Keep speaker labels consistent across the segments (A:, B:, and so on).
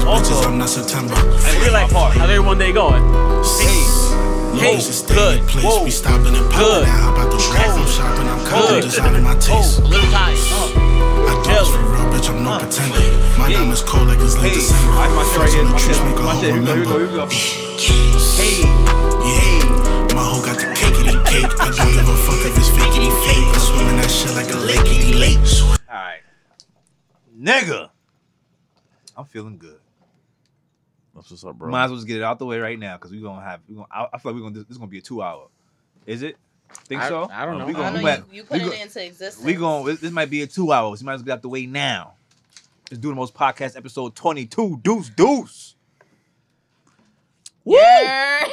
A: not September.
B: Hey, relax. How everyone day going?
A: Hey,
B: hey,
A: is a steady
B: good,
A: place.
B: whoa,
A: we stopping in power
B: good,
A: now. About the rap, I'm shopping. I'm cutting
B: good.
A: just out of my taste.
B: Oh, little tight.
A: I do this for real, bitch. I'm no pretender. My name is cold like it's late
B: Hey,
A: December.
B: I- my shit right
A: Frozen
B: here, my
A: the
B: shit,
A: truth, make a
B: my
A: hoe
B: shit. Here we go, here we go,
A: remember.
B: here we go.
A: Yeah, my hoe got the cake and eat cake. I don't give a fuck if it's fake and fake. I swim in that shit like a lake and lake.
B: All right.
C: Nigga. I'm feeling good.
D: That's what's up, bro.
C: Might as well just get it out the way right now because we're gonna have. We're gonna, I, I feel like we're gonna. do- This is gonna be a two hour. Is it? Think
B: I-
C: so?
B: I don't know.
C: We
B: I
C: gonna.
B: don't
C: We
B: know.
C: gonna,
E: you, you
C: Oh, we
E: put
C: gonna,
E: it into existence.
C: we gonna this might be a two hours. You might as well get out the way now. Let's do the most podcast episode twenty two. Deuce deuce. Woo!
E: Yeah.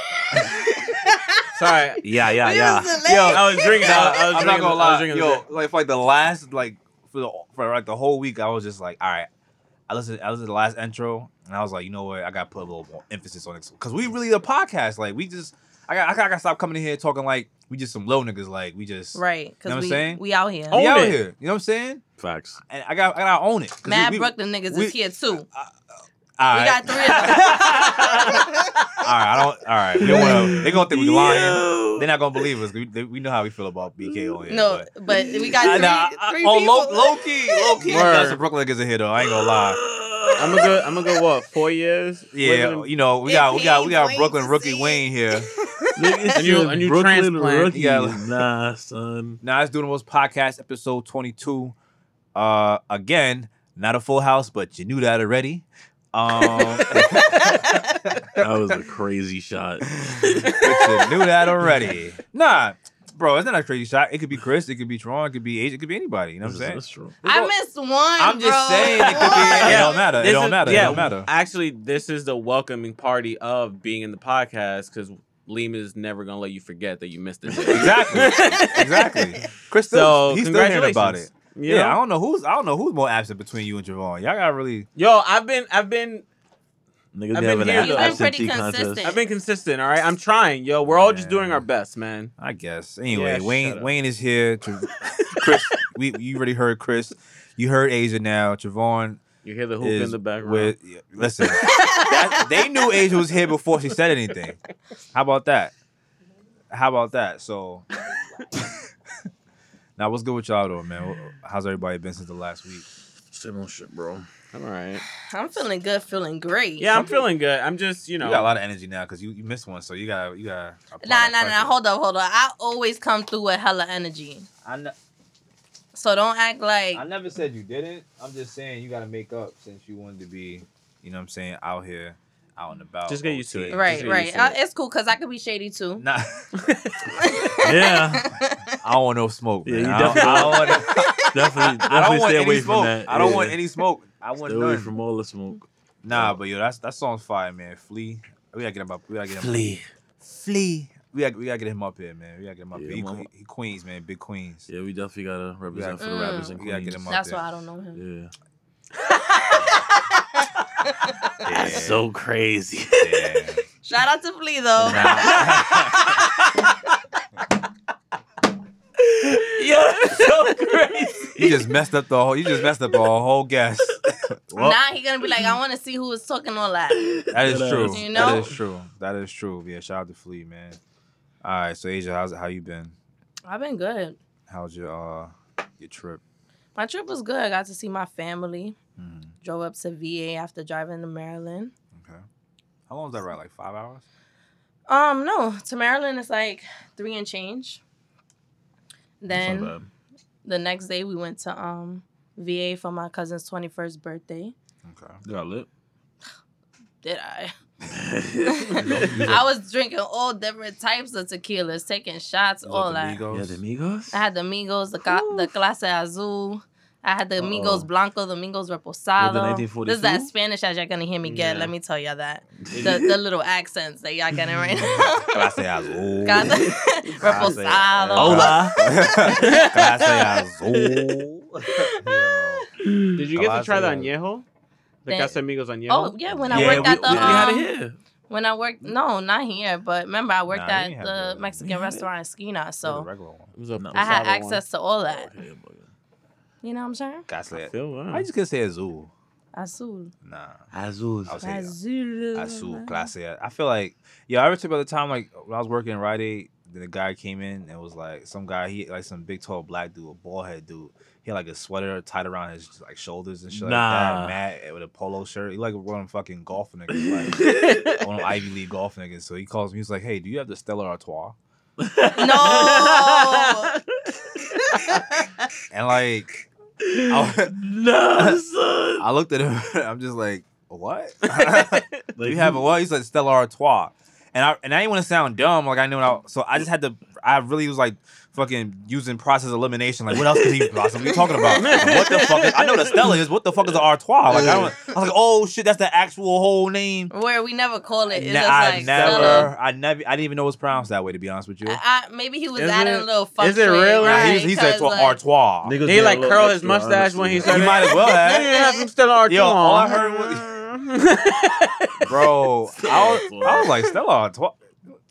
B: Sorry.
D: Yeah, yeah,
E: This
D: yeah.
E: is the
C: Yo,
E: latest.
B: I was drinking. I, I was
C: I'm not
B: drinking,
C: gonna
B: I was
C: lie,
B: drinking
C: yo. Like for like the last like for the, for like the whole week, I was just like, all right. I listened. I listened to the last intro, and I was like, you know what? I got to put a little more emphasis on it because we really a podcast. Like we just, I got, I got to stop coming in here talking like we just some low niggas. Like we just, You know
E: Right,
C: what I'm
E: because we,
C: saying? Oh,
E: we out here.
B: Own
C: We out
B: it.
C: here. You know what I'm saying?
D: Facts.
C: And I got, I got to own it. 'cause we-
E: Mad
C: we-
E: Brooklyn niggas
C: we-
E: is here too.
C: All
E: We
C: right.
E: got three of them.
C: all right. I don't. All right. We don't wanna, they gonna think we lying.
D: Yo.
C: They're not gonna believe us. We, they- we know how we feel about BK on here.
E: no,
C: but-
E: but we
C: Nah,
E: got
C: nah,
E: three,
C: I-
E: three
C: on
E: people.
C: low, low key, low key.
B: Word.
C: That's the Brooklyn niggas in here though. I ain't gonna lie.
B: I'm gonna go. I'm gonna go. What? Four years?
C: Yeah,
B: Living
C: you know we got we got we got
E: Fifteen
C: Brooklyn
E: points
C: rookie
E: to see it.
C: Wayne here.
D: Nigga,
B: A new-
D: you
B: a new
D: Brooklyn
B: transplant.
D: rookie.
C: Yeah, like-
D: Nah, son.
C: Now it's doing the most podcast episode twenty two. Uh, again, not a full house, but you knew that already. Um,
D: That was a crazy shot.
C: but you knew that already. Nah, bro, it's not a crazy shot. It could be Chris, it could be Tron, it could be Age, it could be anybody. You know what I'm saying?
D: That's true.
E: I missed one.
C: I'm just
E: bro.
C: saying it could be.
E: One.
C: It don't matter. It
B: This
C: don't
B: is-
C: matter. It
B: yeah,
C: don't matter.
B: Actually, this is the welcoming party of being in the podcast because Lima is never gonna let you forget that you missed it.
C: Exactly. Exactly. Chris, still,
B: So
C: he's still hearing
B: congratulations
C: about it.
B: You
C: Yeah,
B: know?
C: I don't know who's I don't know who's more absent between you and Javon. Y'all got really
B: Yo, I've been, I've been,
D: Niggas
B: I've
D: be
B: been
D: having an
B: here, though. I've
E: been
D: absentee
E: pretty
D: contest.
E: consistent.
B: I've been consistent. All right, I'm trying. Yo, we're all just
C: Yeah.
B: doing our best, man.
C: I guess. Anyway,
B: Yeah, shut
C: Wayne
B: up.
C: Wayne is here. To, Chris, we you already heard Chris. You heard Asia now. Javon
B: You hear the hoop
C: is
B: in the background.
C: with. yeah, Listen, that- they knew Asia was here before she said anything. How about that? How about that? So. Now what's good with y'all though, man? Wh- How's everybody been since the last week?
D: Shit on shit, bro.
B: I'm all right.
E: I'm feeling good, feeling great.
B: Yeah, I'm feeling good. I'm just, you
C: You
B: know,
C: got a lot of energy now because you, you missed one, so you got you got.
E: Nah, nah, nah. Hold up, hold up. I always come through with hella energy.
C: I know.
E: So don't act like
C: I never said you didn't. I'm just saying you got to make up since you wanted to be, you know what I'm saying, out here, out and about.
B: Just get used to it.
E: right,
B: Just what you
E: right. Uh,
B: said.
E: it's cool because I could be shady too.
C: Nah,
D: Yeah.
C: I don't want no smoke.
D: Yeah,
C: Man.
D: you
C: I don't,
D: definitely-
C: I don't want,
D: Definitely, definitely
C: I don't want
D: stay
C: any
D: away from
C: smoke.
D: that.
C: I don't
D: Yeah.
C: want any smoke. I
D: Stay
C: want
D: away
C: none.
D: from all the smoke.
C: nah, but yo, that's that song's fire, man. Flea, we gotta get him up. We gotta get him. Flea. We gotta, we gotta get him up here, man. We gotta get him up
D: Yeah,
C: here. He,
D: I'm
C: que-
D: up.
C: he Queens, man. Big Queens.
D: Yeah, we definitely gotta represent
C: Yeah.
D: for the rappers
E: Mm.
D: and
C: We gotta
D: queens.
C: get him up.
E: That's
C: there.
E: why I don't know him.
D: Yeah.
C: Yeah.
D: So crazy.
C: yeah.
E: Shout out to Flea though.
D: yeah, so crazy.
C: you just messed up the whole. You just messed up our whole guest. Well,
E: Now he gonna be like, I want to see who was talking all that.
C: That is
D: That
C: true.
D: ass.
C: That
E: You know?
C: is true. That is true. Yeah, shout out to Flea, man. All right, so Asia, how's how you been?
E: I've been good.
C: How's your uh your trip?
E: My trip was good. I got to see my family. Drove up to VA after driving to Maryland.
C: Okay. How long was that ride? Like five hours?
E: Um, no, to Maryland it's like three and change. Then the next day we went to um VA for my cousin's 21st birthday.
C: Okay.
D: got lit.
E: Did I?
D: yeah,
E: I was drinking all different types of tequilas, taking shots,
C: Was
E: all
C: the
E: that.
C: Migos?
D: the Migos.
E: I had the Migos, the, ca- the Clase Azul. I had the
D: Uh-oh.
E: Migos Blanco, the Migos Reposado. This is
D: 1942?
E: that Spanish that y'all gonna hear me get.
B: Yeah.
E: Let me tell y'all that. The, the little accents that y'all getting right now.
C: Clase azul.
E: Clase Reposado.
B: Oh,
D: Hola.
C: Clase azul. Yo.
B: Did you get to try the
C: Colazo.
B: añejo? The
E: That-
B: Casamigos añejo.
E: Oh yeah, when I
C: Yeah,
E: worked at
D: we,
E: the
D: we had it
E: um,
D: here.
E: when I worked no not here but remember I worked
C: Nah, you
E: at
C: ain't
E: the
C: had the-
D: we
E: Mexican
D: had it.
E: restaurant in Skeena,
C: The
E: so
C: regular one.
B: It was a
D: No.
E: I had
B: posada one.
E: access to all that.
D: Okay, bugger.
E: You know what I'm saying?
C: Clase.
B: Feel wow.
C: I just could say azul.
E: Azul.
C: Nah.
D: Azul.
C: I was saying
E: Azul.
C: Asu, classe. I feel like yeah, I remember by the time like when I was working in Rite Aid, then a guy came in and was like some guy, he like some big tall black dude, a bald head dude. He had like a sweater tied around his like shoulders and shit
D: Nah.
C: like that. Matt with a polo shirt. He like one of them fucking golf niggas, like
D: no.
C: one of them Ivy League golf niggas. So he calls me, he's like, Hey, do you have the Stella Artois? And like I,
D: no, son.
C: I looked at him I'm just like, What? Do you have a what? He's like Stella Artois. And I and I didn't want to sound dumb, like I knew what I so I just had to I really was like fucking using process elimination. Like what else could he possibly be talking about? Like, what the fuck is, I know the Stella is, what the fuck is an Artois? Like I don't I was like, oh shit, that's the actual whole name.
E: Where we never call it. It's
C: Ne-
E: just
C: I
E: like
C: never
E: Stella.
C: I never I didn't even know it was pronounced that way to be honest with you.
E: I, I, maybe he was
B: Is
E: adding
B: it-
E: a little fuck.
B: is it
E: to
B: really?
E: Right?
C: He- he said
E: 'Cause,
C: to an
E: like,
C: Artois.
D: Niggas
B: Did he
D: got
B: like
D: a little
B: curl his
D: extra,
B: mustache when he
D: honestly.
B: started?
C: You might as well have.
B: You didn't have some Stella Artois.
C: Yo, all I heard
B: was.
C: Bro, I was,
D: Stella
C: I was like Stella Artois.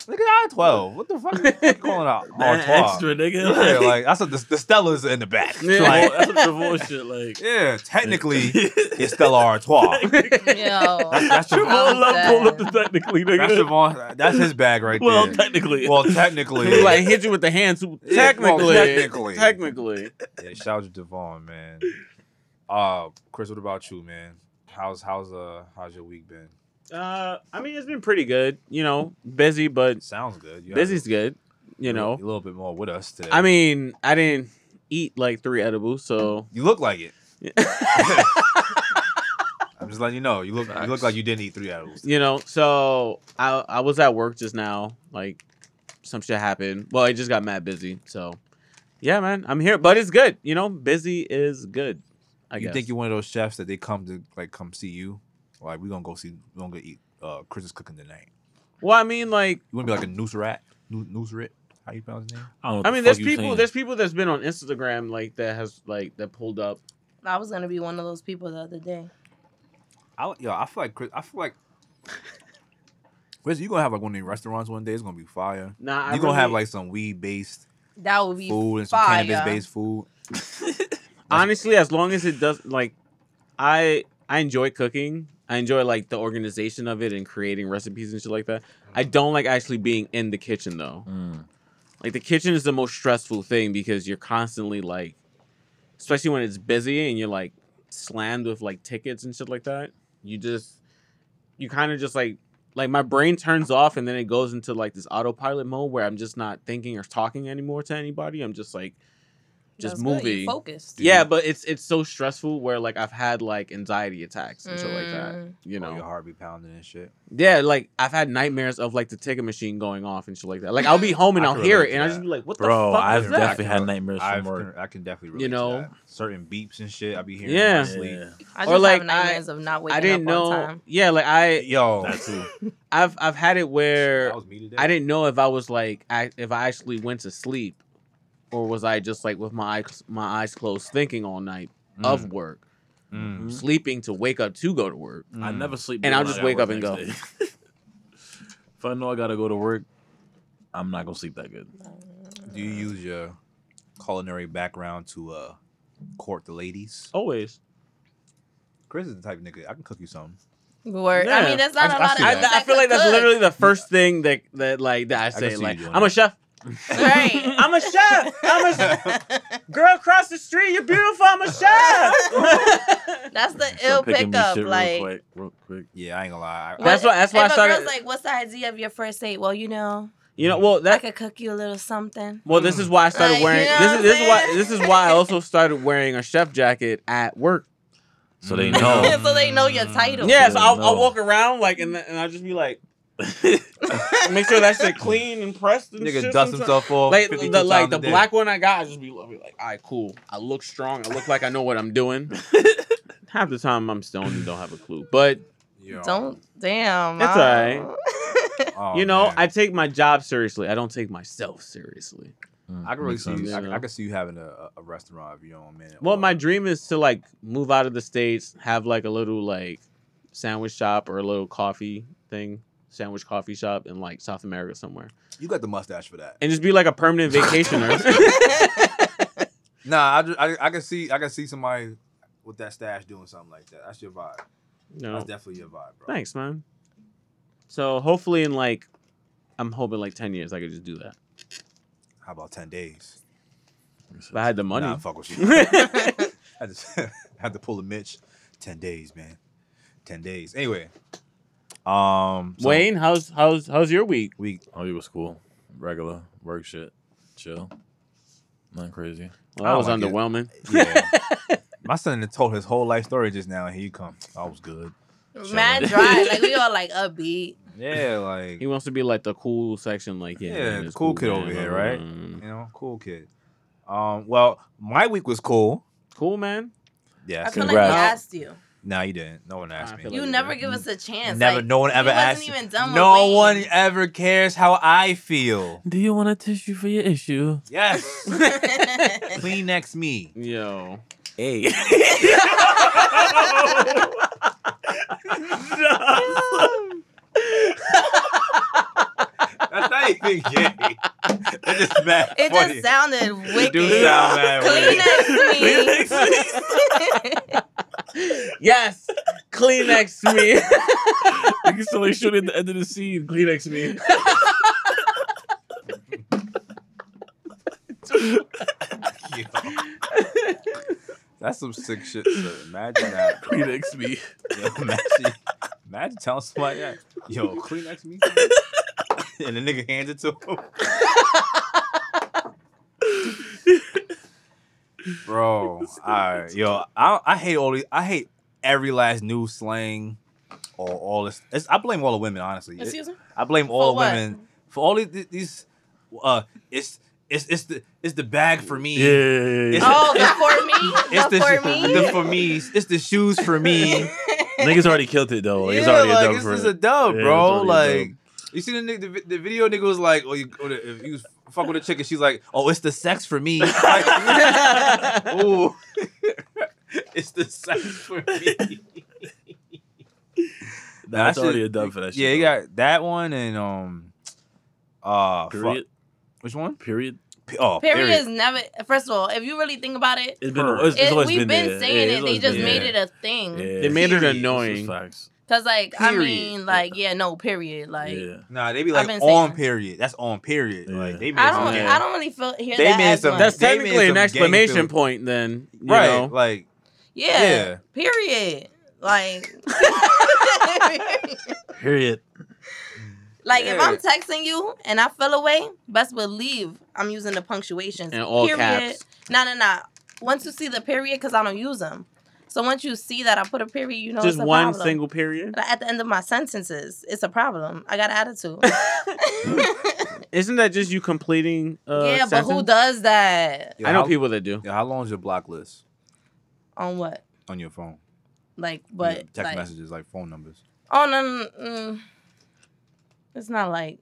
C: Look at I twelve. What the fuck are you calling an
D: That
C: Artois?
D: extra
C: Yeah,
D: nigga. Like,
C: like that's what the, the Stella's in the back.
B: Yeah.
C: Like,
D: that's some Trevor shit. Like
C: yeah, technically it's Stella Artois.
E: Yo.
C: That's
D: Trevor
E: I'm
D: love
E: dead.
D: pulled up the technically
C: That's
D: nigga.
C: Siobhan, that's his bag right
D: Well,
C: there.
D: technically.
C: well, technically,
B: He like hit you with the hand. too-
C: Yeah, well,
B: Technically,
C: technically.
B: technically.
C: yeah, shout out to Devon, man. Uh, Chris, what about you, man? How's how's uh how's your week been?
B: Uh, I mean, it's been pretty good. You know, busy, but
C: Sounds good. You
B: busy's
C: have
B: good. You
C: a- a
B: know,
C: little bit more with us today.
B: I mean, I didn't eat like three edibles, so
C: you look like it. I'm just letting you know. You look you look
D: Facts.
C: like you didn't eat three hours.
B: you know, so I I was at work just now. Like, some shit happened. Well, I just got mad busy. So, yeah, man, I'm here, but it's good. You know, busy is good. I
C: you
B: guess.
C: think you're one of those chefs that they come to like come see you? Like we gonna go see we gonna go eat uh Chris is cooking tonight.
B: well, I mean, like,
C: You wanna be like a noose rat? Noo- Noose rat? How you pronounce his name?
D: I, don't know what
B: I
D: the
B: mean,
D: fuck
B: there's
D: you
B: people,
D: saying.
B: there's people that's been on Instagram like that has like that pulled up.
E: I was gonna be one of those people the other day.
C: I yo, I feel like Chris I feel like Chris, you gonna have like one of these restaurants one day, it's gonna be fire.
B: Nah, I
C: you gonna have
B: really-
C: like some weed based
E: That would be
C: food and some
E: fire.
C: cannabis based food.
B: honestly, as long as it does like, I I enjoy cooking. I enjoy like the organization of it and creating recipes and shit like that. I don't like actually being in the kitchen though.
D: Mm.
B: Like the kitchen is the most stressful thing because you're constantly like, especially when it's busy and you're like slammed with like tickets and shit like that. You just, you kind of just like, like my brain turns off and then it goes into like this autopilot mode where I'm just not thinking or talking anymore to anybody. I'm just like, just
E: That's good. You
B: movie.
E: Focused.
B: yeah, but it's it's so stressful where like I've had like anxiety attacks and shit like that.
E: Mm.
B: You
C: Oh, your
B: know,
C: heart be pounding and shit.
B: yeah, like I've had nightmares of like the ticket machine going off and shit like that. Like I'll be home and
C: I
B: I'll
C: can
B: hear
C: relate
B: it
C: to
B: and I
C: that.
B: just be like, what
D: Bro,
B: the fuck
D: I've
B: is that?
D: definitely had nightmares
C: I
D: from
C: can,
D: work.
C: I can definitely relate
B: You
C: to
B: know?
C: that. certain beeps and shit I be hearing in
B: Yeah.
C: my sleep.
D: Yeah.
E: I
B: Or
E: just
B: like, I-
E: have nightmares of not waking
B: I didn't
E: up
B: know.
E: on time.
B: Yeah, like I
C: Yo,
D: That too.
B: I've I've had it where
C: that was me today.
B: I didn't know if I was like I, if I actually went to sleep or was I just like with my eyes my eyes closed thinking all night
C: Mm,
B: of work,
C: mm,
D: Mhm.
B: sleeping to wake up to go to work.
D: I
C: mm.
D: never sleep.
B: And I'll
D: before
B: just
D: I got
B: wake up
D: work
B: and
D: next day. if I know I gotta go to work, I'm not gonna sleep that good.
C: Do you use your culinary background to uh court the ladies?
B: Always.
C: Chris is the type of nigga I can cook you something.
E: Word.
B: Yeah.
E: I mean, there's not
C: I-
E: a
C: I
E: lot
C: see
E: of.
B: I,
C: that.
E: us
B: I feel like
E: could
B: that's
E: cook.
B: literally the first thing that that like that I
C: can
B: say
C: see you
B: like
C: doing
B: I'm
C: that.
B: a chef.
E: Right.
B: I'm a chef. I'm a chef. girl across the street. You're beautiful. I'm a chef.
E: That's the
D: Start
E: ill
D: picking me
E: pickup.
D: shit
E: Like,
D: Real quick, real quick.
C: Yeah, I ain't gonna lie. I,
E: What-
B: That's why- that's why I
E: if a
B: started-
E: girl's like, "What size do you have your first date?" Well, you know,
B: you know, well
E: I
B: that
E: could cook you a little something.
B: Well, this is why I started
E: Like, you
B: wearing.
E: know
B: this
E: what
B: is
E: I'm
B: this is why this
E: saying?
B: is why I also started wearing a chef jacket at work.
D: So they
C: Mm.
D: know.
E: So they know your title.
B: Yeah, so
D: Yeah,
B: I'll, I'll
D: no.
B: walk around like and and I'll just be like, make sure that shit clean and pressed and
C: nigga
B: shit.
C: dust
B: sometimes.
C: himself off.
B: Like
C: 52
B: the like
C: times
B: the
C: a day.
B: black one I got, I just be, I'll be like, all right, cool. I look strong. I look like I know what I'm doing. Half the time I'm stoned and don't have a clue, but
C: Yo.
E: Don't. Damn.
B: That's
E: I-
B: all
C: Oh,
B: you know
C: man.
B: I take my job seriously. I don't take myself seriously.
C: I can really see. You,
B: sense.
C: I, I can see you having a- a, a restaurant of your own, man.
B: Well,
C: Or-
B: my dream is to like move out of the states, have like a little like sandwich shop or a little coffee thing, sandwich coffee shop in like South America somewhere,
C: you got the mustache for that.
B: and just be like a permanent vacationer.
C: Nah, I, ju- I, I can see I can see somebody. with that stash doing something like that. That's your vibe.
B: No.
C: That's definitely your vibe, bro.
B: Thanks, man. So hopefully in like I'm hoping like ten years I could just do that.
C: How about ten days?
B: If I had the money.
C: Nah, fuck with you. I just had to pull a Mitch. Ten days, man. Ten days. Anyway. Um so
B: Wayne, how's how's how's your week?
C: we
D: Oh, you was cool. Regular work shit. Chill. Nothing crazy.
B: Well, that was
C: like it.
B: underwhelming.
C: yeah. My son told his whole life story just now and here you come. I was good.
E: Mad dry. Like we all like upbeat.
C: Yeah, like
B: He wants to be like the cool section, like yeah,
C: Yeah,
B: man,
C: the
B: it's
C: cool kid
B: man,
C: over
B: blah,
C: here,
B: blah,
C: right?
B: blah.
C: you know, cool kid. Um, well, my week was cool.
B: Cool man.
C: Yeah. so-
E: I feel like we
D: Congrats.
E: asked you.
C: no, you didn't. No one asked
B: I
C: me.
B: feel
E: You
B: Like,
E: never
B: yeah.
E: give us a chance.
C: Never.
E: Like,
C: no one ever
E: he wasn't
C: asked.
E: even done with
C: no
E: Wayne.
C: one ever cares how I feel.
D: Do you want a tissue for your issue?
C: Yes. Kleenex me.
B: Yo.
D: Hey.
C: That's not even gay. That's just mad.
E: it
C: funny.
E: just sounded wicked.
C: do sound mad weird.
E: Kleenex me.
B: yes. Kleenex me.
D: You can still like shoot at the end of the scene. Kleenex me.
C: Yo. That's some sick shit. So imagine that.
D: Kleenex me.
C: Yo, imagine, imagine telling somebody that. Yo, Kleenex me. and the nigga hands it to him. Bro, alright, yo, I I hate all these. I hate every last new slang or all this. It's, I blame all the women, honestly. It-
E: Excuse me.
C: I blame all the
E: For what?
C: women for all these, these. Uh, it's it's it's the it's the bag for me.
D: Yeah.
E: Oh, the for me.
C: It's
E: The,
C: the,
E: for me.
C: the for me. It's the shoes for me.
E: Oh,
D: Niggas already killed it though. Like, Oh, it's
C: Yeah,
D: already
C: like,
D: a dub
C: this
D: for
C: is
D: it.
C: a dub,
D: Yeah,
C: bro.
D: it's already a
C: Like you see the, nigga- the vi- the video nigga was like, oh, you, oh, the- if you was fuck with a chick and she's like, oh, it's the sex for me. Like, ooh, it's the sex for me.
D: Nah, that's
C: That shit-
D: already a dub for that shit.
C: Yeah, you
D: though.
C: got that one and um, uh, fuck.
D: period.
C: Which one?
D: Period.
C: P- oh,
E: Period is never. First of all, if you really think about it,
D: It's been.
C: Period.
D: It's, it's
E: it-
D: always
E: we've been,
D: there. Yeah,
E: saying
D: it's
E: it. They
D: always
E: just
D: been
E: made
D: there.
E: it a thing.
D: Yeah.
B: They made it
C: Period.
D: This is
B: annoying.
D: facts.
E: Cause like I
C: Period.
E: mean, like yeah, no, period. Like
D: yeah.
C: Nah, they be
E: I've
C: like
E: been
C: on
E: saying-
C: period. That's on period.
D: Yeah.
C: Like they made
E: I
C: some
E: don't,
B: Yeah.
E: I don't really feel hear
C: They
E: that
C: made
E: as
C: some-
E: much.
B: That's
C: They made
B: technically
C: some
B: an
C: gang
B: exclamation
C: food.
B: point then. You
C: right.
B: know?
C: Like
E: yeah,
C: Yeah.
E: Period. Like,
D: Period.
E: like if I'm
C: Yeah.
E: texting you and I feel away, best believe I'm using the punctuations.
B: And all
E: period.
B: caps.
E: No, no, no. Once you see the period, because I don't use them. So once you see that I put a period, you know
B: Just
E: it's a
B: one
E: problem.
B: single period.
E: But at the end of my sentences, it's a problem. I got attitude.
C: Uh,
B: Isn't that just you completing uh
E: yeah, but who
B: sentence?
E: does that?
B: I know
C: how-
B: people that do.
C: Yo, how long is your block list
E: On what?
C: on your phone?
E: Like, but
C: Your text
E: like,
C: messages, like phone numbers.
E: Oh no, no, no, mm, it's not like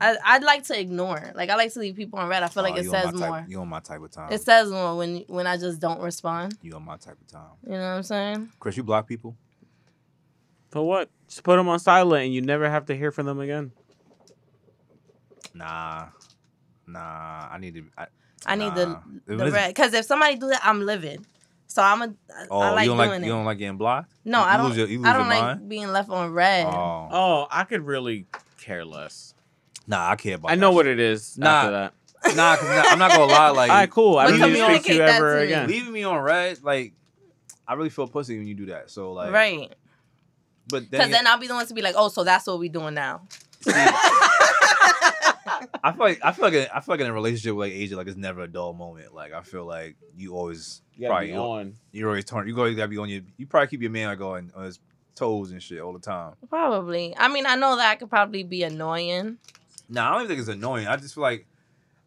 E: I. I'd like to ignore. Like I like to leave people on red. I feel like
C: Oh,
E: it
C: you on my
E: says
C: type-
E: more.
C: You on my type of time.
E: It says more when when I just don't respond.
C: you on my type of time.
E: You know what I'm saying?
C: Chris, you block people.
B: For what? Just put them on silent and you never have to hear from them again.
C: Nah, nah. I need to. I,
E: I need
C: Nah.
E: the
C: It
E: the
C: was-
E: red because if somebody do that, I'm livid. So I'm a. I-
C: oh,
E: I like
C: you
E: doing
C: don't like
E: it.
C: you don't like getting blocked.
E: no,
C: you
E: I don't.
C: lose your- you lose
E: I don't
C: your
E: like
C: mind?
E: being left on red.
C: Oh,
B: Oh, I could really care less.
C: nah. I care about.
B: I know what it is
C: Nah.
B: after that.
C: It, nah, 'cause nah, I'm not gonna lie. Like
B: All right, cool. I don't
E: But you
B: need to speak to
E: communicate
B: you
E: that
B: ever
E: to me.
B: again.
C: leaving me on red, like I really feel pussy when you do that. So like,
E: right.
C: But then,
E: Because then I'll be the one to be like, oh, so that's what we doing now.
C: I feel like I feel like in, I feel like in a relationship with like Asia, like it's never a dull moment. Like I feel like you always probably
B: on.
C: you're always torn. You always gotta be on your. You probably keep your man like on, on his toes and shit all the time.
E: Probably. I mean, I know that I could probably be annoying.
C: Nah, I don't even think it's annoying. I just feel like,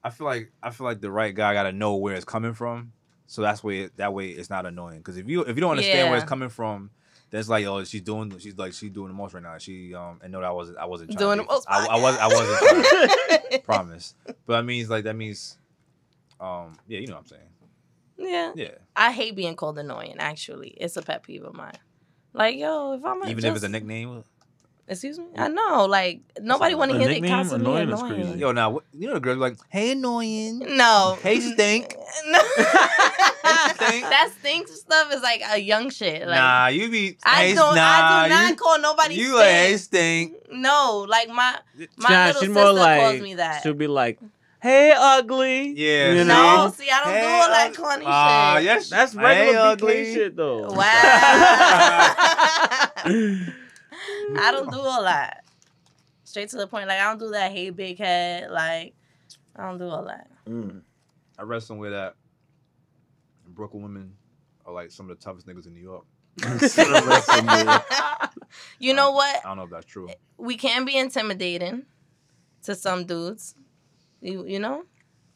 C: I feel like I feel like the right guy gotta know where it's coming from. So that's way that way it's not annoying. Because if you if you don't understand where it's
E: Yeah.
C: coming from, that's like oh she's doing she's like she's doing the most right now. She um and no that wasn't I wasn't trying
E: Doing
C: to
E: the
C: be-
E: most
C: I, I was I wasn't trying, promise. But I mean like that means, um yeah you know what I'm saying
E: yeah.
C: yeah.
E: I hate being called annoying, actually. It's a pet peeve of mine. Like, yo, if I'm
C: Even if it's a
E: just-
C: nickname,
E: Excuse me. I know, like nobody want
D: a
E: to hear they
D: nickname?
E: constantly
D: Annoying
E: annoying.
D: is crazy.
C: Yo, now what- you know the girls be like, "Hey, annoying."
E: No.
C: Hey, stink.
E: No.
C: Stink.
E: that stink stuff is like a young shit. Like
C: nah, you be.
E: I
C: hey,
E: don't.
C: Nah,
E: I do not
C: you,
E: call nobody.
C: You
E: stink.
C: a hey stink.
E: No, like my my
B: Nah,
E: little
B: she's
E: sister
B: more like
E: calls me that.
B: she'll be like, "Hey, ugly."
C: Yeah,
B: you
C: see?
B: know.
E: No, see, I don't
C: Hey,
E: do all that
C: ug-
E: corny
C: Ah,
E: shit.
C: yes,
B: That's
C: hey,
B: regular BK
C: ugly.
B: shit though.
E: Wow. I don't do all that. Straight to the point. Like I don't do that. Hey, big head. Like I don't do all that.
D: Mm.
C: I read somewhere that Brooklyn women are like some of the toughest niggas in New York.
E: you know what?
C: I don't know if that's true.
E: We can be intimidating to some dudes. You you know,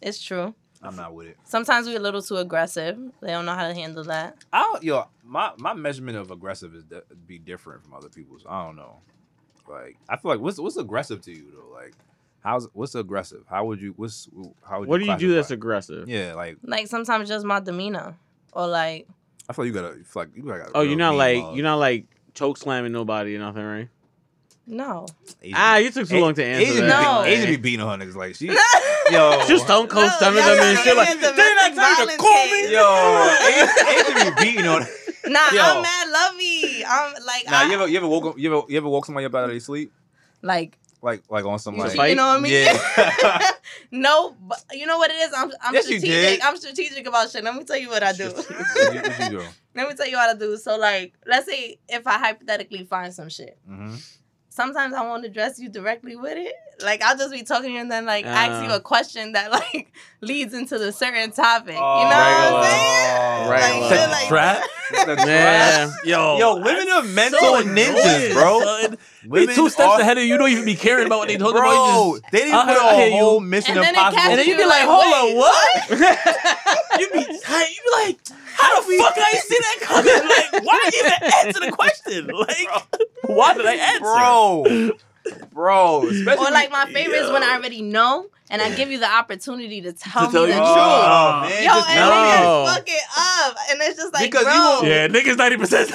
E: it's true.
C: I'm not with it.
E: Sometimes we're a little too aggressive. They don't know how to handle that.
C: I don't, yo, my my measurement of aggressive is de- be different from other people's. I don't know. Like I feel like what's what's aggressive to you though? Like how's what's aggressive? How would you what's how would
B: What do you do that's
C: classify it?
B: aggressive?
C: yeah, like
E: Like sometimes just my demeanor or like
C: I feel like you gotta you feel like you gotta.
B: Oh, you're not like you're not like choke slamming nobody or nothing, right?
E: no.
B: Ah, you took too long to answer
C: Asian
B: that.
E: No.
C: Be, Asian be beating on her niggas like she yo
B: She was stone cold
E: No,
B: stomach
E: y'all
B: them and
E: gotta
B: shit. Like,
E: get
B: did
E: the
B: I tell you to
C: yo Asian,
B: call me?
E: violence case.
C: Asian be beating on.
E: Nah,
C: Yo.
E: I'm mad lovey. I'm like
C: Nah,
E: I,
C: you ever you ever woke up, you ever you ever woke somebody up out of their sleep
E: like
C: like like on some
E: you
C: like
E: cheating
B: Fight?
E: on me.
C: yeah.
E: no, but you know what it is? I'm I'm
C: Yes, you did.
E: strategic. I'm strategic about shit. Let me tell you what I do.
C: What you- what you do?
E: Let me tell you what I do. So like, let's say if I hypothetically find some shit.
C: Mhm.
E: Sometimes I won't address you directly with it. Like I'll just be talking to you and then like ask you
B: Uh.
E: a question that like leads into the certain topic. you know what I'm saying?
C: Oh.
B: Regular. Regular.
E: shit
D: Set
B: like-
D: the trap.
C: The
B: Yeah.
C: trash.
D: Yo,
C: Yo, women are mental ninjas, bro.
D: They
C: Women
D: two steps
C: are-
D: ahead of you. You don't even be caring about what they talking about.
C: Bro,
D: You just-
C: they didn't
D: I-
C: put
D: I hear
C: a
D: you.
C: whole mission
E: And then it
C: impossible.
E: catches
D: and then you be
E: You're
D: like,
E: like,
D: hold on,
E: wait,
D: what? you be tight. You be like, how the fuck I ain't see that coming? Like, why even answer the question? Like, why did I answer?
C: Bro, bro, especially
E: Or like my favorite is when I
D: Yeah.
E: already know and I give you the opportunity to tell
D: tell
E: me
D: you
E: the
D: the
E: truth.
C: Oh,
D: truth.
C: man,
E: Yo,
C: just-
E: and
B: no.
E: niggas fuck it up, and it's just like,
C: Because you
E: bro,
C: won't-
D: Yeah, niggas ninety percent.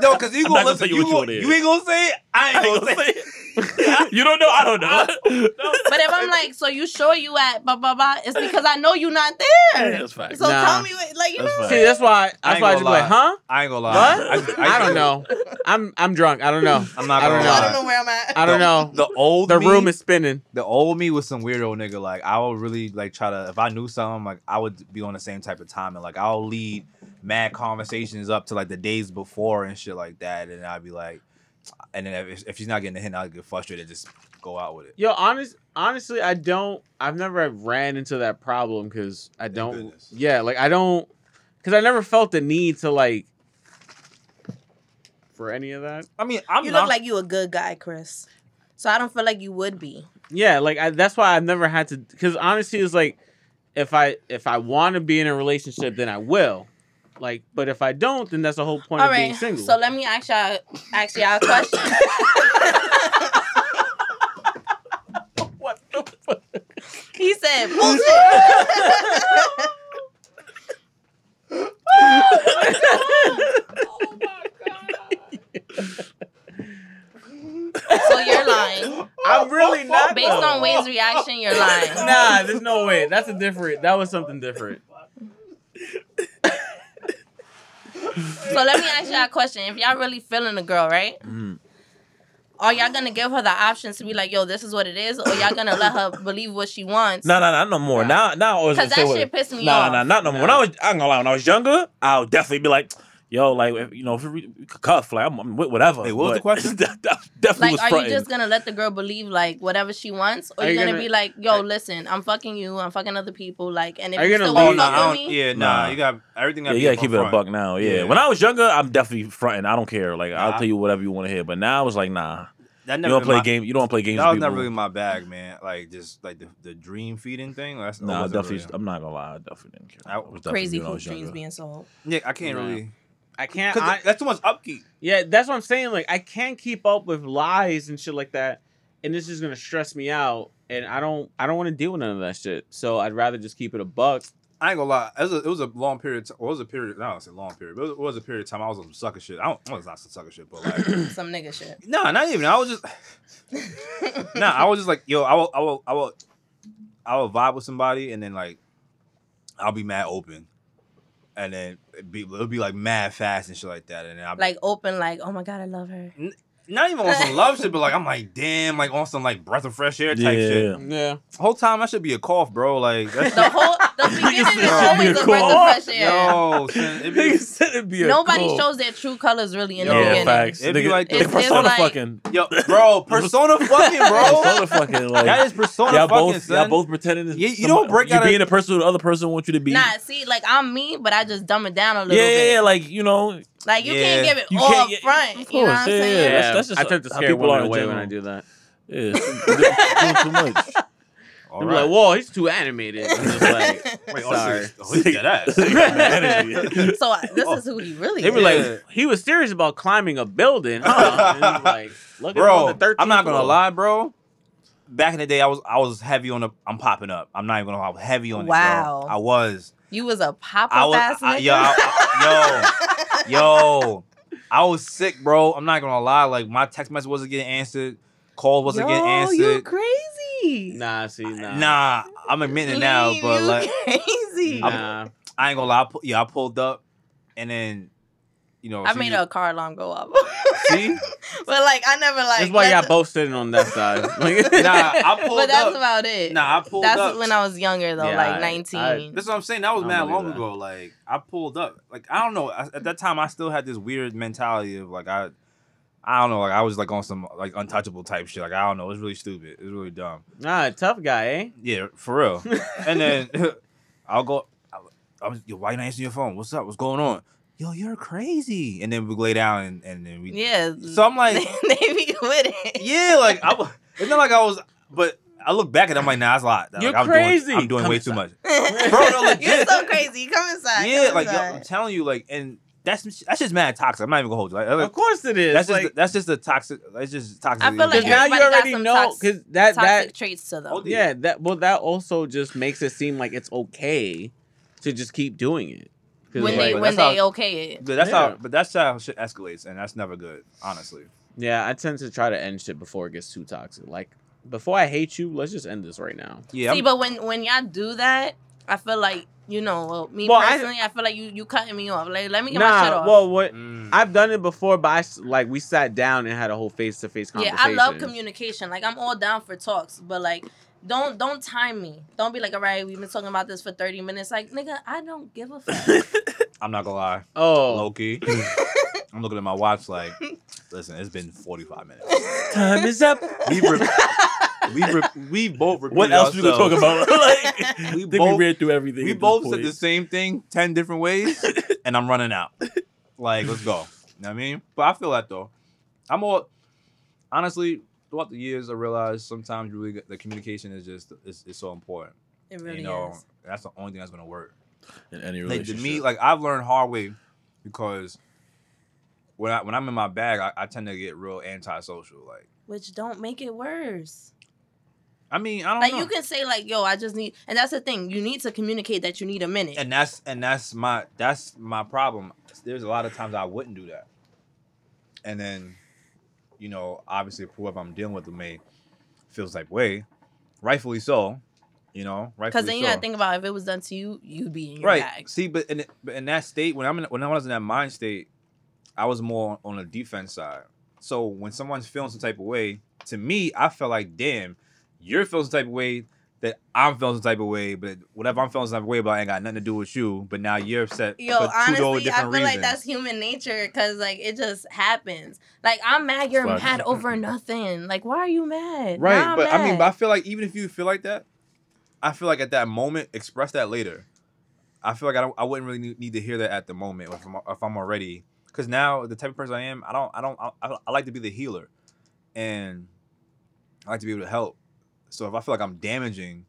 C: no, because you
D: I'm
C: gonna
D: not gonna
C: listen.
D: tell you
C: You,
D: what you
C: gonna,
D: wanna hear.
C: you ain't gonna say it. I ain't gonna say. It.
D: you don't know. I don't know.
E: But if I'm like, so you sure you at blah blah blah, it's because I know you're not there.
D: That's fine.
E: So
B: Nah.
E: tell me, what, like you
D: That's
E: know,
D: fine.
B: See, that's why.
C: I
B: That's
C: ain't
B: why I
C: gonna
B: just be like, huh?
C: I ain't gonna lie.
B: What?
C: I, just-
B: I
C: just-
B: don't know. I'm I'm drunk. I don't know.
C: I'm not
B: I
C: gonna
B: don't
E: I
C: lie.
E: don't know where I'm at.
B: I don't
C: The-
B: know.
C: The old
B: The
C: me-
B: room is spinning.
C: the old me was some weirdo nigga. Like I would really like try to if I knew something, like I would be on the same type of time and like I'll lead mad conversations up to like the days before and shit like that. And I'd be like, and then if, if she's not getting the hint, I'll get frustrated. and Just go out with it.
B: Yo, honest, honestly, I don't. I've never ran into that problem because I don't.
C: goodness.
B: Yeah, like I don't, because I never felt the need to like for any of that.
C: I mean, I'm
E: You
C: not
E: look like you a good guy, Chris. So I don't feel like you would be.
B: Yeah, like I, that's why I've never had to. Because honestly, it's like if I if I want to be in a relationship, then I will. Like, but if I don't, then that's the whole point
E: All
B: of
E: right.
B: being single.
E: So let me ask y'all, ask y'all a question.
D: What the fuck?
E: he said, bullshit. so you're lying.
B: I'm really not.
E: Based
B: though.
E: on Wade's reaction, you're lying.
B: Nah, there's no way. That's a different. That was something different.
E: So let me ask y'all a question. If y'all really feeling a girl, right?
D: Mhm.
E: Are y'all gonna give her the options to be like, yo, this is what it is, or y'all gonna let her believe what she wants?
D: No, no, no, no more. Now, now, I always
E: Cause
D: say
E: that
D: what-
E: shit pissed me
D: Nah,
E: off.
D: nah, not no more. When I was, I'm gonna lie. When I was younger, I'll definitely be like, "Yo, like, if, you know, if we we could cuff, like, I'm, I'm with whatever."
C: Wait, what was the
D: But
C: question?
D: that- that definitely
E: Like,
D: was
E: are
D: fronting.
E: you just gonna let the girl believe like whatever she wants, or
B: Are
E: you
B: you
E: gonna,
B: gonna-
E: be like, yo,
B: are-
E: listen, I'm fucking you, I'm fucking other people, like, and if
B: Are
E: you,
B: you gonna
E: still
B: leave-
E: want
C: no,
E: to fuck
C: I
E: with
C: don't,
E: me,
C: yeah, nah,
D: Nah.
C: You got everything.
D: yeah, you gotta keep it a buck now. Yeah.
C: Yeah.
D: When I was younger, I'm definitely fronting. I don't care. Like,
C: Nah.
D: I'll tell you whatever you want to hear. But now, it's like, nah,
C: That
D: you
C: never
D: don't
C: been
D: play
C: my-
D: game. You don't play games.
C: That was
D: with
C: not
D: people.
C: really my bag, man. Like just like the, the dream feeding thing. That's that
D: Nah,
C: wasn't
D: definitely. uh,
C: really-
D: I'm not gonna lie. I definitely didn't care.
C: I-
D: It was definitely
E: crazy
D: when I
E: food
D: was
E: dreams
D: younger.
E: being sold.
C: Yeah, I can't
B: Nah.
C: really.
B: I can't.
C: Cause
B: I,
C: that's too much upkeep.
B: Yeah, that's what I'm saying. Like, I can't keep up with lies and shit like that, and this is gonna stress me out. And I don't, I don't want to deal with none of that shit. So I'd rather just keep it a buck.
C: I ain't gonna lie. It was a, it was a long period. T- well, it was a period. No, it's a long period. But it was, it was a period of time. I was on some sucker shit. I, don't, I was not some sucker shit, but like,
E: Some nigga shit.
C: nah, not even. I was just nah. I was just like, yo, I will, I will, I will, I will vibe with somebody, and then like, I'll be mad open, and then it'd be, it'll be like mad fast and shit like that, and then I'll be
E: like open, like, oh my god, I love her.
C: not even on some love shit, but like I'm like, damn, like on some like breath of fresh air type shit.
B: Yeah.
C: Whole time I should be a cough, bro. Like that's
E: The whole the beginning
D: said
E: is
D: she
E: always
D: be
E: a
D: a
E: breath
D: co-op.
E: of fresh air.
C: yo, son, it'd be,
D: Nigga said it'd be a
E: Nobody
D: cold.
E: shows their true colors really in
C: Yo,
E: the
D: Yeah,
E: beginning.
D: facts.
C: It'd be
D: Nigga-
C: like
D: they
E: this.
D: persona
E: It's like-
D: fucking.
C: yo, bro, persona fucking, bro.
D: Persona fucking. Like,
C: That is persona
D: y'all
C: fucking,
D: both,
C: son.
D: y'all both pretending. to-
C: You- you don't break
D: you
C: out of-
D: being a person who the other person wants you to be.
E: Nah, see, like I'm me, but I just dumb it down a
D: yeah,
E: little
D: yeah,
E: bit.
D: yeah. Like you know,
E: Like you can't
C: Yeah.
E: give it
D: You
E: all
D: can't- yeah,
E: up front.
D: of
E: you know what
D: course,
E: I'm
D: yeah,
E: saying?
D: yeah,
B: Yeah,
D: that's just
B: I took the
D: how
B: scary
D: people
B: woman
D: are in
B: away when
D: general.
B: I do that.
D: yeah, it's- you're doing too much.
C: All
B: They're like, "Whoa, he's too animated." I'm just like,
C: Wait,
B: sorry.
C: Oh, he's dead ass.
D: Energy.
E: So I- this is who he really
B: They were
E: is.
C: Yeah.
B: like, he was serious about climbing a building, huh? And I'm like, look at him
C: bro,
B: on the 13th
C: I'm not gonna
B: floor.
C: lie, bro. Back in the day, I was I was heavy on the. I'm popping up. I'm not even gonna. lie, I was heavy on. It,
E: Wow.
C: bro. I was.
E: you was a pop
C: I
E: up
C: was.
E: ass
C: I,
E: nigga.
C: yo, I- yo, yo. I was sick, bro. I'm not gonna lie. Like my text message wasn't getting answered. Call wasn't getting
E: Yo, you
C: answered.
E: crazy.
B: Nah, see, nah,
C: Nah, I'm admitting it now,
E: Leave,
C: but
E: you
C: like
E: crazy.
B: nah.
C: I ain't gonna lie. I pu- yeah, I pulled up, and then you know
E: I
C: she-
E: made a car alarm go up.
C: see.
E: but like I never like
B: That's why
E: let
B: y'all
E: the-
B: both sitting on that side. Like,
C: Nah, I pulled
E: But that's
C: up.
E: about it.
C: Nah, I pulled
E: that's
C: up.
E: when I was younger though,
B: Yeah, I-
E: like 19.
B: I-
C: That's what I'm saying. That was
B: I don't
C: mad
B: believe
C: long
B: that.
C: ago. Like I pulled up. Like I don't know. I, at that time, I still had this weird mentality of like I, I don't know. Like I was like on some like untouchable type shit. Like I don't know. It's really stupid. It's really dumb.
B: nah, tough guy, eh?
C: Yeah, for real. and then I'll go. I, I was. Yo, why you not answering your phone? What's up? What's going on? Yo, you're crazy. And then we lay down and, and then we.
E: yeah.
C: So I'm like,
E: they be with it.
C: yeah, like I. wa- It's not like I was, but. I look back and I'm like, nah, that's a lot. Like,
B: You're
C: I'm
B: crazy.
C: Doing, I'm doing
B: Come
C: way too much.
E: Bro,
C: no, legit.
E: You're so crazy. Come inside.
C: yeah,
E: come
C: like yo,
E: inside.
C: I'm telling you, like, and that's that's just mad toxic. I'm not even gonna hold you. Like, that's,
B: Of course it is.
C: that's just
B: like,
C: that's just a toxic. That's just toxic.
E: I feel like
B: Because now you
E: Everybody got
B: already
E: some
B: know,
E: tox-
B: because that
E: toxic
B: that
E: traits to them.
C: Oh, yeah.
B: yeah that well that also just makes it seem like it's okay to just keep doing it. 'Cause,
E: when
B: like,
E: they
C: but
E: when
C: that's
E: they
C: how-
E: okay it.
C: but that's
B: Yeah.
C: how. But that's how shit escalates, and that's never good, honestly.
B: yeah, I tend to try to end shit before it gets too toxic. Like before I hate you, let's just end this right now.
C: Yeah,
E: See,
C: I'm-
E: but when when y'all do that, I feel like you know well, me
B: Well, I-
E: personally. I, feel like you you cutting me off. Like let me get my shit
B: Nah,
E: off.
B: well what
C: Mm.
B: I've done it before, but I s- like we sat down and had a whole face to face
E: yeah,
B: conversation.
E: I love communication. Like I'm all down for talks, but like don't don't time me. Don't be like, all right, we've been talking about this for thirty minutes. Like nigga, I don't give a fuck.
C: I'm not gonna lie,
B: Oh,
C: Loki. I'm looking at my watch, like, listen, it's been 45 minutes.
D: Time is up.
C: We re- we re- we both.
D: What
C: repeated
D: else we gonna talk
C: ourselves.
D: about? like,
C: We
D: I think
C: both-
D: we ran through everything.
C: We
D: at this
C: both said
D: point.
C: the same thing ten different ways, and I'm running out. Like, let's go. You know what I mean? But I feel that though. I'm all honestly throughout the years. I realized sometimes you really the communication is just it's, it's so important.
E: it really
C: you know,
E: is.
C: that's the only thing that's gonna work.
D: in any
C: Like
D: relationship.
C: to me, like I've learned hard way because when I when I'm in my bag, I, I tend to get real antisocial. Like,
E: Which don't make it worse.
C: I mean, I don't
E: Like
C: know.
E: you can say like, yo, I just need, and that's the thing. You need to communicate that you need a minute.
C: and that's and that's my that's my problem. There's a lot of times I wouldn't do that, and then, you know, obviously whoever I'm dealing with may feels like way, rightfully so, you know, rightfully
E: Because then you
C: so.
E: gotta think about if it was done to you, you'd be in your
C: right.
E: bag.
C: See, but in but in that state when I'm in, when I was in that mind state, I was more on the defense side. So when someone's feeling some type of way, to me, I felt like, damn, you're feeling some type of way that I'm feeling some type of way, but whatever I'm feeling some type of way about ain't got nothing to do with you. But now you're upset.
E: Yo,
C: for two total
E: honestly, I feel
C: different
E: like
C: reasons.
E: that's human nature because like it just happens. Like I'm mad, you're
D: Fuck.
E: mad over nothing. Like why are you mad?
C: right.
E: Now I'm
C: but I mean,
E: mad.
C: but I feel like even if you feel like that, I feel like at that moment, express that later. I feel like I don't. I wouldn't really need- need to hear that at the moment if I'm, if I'm already. Because now the type of person I am, I don't. I don't. I, I I like to be the healer, and I like to be able to help. So if I feel like I'm damaging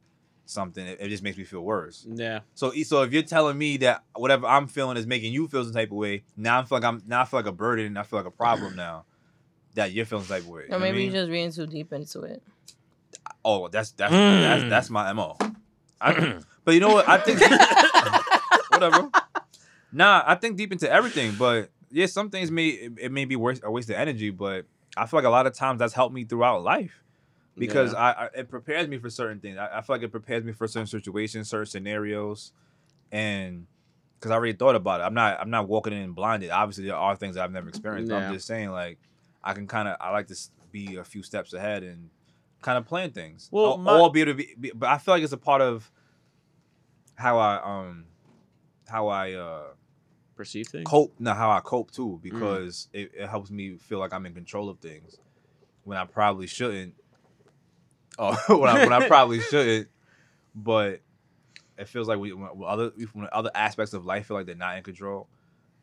C: something, it, it just makes me feel worse.
B: yeah.
C: So e- so if you're telling me that whatever I'm feeling is making you feel some type of way, now I feel like I'm now I feel like a burden. and I feel like a problem now that you're feeling some type of way. You know
E: or
C: what I
E: maybe
C: mean?
E: you're just reading too deep into it.
C: Oh, that's that's
D: Mm.
C: that's, that's my mo. I, but you know what? I think whatever. Nah, I think deep into everything, but yeah, some things may it, it may be worth a waste of energy, but I feel like a lot of times that's helped me throughout life because I, I it prepares me for certain things. I, I feel like it prepares me for certain situations, certain scenarios, and because I already thought about it, I'm not I'm not walking in blinded. Obviously, there are things that I've never experienced, but
B: Yeah.
C: I'm just saying like I can kind of I like to s- be a few steps ahead and kind of plan things.
B: Well,
C: Well,
B: my-
C: all be able to be, be- but I feel like it's a part of how I um how I uh
B: perceive things.
C: cope no how I cope
E: Mm.
C: too because it, it helps me feel like I'm in control of things when I probably shouldn't. Oh, when I, when I probably shouldn't, but it feels like we when when other when other aspects of life feel like they're not in control.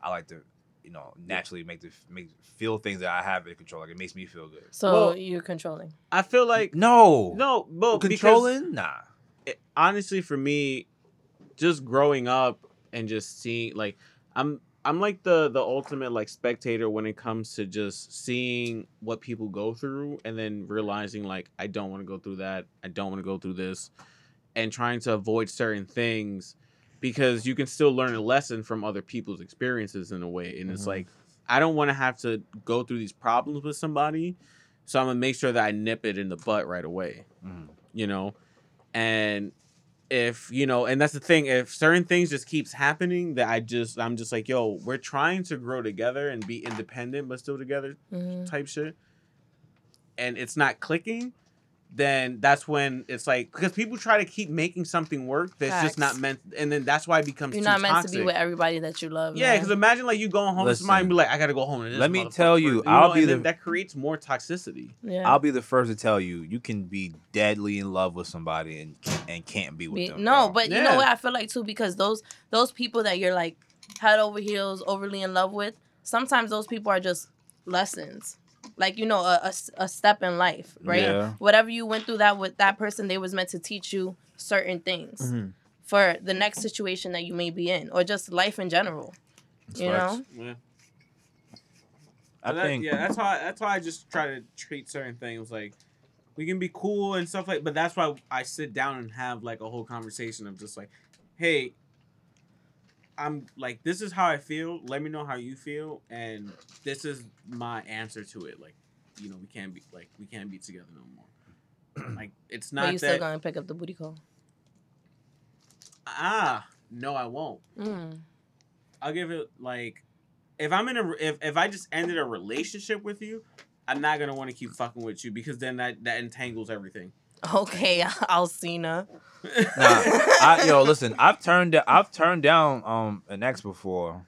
C: I like to, you know, naturally make the make feel things that I have in control. Like it makes me feel good.
E: So
B: Well-
E: you're controlling.
B: I feel like
C: No,
B: no, but controlling.
C: controlling, nah.
B: it, honestly for me just growing up and just seeing like i'm i'm like the the ultimate like spectator when it comes to just seeing what people go through and then realizing like i don't want to go through that i don't want to go through this and trying to avoid certain things because you can still learn a lesson from other people's experiences in a way and it's
C: Mhm.
B: like i don't want to have to go through these problems with somebody so i'm gonna make sure that i nip it in the butt right away
C: Mhm.
B: you know and if you know and that's the thing if certain things just keeps happening that i just i'm just like yo we're trying to grow together and be independent but still together
E: Mhm.
B: type shit and it's not clicking then that's when it's like because people try to keep making something work that's just not
E: Facts.
B: meant and then that's why it becomes
E: You're
B: too
E: not meant
B: toxic.
E: to be with everybody that you love.
B: yeah
E: man.
B: because imagine like you going home to somebody and be
C: Listen,
B: like i gotta go home to this
C: let me
B: motherfucker,"
C: tell you, I'll be
B: and
C: the-
B: then that creates more toxicity
E: yeah.
C: I'll be the first to tell you, you can be deadly in love with somebody and and can't be with
E: Be-
C: them.
E: no,
C: bro.
E: but you know
B: Yeah.
E: what I feel like too because those those people that you're like head over heels overly in love with, sometimes those people are just lessons. Like you know a, a s- a step in life, right?
C: Yeah.
E: Whatever you went through that with that person, they was meant to teach you certain things
C: Mm-hmm.
B: Mhm.
E: for the next situation that you may be in or just life in general. you
C: facts.
E: know?
B: yeah
C: I
B: So that-
C: think
B: yeah, that's why that's why I just try to treat certain things like we can be cool and stuff like. But that's why I sit down and have like a whole conversation of just like, hey, I'm like this is how I feel. Let me know how you feel, and this is my answer to it. Like, you know, we can't be like we can't be together no more. Like it's
E: but
B: not
E: you still
B: that
E: gonna pick up the booty call.
B: ah no I won't.
E: Mm.
B: I'll give it like if I'm in a if, if I just ended a relationship with you, I'm not gonna want to keep fucking with you because then that that entangles everything.
E: Okay, Alcina.
C: Nah, I, yo, listen, I've turned da- I've turned down um an ex before.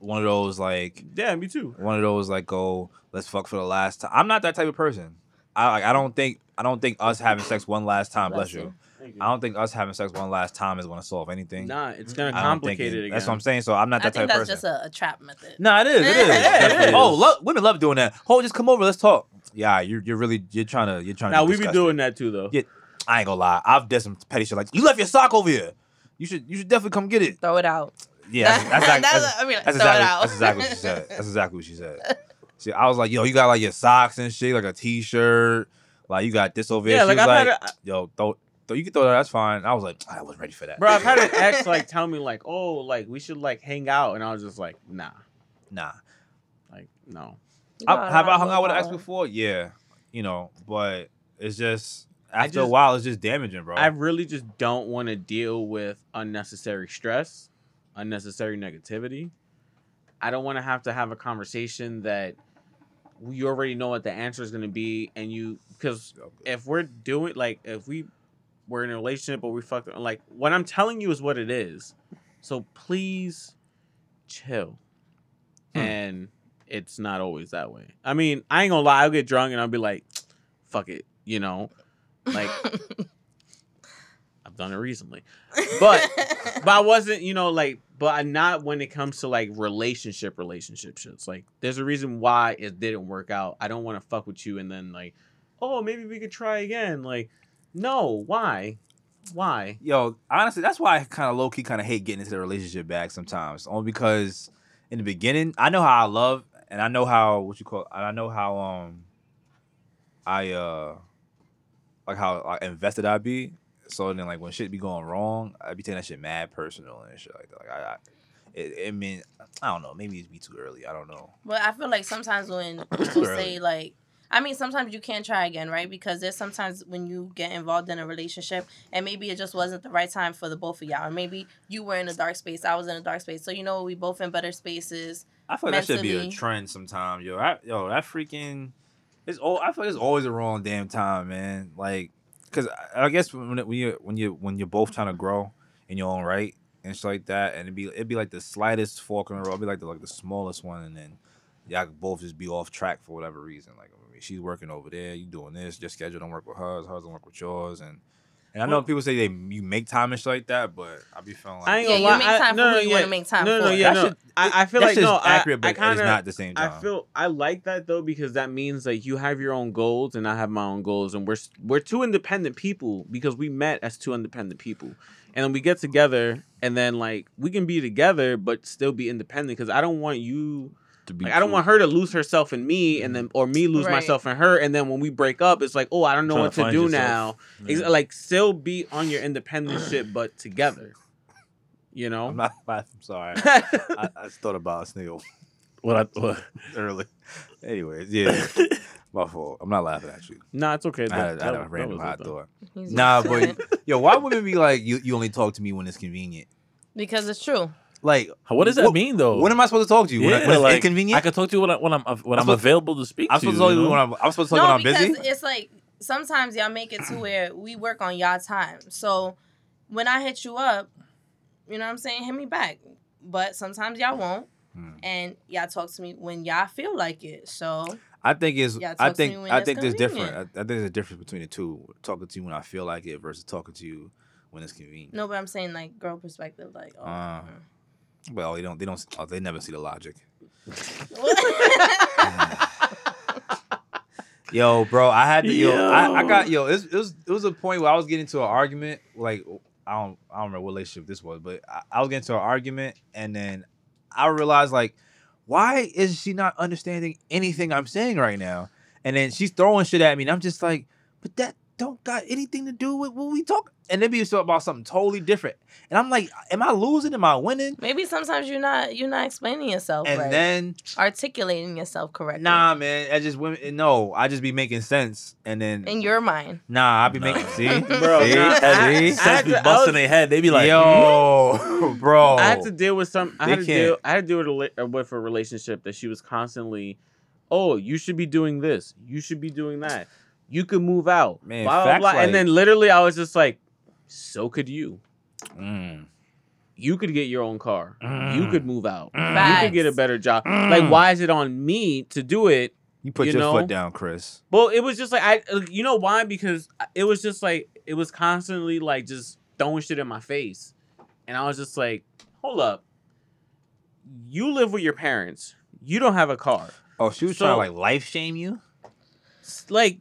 C: One of those like
B: yeah, me too.
C: one of those like go let's fuck for the last time. I'm not that type of person. I like, I don't think I don't think us having sex one last time, bless,
E: Bless
C: you.
E: you.
C: I don't think us having sex one last time is gonna solve anything.
B: Nah, it's gonna
C: I don't think
B: complicate
C: it-
B: it again.
C: That's what I'm saying. So I'm not
E: I
C: that
E: think
C: type of
E: that's
C: person.
E: just a, a trap method.
C: No, it is. It is.
E: Yeah, it
C: Definitely.
B: is.
C: Oh, lo- women love doing that. Oh, just come over. Let's talk. Yeah, you're, you're really you're trying to you're trying
B: now
C: to.
B: we be doing that too though.
C: Yeah. I ain't gonna lie. I've done some petty shit like you left your sock over here. You should you should definitely come get it.
E: Throw it out.
C: Yeah, that's that's,
E: That's-
C: that's,
E: I mean, like,
C: that's
E: throw it
C: exactly that's exactly
E: out.
C: what she said. That's exactly what she said. She, I was like, yo, you got like your socks and shit, like a t-shirt, like you got this over here.
B: Yeah,
C: she
B: like,
C: was
B: I've had
C: like,
B: a-
C: yo, throw, throw, you can throw that. That's fine. I was like, I wasn't ready for that.
B: Bro, I've had an ex like tell me like, oh, like we should like hang out, and I was just like, nah,
C: nah.
B: like no.
E: You
C: I,
E: got a
C: have
E: lot
C: I
E: of
C: hung out with an ex
E: willpower.
C: before? Yeah, you know, but it's just after a
B: just-
C: while, it's just damaging, bro.
B: I really just don't want to deal with unnecessary stress, unnecessary negativity. I don't want to have to have a conversation that you already know what the answer is going to be, and you because if we're doing like if we were in a relationship or we fucked like what I'm telling you is what it is. So please chill.
C: Hmm.
B: And it's not always that way. I mean, I ain't gonna lie, I'll get drunk and I'll be like, fuck it, you know? Like I've done it recently. But but I wasn't, you know, like, but I not when it comes to like relationship relationship shits. Like, there's a reason why it didn't work out. I don't want to fuck with you and then like, oh, maybe we could try again. Like, no, why, why?
C: yo, honestly, that's why I kind of low key kind of hate getting into the relationship bag sometimes. Only because in the beginning, I know how I love, and I know how what you call, and I know how um, I uh, like how like, invested I be, So then, like when shit be going wrong, I be taking that shit mad personal and shit like that. Like I, I it, it mean, I don't know. Maybe it'd be too early. I don't know.
E: But I feel like sometimes when people
C: Really?
E: say like, I mean, sometimes you can try again, right? Because there's sometimes when you get involved in a relationship, and maybe it just wasn't the right time for the both of y'all, or maybe you were in a dark space, I was in a dark space. So you know, we both in better spaces.
C: I feel like that should be a
E: Mentally.
C: trend sometime, yo. I, yo, that freaking. It's all. I feel like it's always the wrong damn time, man. Like, cause I, I guess when it, when you when you when you're both trying to grow in your own right and shit like that, and it'd be it'd be like the slightest fork in the road, it'd be like the like the smallest one, and then y'all could both just be off track for whatever reason. Like, I mean, she's working over there, you doing this, your schedule don't work with hers, hers don't work with yours, and and I know people say they you make time and shit like that, but I be feeling like
B: I ain't
E: Yeah,
B: gonna
E: you
B: lie.
E: make
B: I-
E: time
B: no,
E: for
B: no,
E: who you
B: yeah,
E: wanna make time
B: no, No,
E: for.
B: no,
C: That
B: yeah, no.
C: shit-
B: I, I feel
C: that
B: like
C: shit's
B: no. I-
C: accurate,
B: I,
C: but
B: kind
C: it's
B: of
C: not at the same time.
B: I feel I like that though because that means like you have your own goals and I have my own goals and we're s- we're two independent people because we met as two independent people and then we get together and then like we can be together but still be independent because I don't want you
C: to be
B: like I don't
C: true.
B: want her to lose herself in me and then
C: Mm-hmm.
B: or me lose
E: Right.
B: myself in her and then when we break up it's like oh I don't know
C: Tryna
B: what to
C: find
B: do
C: yourself.
B: now Ex-
C: Yeah.
B: like still be on your independent shit but together you know
C: I'm not laughing. I'm sorry. I, I just thought about Snail
D: What I what,
C: early. Anyways, yeah. My fault. I'm not laughing at you.
B: nah, it's okay.
C: I had, I
B: That-
C: had
B: that-
C: a
B: that
C: random
B: was it,
C: hot
B: though.
C: thought.
E: He's
C: Nah,
E: just-
C: but yo, why women be like, you, you only talk to me when it's convenient?
E: because it's true.
C: Like,
D: what does that
C: What-
D: mean though?
C: when am I supposed to talk to you? when, I-
D: Oh. Yeah,
C: when it's
D: like,
C: inconvenient?
D: I can talk to you when, I, when I'm when I'm,
C: supposed-
D: available to speak
C: I'm
D: to you.
C: supposed to talk to you
D: know?
C: when I'm, I'm supposed to talk
E: no,
C: when I'm
E: because
C: busy?
E: it's like sometimes y'all make it to where we work on y'all time. So when I hit you up, you know what I'm saying, hit me back. But sometimes y'all won't,
C: Hmm.
E: and y'all talk to me when y'all feel like it. So
C: I think it's.
E: Yeah,
C: I
E: talk to me
C: think.
E: when
C: Hmm. I
E: it's
C: think there's different. I, I
E: convenient.
C: think there's a difference between the two. Talking to you when I feel like it versus talking to you when it's convenient.
E: no, but I'm saying like girl perspective, like oh.
C: Uh. Well, they don't. They don't. Oh, they never see the logic. Yo, bro, I had to. Yo, I, I got. Yo, it, it was it was a point where I was getting into an argument. Like I don't I don't remember what relationship this was, but I, I was getting into an argument, and then I realized like, why is she not understanding anything I'm saying right now? And then she's throwing shit at me, and I'm just like, but that don't got anything to do with what we talk. And then be so about something totally different, and I'm like, am I losing? Am I winning?
E: Maybe sometimes you're not you're not explaining yourself
C: And
E: right,
C: then
E: articulating yourself correctly.
C: nah, man, I just women. eh, No, I just be making sense, and then
E: in your mind.
C: Nah, I be
D: Nah.
C: making see,
E: Bro,
C: see,
B: nah,
C: see?
B: I had
D: Since we
B: to- I
D: busting
B: was-
D: their head, they be like, "Mm,
C: yo, bro.
B: I had to deal with some. I
C: Oh, They
B: had to deal.
C: can't.
B: I had to deal with a, rela- uh, with a relationship that she was constantly, oh, you should be doing this. You should be doing that. You could move out.
C: Man,
B: blah blah
C: facts
B: blah.
C: like-
B: and then literally, I was just like, so could you.
C: Mm.
B: You could get your own car. You
C: Mm.
B: could move out. You
E: Facts.
B: could get a better job.
C: Mm.
B: Like, why is it on me to do it
C: You put
B: you
C: your
B: know?
C: foot down, Chris.
B: Well, it was just like I, uh, you know why? Because it was just like it was constantly like just throwing shit in my face, and I was just like, "Hold up, you live with your parents. You don't have a car.
C: Oh, she was
B: So-
C: trying to like life shame you.
B: S- Like,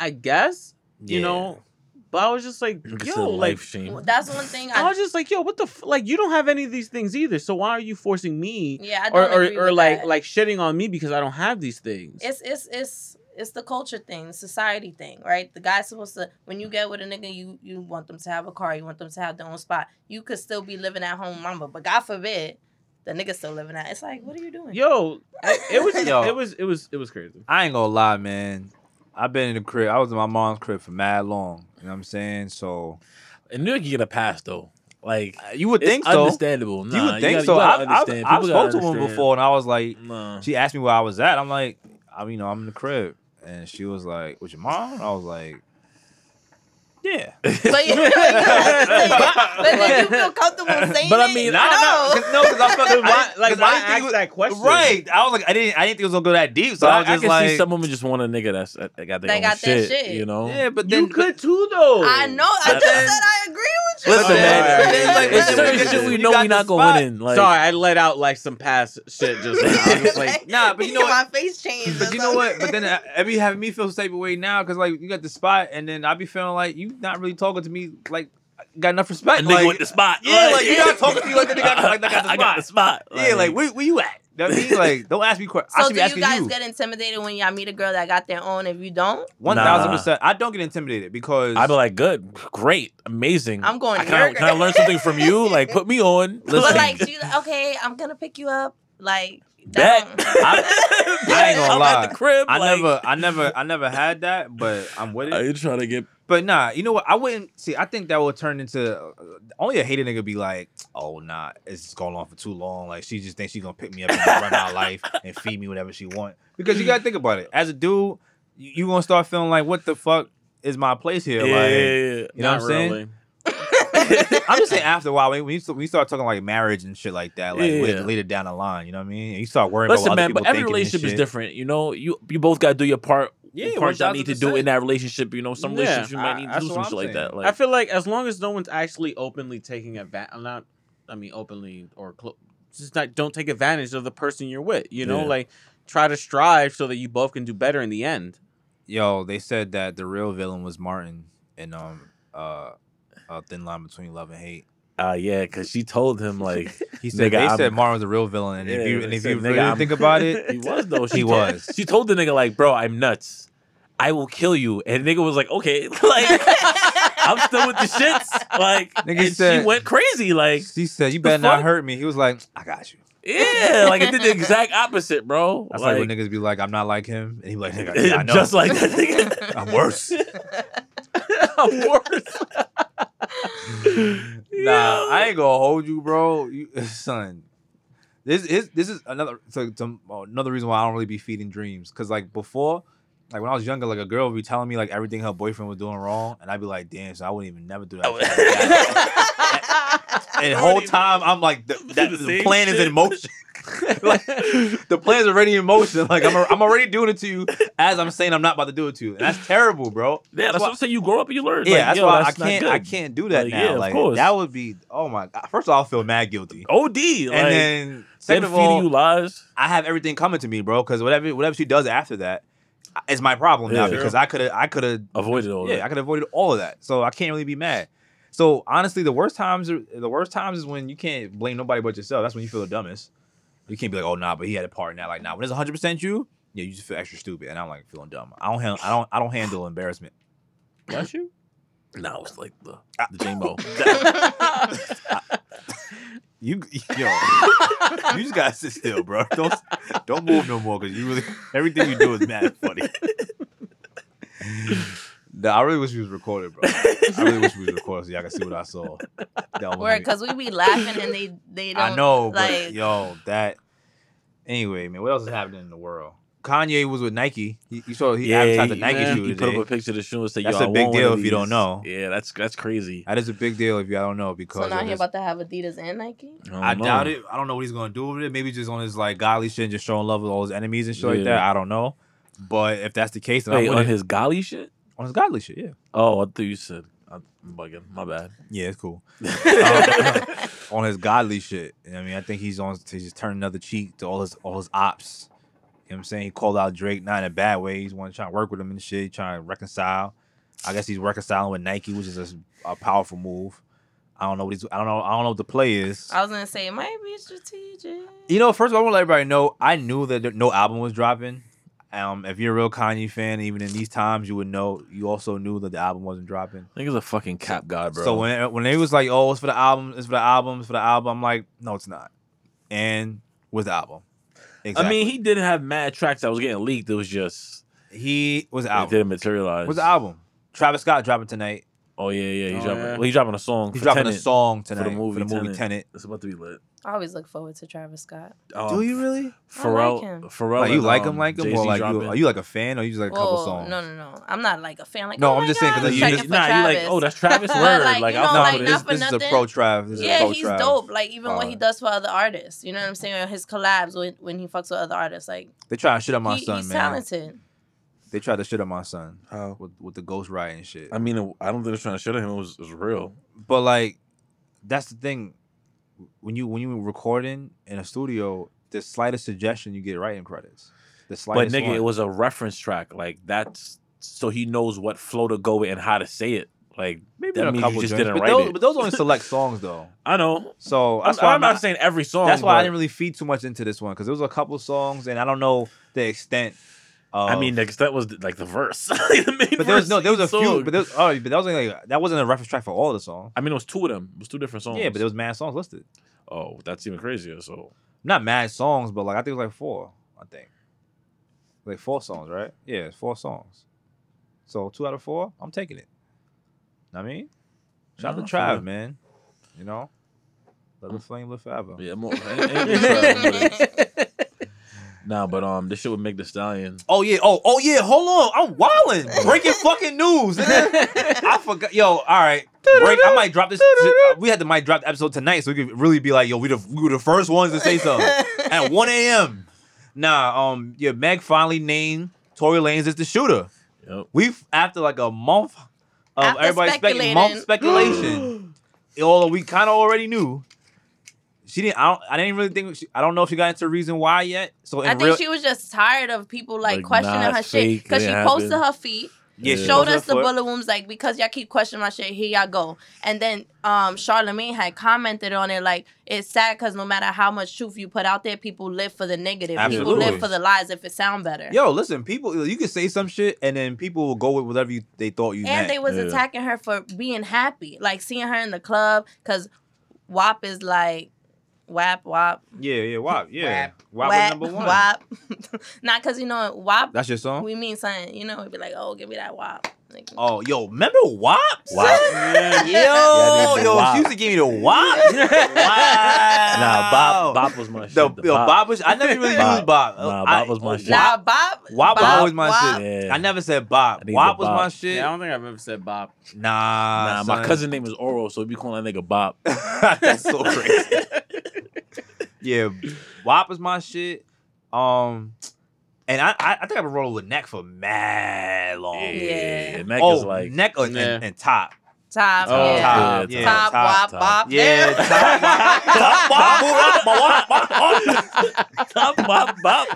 B: I guess you
C: Yeah.
B: know." But I was just like,
D: "Mm, it's a
B: "Yo, like."
D: life shame.
E: That's one thing
B: I
E: I
B: was just like, yo, what the f-? like? You don't have any of these things either. So why are you forcing me,
E: yeah I
B: or
E: don't
B: or,
E: agree
B: or
E: with
B: like
E: that.
B: like shitting on me because I don't have these things?
E: It's it's it's it's the culture thing, the society thing, right? The guy's supposed to when you get with a nigga, you you want them to have a car, you want them to have their own spot. You could still be living at home, mama, but God forbid the nigga still living at. It's like, what are you doing?
B: yo, I- it was
C: Yo.
B: it was it was it was crazy.
C: I ain't gonna lie, man. I've been in the crib. I was in my mom's crib for mad long. You know what I'm saying? So
D: And New York, you get a pass though. Like
C: uh, you would
D: it's
C: think so.
D: Understandable. Nah,
C: you would think
D: gotta-
C: so.
D: gotta
C: I've, I've,
D: understand.
C: I've
D: People
C: spoke
D: gotta
C: to one
D: understand.
C: before, and I was like,
D: Nah.
C: she asked me where I was at. I'm like, I mean, you know, I'm in the crib, and she was like, "With your mom?" And I was like, "Yeah."
E: But, you, but then you feel comfortable saying
D: But I
E: it?
D: mean,
E: no.
D: I
C: No, no, 'cause- no, because I fucking
B: Why- like, why
C: I didn't
B: ask
C: think it was-
B: that question?
C: Right. I was like, I didn't, I didn't think it was gonna go that deep. So
D: But
C: I
D: I,
C: was
D: I
C: just
D: can
C: like,
D: see some women just want a nigga that's uh, that, that got their
E: That
D: own
E: got
D: shit,
E: that shit.
D: You know.
C: yeah, but then
B: You could too, though.
E: I know. I
D: But
E: just
D: then-
E: said I agree with you.
C: Listen,
B: Oh,
C: man.
B: alright.
C: then, like,
D: There's
B: listen,
D: certain
B: listen,
D: shit we
C: you
D: know
C: got
D: we
C: the
D: not
C: spot.
D: going in. Like,
B: Sorry, I let out like some past shit just now. I was like,
C: nah, but you know what?
E: My face changed.
C: But
E: or
C: you know what?
E: something.
C: But then uh, it be having me feel type of way now because like you got the spot, and then I be feeling like you not really talking to me like got enough
D: a
C: respect.
D: nigga
C: like,
D: with the spot.
C: Yeah, like, you not talking to me like the nigga- like, I got the
D: I got the spot.
C: yeah, like where, where you at? know what I mean? Like, don't ask me questions. I
E: So
C: should
E: do
C: be
E: you
C: asking
E: guys
C: you.
E: get intimidated when y'all meet a girl that got their own? If you don't,
C: One
D: Nah.
C: thousand percent. I don't get intimidated because
D: I'd be like, good, great, amazing.
E: I'm going
D: I- Can I,
E: murder.
D: can I learn something from you? Like, put me on.
E: but
D: Listen,
E: like, she's like, okay, I'm gonna pick you up. Like,
D: Bet.
E: don't-
D: I-
C: I ain't gonna
D: I'm
C: lie.
D: at the crib.
C: I
D: like,
C: never, I never, I never had that, but I'm with it.
D: Are you trying to get?
C: But nah, you know what? I wouldn't see. I think that would turn into uh, only a hated nigga be like, "Oh nah, it's just going on for too long. Like she just thinks she's gonna pick me up and run my life and feed me whatever she want." Because you gotta think about it. As a dude, you, you gonna start feeling like, "What the fuck is my place here?" Like, you know what
B: Not
C: I'm saying?
B: really.
C: I'm just saying. After a while, when you, when you start talking like marriage and shit like that, like
D: Yeah.
C: later, later down the line, you know what I mean? You start worrying
D: Listen,
C: about what other
D: man, but
C: people
D: every
C: thinking and
D: relationship is
C: shit.
D: different. You know, you you both gotta do your part.
C: Yeah,
D: part y'all need to do
C: 1000%.
D: in that relationship. You know, some
B: Yeah,
D: relationships you might
C: I-
D: need to
C: that's
D: do
C: what
D: some
C: I'm
D: shit like
C: saying.
D: that. Like,
B: I feel like as long as no one's actually openly taking advantage, I'm not, I mean, openly or clo- just not, don't take advantage of the person you're with. You know,
D: Yeah.
B: like try to strive so that you both can do better in the end.
C: Yo, they said that the real villain was Martin and um uh, uh Thin Line Between Love and Hate.
D: uh, yeah, because she told him like
C: He said they
D: Nigga,
C: said
D: I'm-
C: Martin was the real villain, and if
D: Yeah,
C: you
D: they
C: and if
D: said,
C: you
D: "Nigga,
C: really
D: I'm-"
C: think about it,
D: he was though. She
C: he
D: told-
C: was.
D: She told the nigga like, bro, I'm nuts. I will kill you. And nigga was like, okay, like I'm still with the shits. Like
C: Nigga
D: and
C: said-
D: she went crazy. Like
C: She said, "You better
D: fuck?
C: not hurt me." He was like, "I got you."
D: yeah, like it did the exact opposite, bro.
C: That's like, when niggas be like, "I'm not like him," and he be like, "Nigga, yeah, I know,
D: just like that nigga.
C: I'm worse."
D: I'm worse.
C: nah, I ain't gonna hold you, bro. You, son, this is this is another so some- another reason why I don't really be feeding dreams. Cause like before, like when I was younger, like a girl would be telling me like everything her boyfriend was doing wrong, and I'd be like, "Damn, so I wouldn't even never do that." shit like that." And the whole time I'm like, the, that,
D: The
C: the,
D: same
C: plan is
D: shit.
C: in motion. like the plan's already in motion. Like I'm, I'm already doing it to you as I'm saying I'm not about to do it to you. And that's terrible, bro.
D: Yeah, that's what I'm saying. You grow up and you learn.
C: Yeah,
D: Like,
C: that's
D: yo,
C: why
D: that's
C: I
D: not
C: can't. I
D: good.
C: can't do that
D: Like,
C: now.
D: yeah, of
C: like
D: course.
C: that would be. Oh my god. First of all, I feel mad guilty.
D: OD. Like,
C: and then
D: then
C: second of
D: feeding
C: all,
D: you lies.
C: I have everything coming to me, bro. Because whatever whatever she does after that, I- it's my problem now
D: Yeah.
C: because I could have I could have
D: Avoided all
C: yeah, I
D: that.
C: could have avoided all of that. So I can't really be mad. So honestly, the worst times are the worst times is when you can't blame nobody but yourself. That's when you feel the dumbest. You can't be like, oh nah, but he had a part in that. Like, nah, when it's 100 percent you, yeah, you just feel extra stupid, and I'm like feeling dumb. I don't handle, I don't I don't handle embarrassment.
D: Bless you? No, it's like the, the J-Mo.
C: You yo, you just gotta sit still, bro. Don't don't move no more because you really everything you do is mad funny. nah, I really wish we was recorded, bro. I really wish we was recorded so y'all can see what I saw. That almost made
E: Word,
C: me-
E: because we be laughing and they they don't.
C: I know, but
E: like-
C: yo, that. Anyway, man, what else is happening in the world? Kanye was with Nike. He, you saw he advertised the
D: he-
C: Nike
B: yeah,
C: shoe
D: He put up
C: today.
D: a picture of the shoe and said,
C: That's
D: yo,
C: a
D: I
C: big
D: want one
C: deal
D: of
C: if you don't
D: these.
C: know.
D: Yeah, that's that's crazy.
C: That is a big deal if y'all don't know because
E: So now
C: of
E: he
C: his-
E: about to have Adidas and Nike.
D: don't
C: I
D: know.
C: doubt it. I don't know what he's gonna do with it. Maybe just on his like godly shit, and just showing love with all his enemies and shit like
D: Yeah.
C: that. I don't know. But if that's the case, then
D: Wait,
C: I'm with
D: on
C: it.
D: his golly shit?
C: on his godly shit, yeah,
D: Oh, I thought you said. I'm bugging. My bad.
C: yeah, it's cool. Um, on his godly shit, you know what I mean, I think he's on. He's just turning another cheek to all his all his ops. You know what I'm saying? He called out Drake, not in a bad way. He's want to try to work with him and shit, trying to reconcile. I guess he's reconciling with Nike, which is a, s- a powerful move. I don't know what he's. I don't know. I don't know what the play is.
E: I was gonna say it might be strategic.
C: You know, first of all, I want to let everybody know I knew that there- no album was dropping. Um, if you're a real Kanye fan, even in these times, you would know. You also knew that the album wasn't dropping.
D: I think it's a fucking cap god, bro.
C: So when when they was like, "Oh, it's for the album, it's for the album, it's for the album," I'm like, "No, it's not." And with the album,
D: I
C: exactly.
D: mean, he did have mad tracks that was getting leaked. It was just
C: he was the
D: it
C: album.
D: didn't materialize.
C: Was the album? Travis Scott dropping tonight.
D: Oh yeah, yeah. He's
B: Oh,
D: dropping.
B: yeah.
D: Well, he's dropping a song.
C: He's
D: for
C: dropping a
D: Tenet.
C: song tonight
D: the movie
C: Tenet.
D: Tenet. It's about to be lit.
E: I always look forward to Travis Scott.
D: Um,
C: Do you really?
D: Pharrell,
E: him.
D: Pharrell,
C: Like Oh, you
D: and,
C: like
D: um,
C: him, like him,
D: Jay-Z
C: or like you,
D: dropping.
C: are you like a fan, or you just like a couple songs?
E: no, no, no. I'm not like a fan. Like,
C: No,
E: oh
C: I'm
E: my
C: just saying,
E: God,
C: 'cause
E: I'm
C: you
E: checking
C: just-
E: for
D: nah, you like
E: Travis.
D: oh that's Travis
E: But,
D: word.
E: like,
D: Like,
E: you
D: I'll
E: know,
D: fuck
E: like,
D: with
E: not
C: this,
E: for
C: this is a
E: nothing.
C: pro Trav. This is a
E: Yeah,
C: pro
E: he's
C: Trav.
E: dope. Like even what he
C: Alright.
E: does for other artists, you know what I'm saying? Or his collabs when, when he fucks with other artists, like
C: They try to shit on my
E: he-
C: son,
E: he's
C: man.
E: talented.
C: They tried to shit on my son
D: How?
C: with, with the ghost riding shit.
D: I mean, I don't think they're trying to shit at him. It was, it was real.
C: But like, that's the thing. When you when you were recording in a studio, the slightest suggestion you get writing credits. The
D: But
C: slightest.
D: nigga,
C: one.
D: it was a reference track. Like that's so he knows what flow to go with and how to say it. Like
C: Maybe
D: that
C: a
D: means
C: couple
D: you just
C: joints,
D: didn't
C: but
D: write
C: those,
D: it.
C: But those only select songs though.
D: I know.
C: So
D: I'm,
C: that's why
D: I'm
C: I'm
D: not
C: not.
D: saying every song.
C: That's why I
D: but-
C: didn't really feed too much into this one because there was a couple songs and I don't know the extent. Of,
D: I mean, like, that was like the verse. the main
C: but there was
D: verse
C: no, there was a
D: each
C: few,
D: song.
C: but there was, oh, but that was only like that wasn't a reference track for all the songs.
D: I mean, it was two of them. It was two different songs.
C: Yeah, but there was mad songs listed.
D: oh, that's even crazier. So
C: Not mad songs, but like I think it was like four. I think like four songs, right? Yeah, it's four songs. So two out of four, I'm taking it. Know what I mean, shout
D: No,
C: out to
D: for
C: Trav,
D: real. Mm.
C: man. You know, let the flame live forever.
D: yeah, more. nah, but um, this shit would make the stallion.
C: Oh yeah. Oh oh yeah. Hold on. I'm wilding. Breaking fucking news. nigga. I forgot. Yo. All right. Break. I might drop this. We had to might drop the episode tonight, so we could really be like, yo, we the we were the first ones to say something at 1 a.m. Nah. Um. Yeah. Meg finally named Tory Lanez as the shooter.
D: Yep.
C: We after like a month of
E: After
C: everybody speculating, month speculation. although we kind of already knew. She didn't. I don't. I didn't really think. She, I don't know if she got into the reason why yet. So in
E: I think
C: real,
E: she was just tired of people like,
D: Like,
E: questioning
D: nah,
E: her shit
D: fake,
E: because she
D: it
E: posted
D: happened.
E: her feet.
C: yeah, she
E: Showed
C: posted
E: us the
C: foot.
E: bullet wounds like because y'all keep questioning my shit. Here y'all go. And then um Charlemagne had commented on it like it's sad because no matter how much truth you put out there, people live for the negative.
C: Absolutely.
E: People live for the lies if it sound better.
C: Yo, listen, people, you can say some shit and then people will go with whatever you, they thought you meant.
E: and they was
D: Yeah.
E: attacking her for being happy, like seeing her in the club, because WAP is like WAP WAP
C: yeah, yeah, WAP, yeah. WAP, was
E: WAP
C: number one.
E: WAP. Not because you know WAP.
C: That's your song?
E: we mean something, you know. We'd be like, oh, give me that WAP. Like,
C: oh, yo, remember WAP? Yo,
D: Wow. Yeah, dude,
C: yo,
D: WAP.
C: she used to give me the WAP. wow.
D: Nah, Bob. Bob was my shit.
C: The, yo, Bob. was, I never really
D: Bop.
C: used Bob.
D: Nah,
C: I-
D: Bop was my shit.
E: nah, Bob.
C: WAP was
E: Bob,
C: always my
E: WAP.
C: shit.
D: Yeah.
C: I never said Bob.
D: I need the
C: WAP was
D: Bop.
C: my shit.
B: Yeah, I don't think I've ever said Bob.
C: Nah,
D: Nah,
C: son.
D: my cousin name is Oro, so we be calling that nigga Bob.
C: That's so crazy. yeah, WAP is my shit. Um, and I I, I think I've been rolling with neck for mad long.
E: Yeah.
D: Neck
C: oh,
D: is like
C: neck and,
B: Yeah.
C: and, and top.
E: Top.
B: Oh,
E: yeah.
B: top.
C: yeah,
E: Top,
C: top,
E: WAP, WAP.
C: Yeah, top, WAP, top, WAP, WAP, WAP, WAP,
D: Bop, bop, bop.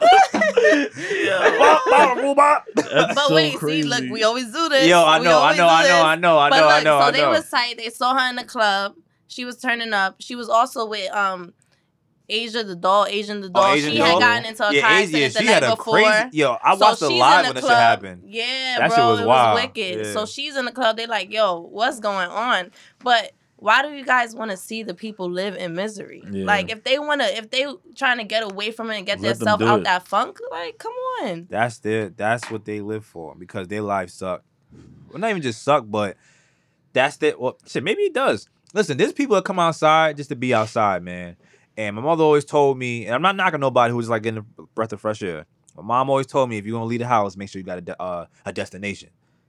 C: WAP, WAP, WAP.
D: That's so
E: But wait,
D: crazy.
E: see, look, we always do this.
C: Yo, I
E: We
C: know, I
E: always
C: know,
E: do
C: I know,
E: this.
C: I know, I
E: but
C: know,
E: look,
C: I know,
E: so
C: I
E: they
C: know.
E: was tight. They saw her in the club. She was turning up. She was also with um Asia the doll, Asian the doll.
C: Oh, Asian
E: she
C: Doll.
E: had gotten into a car
C: Yeah, Asia,
E: accident the
C: she
E: night
C: had a
E: before.
C: crazy. Yo, I
E: So
C: watched the
E: she's in
C: live when
E: the
C: that shit
E: club.
C: happened.
E: Yeah,
C: That
E: bro,
C: shit was
E: it
C: wild.
E: was wicked.
C: Yeah.
E: So she's in the club. They like, yo, what's going on? But why do you guys want to see the people live in misery?
D: Yeah.
E: Like, if they wanna, if they trying to get away from it and get
D: Let them
E: themselves
D: do
E: out
D: it.
E: that funk, like, come on.
C: That's their that's what they live for because their lives suck. Well, not even just suck, but that's their well shit, maybe it does. Listen, there's people that come outside just to be outside, man. And my mother always told me, and I'm not knocking nobody who's like getting a breath of fresh air. My mom always told me if you're gonna leave the house, make sure you got a de- uh, a destination.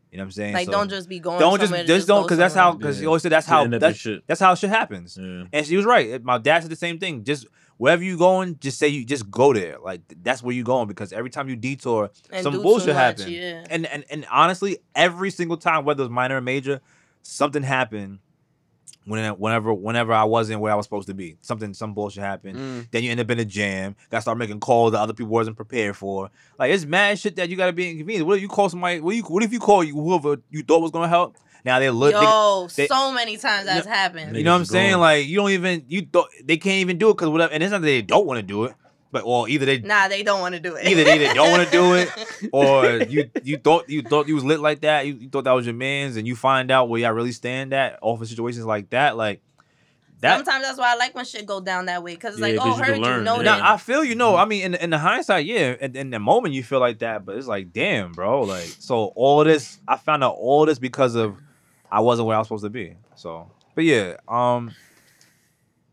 C: You know what I'm saying?
E: Like,
C: So
E: don't just be going.
C: don't just
E: somewhere to
C: just don't
E: go
C: because that's
E: somewhere.
C: how because she
D: Yeah.
C: always said that's
D: To
C: how
D: end up
C: that's,
D: this shit.
C: that's how shit happens.
D: Yeah.
C: And she was right. My dad said the same thing. Just wherever you going, just say you just go there. Like th- that's where you going because every time you detour,
E: And do
C: some
E: too
C: bullshit
E: much,
C: happened.
E: yeah.
C: And and and honestly, every single time, whether it was minor or major, something happened. When, whenever whenever I wasn't where I was supposed to be, something some bullshit happened.
B: Mm.
C: Then you end up in a jam. Got to start making calls that other people wasn't prepared for. Like it's mad shit that you got to be inconvenienced. What if you call somebody? What, you, what if you call you whoever you thought was gonna help? Now they're look. they-
E: Yo,
C: they-
E: so many times that's happened.
C: you know what I'm
D: Niggas
C: saying?
D: gone.
C: Like you don't even you don't they can't even do it because whatever. And it's not that they don't want to do it, but or either they
E: Nah, they don't want to do it.
C: either they either don't want to do it, or you you thought you thought you was lit like that. You, you thought that was your man's, and you find out where y'all really stand at. All for situations like that, like that.
E: Sometimes that's why I like when shit go down that way. Cause it's like,
D: Yeah,
E: oh,
D: 'cause you Mm-hmm.
E: heard
D: can
E: you,
D: learn,
E: know
D: yeah.
E: that.
C: Now I feel you know. I mean, in in the hindsight, yeah. In, in the moment, you feel like that, but it's like, damn, bro. Like, so all this, I found out all this because of I wasn't where I was supposed to be. So, but yeah, um,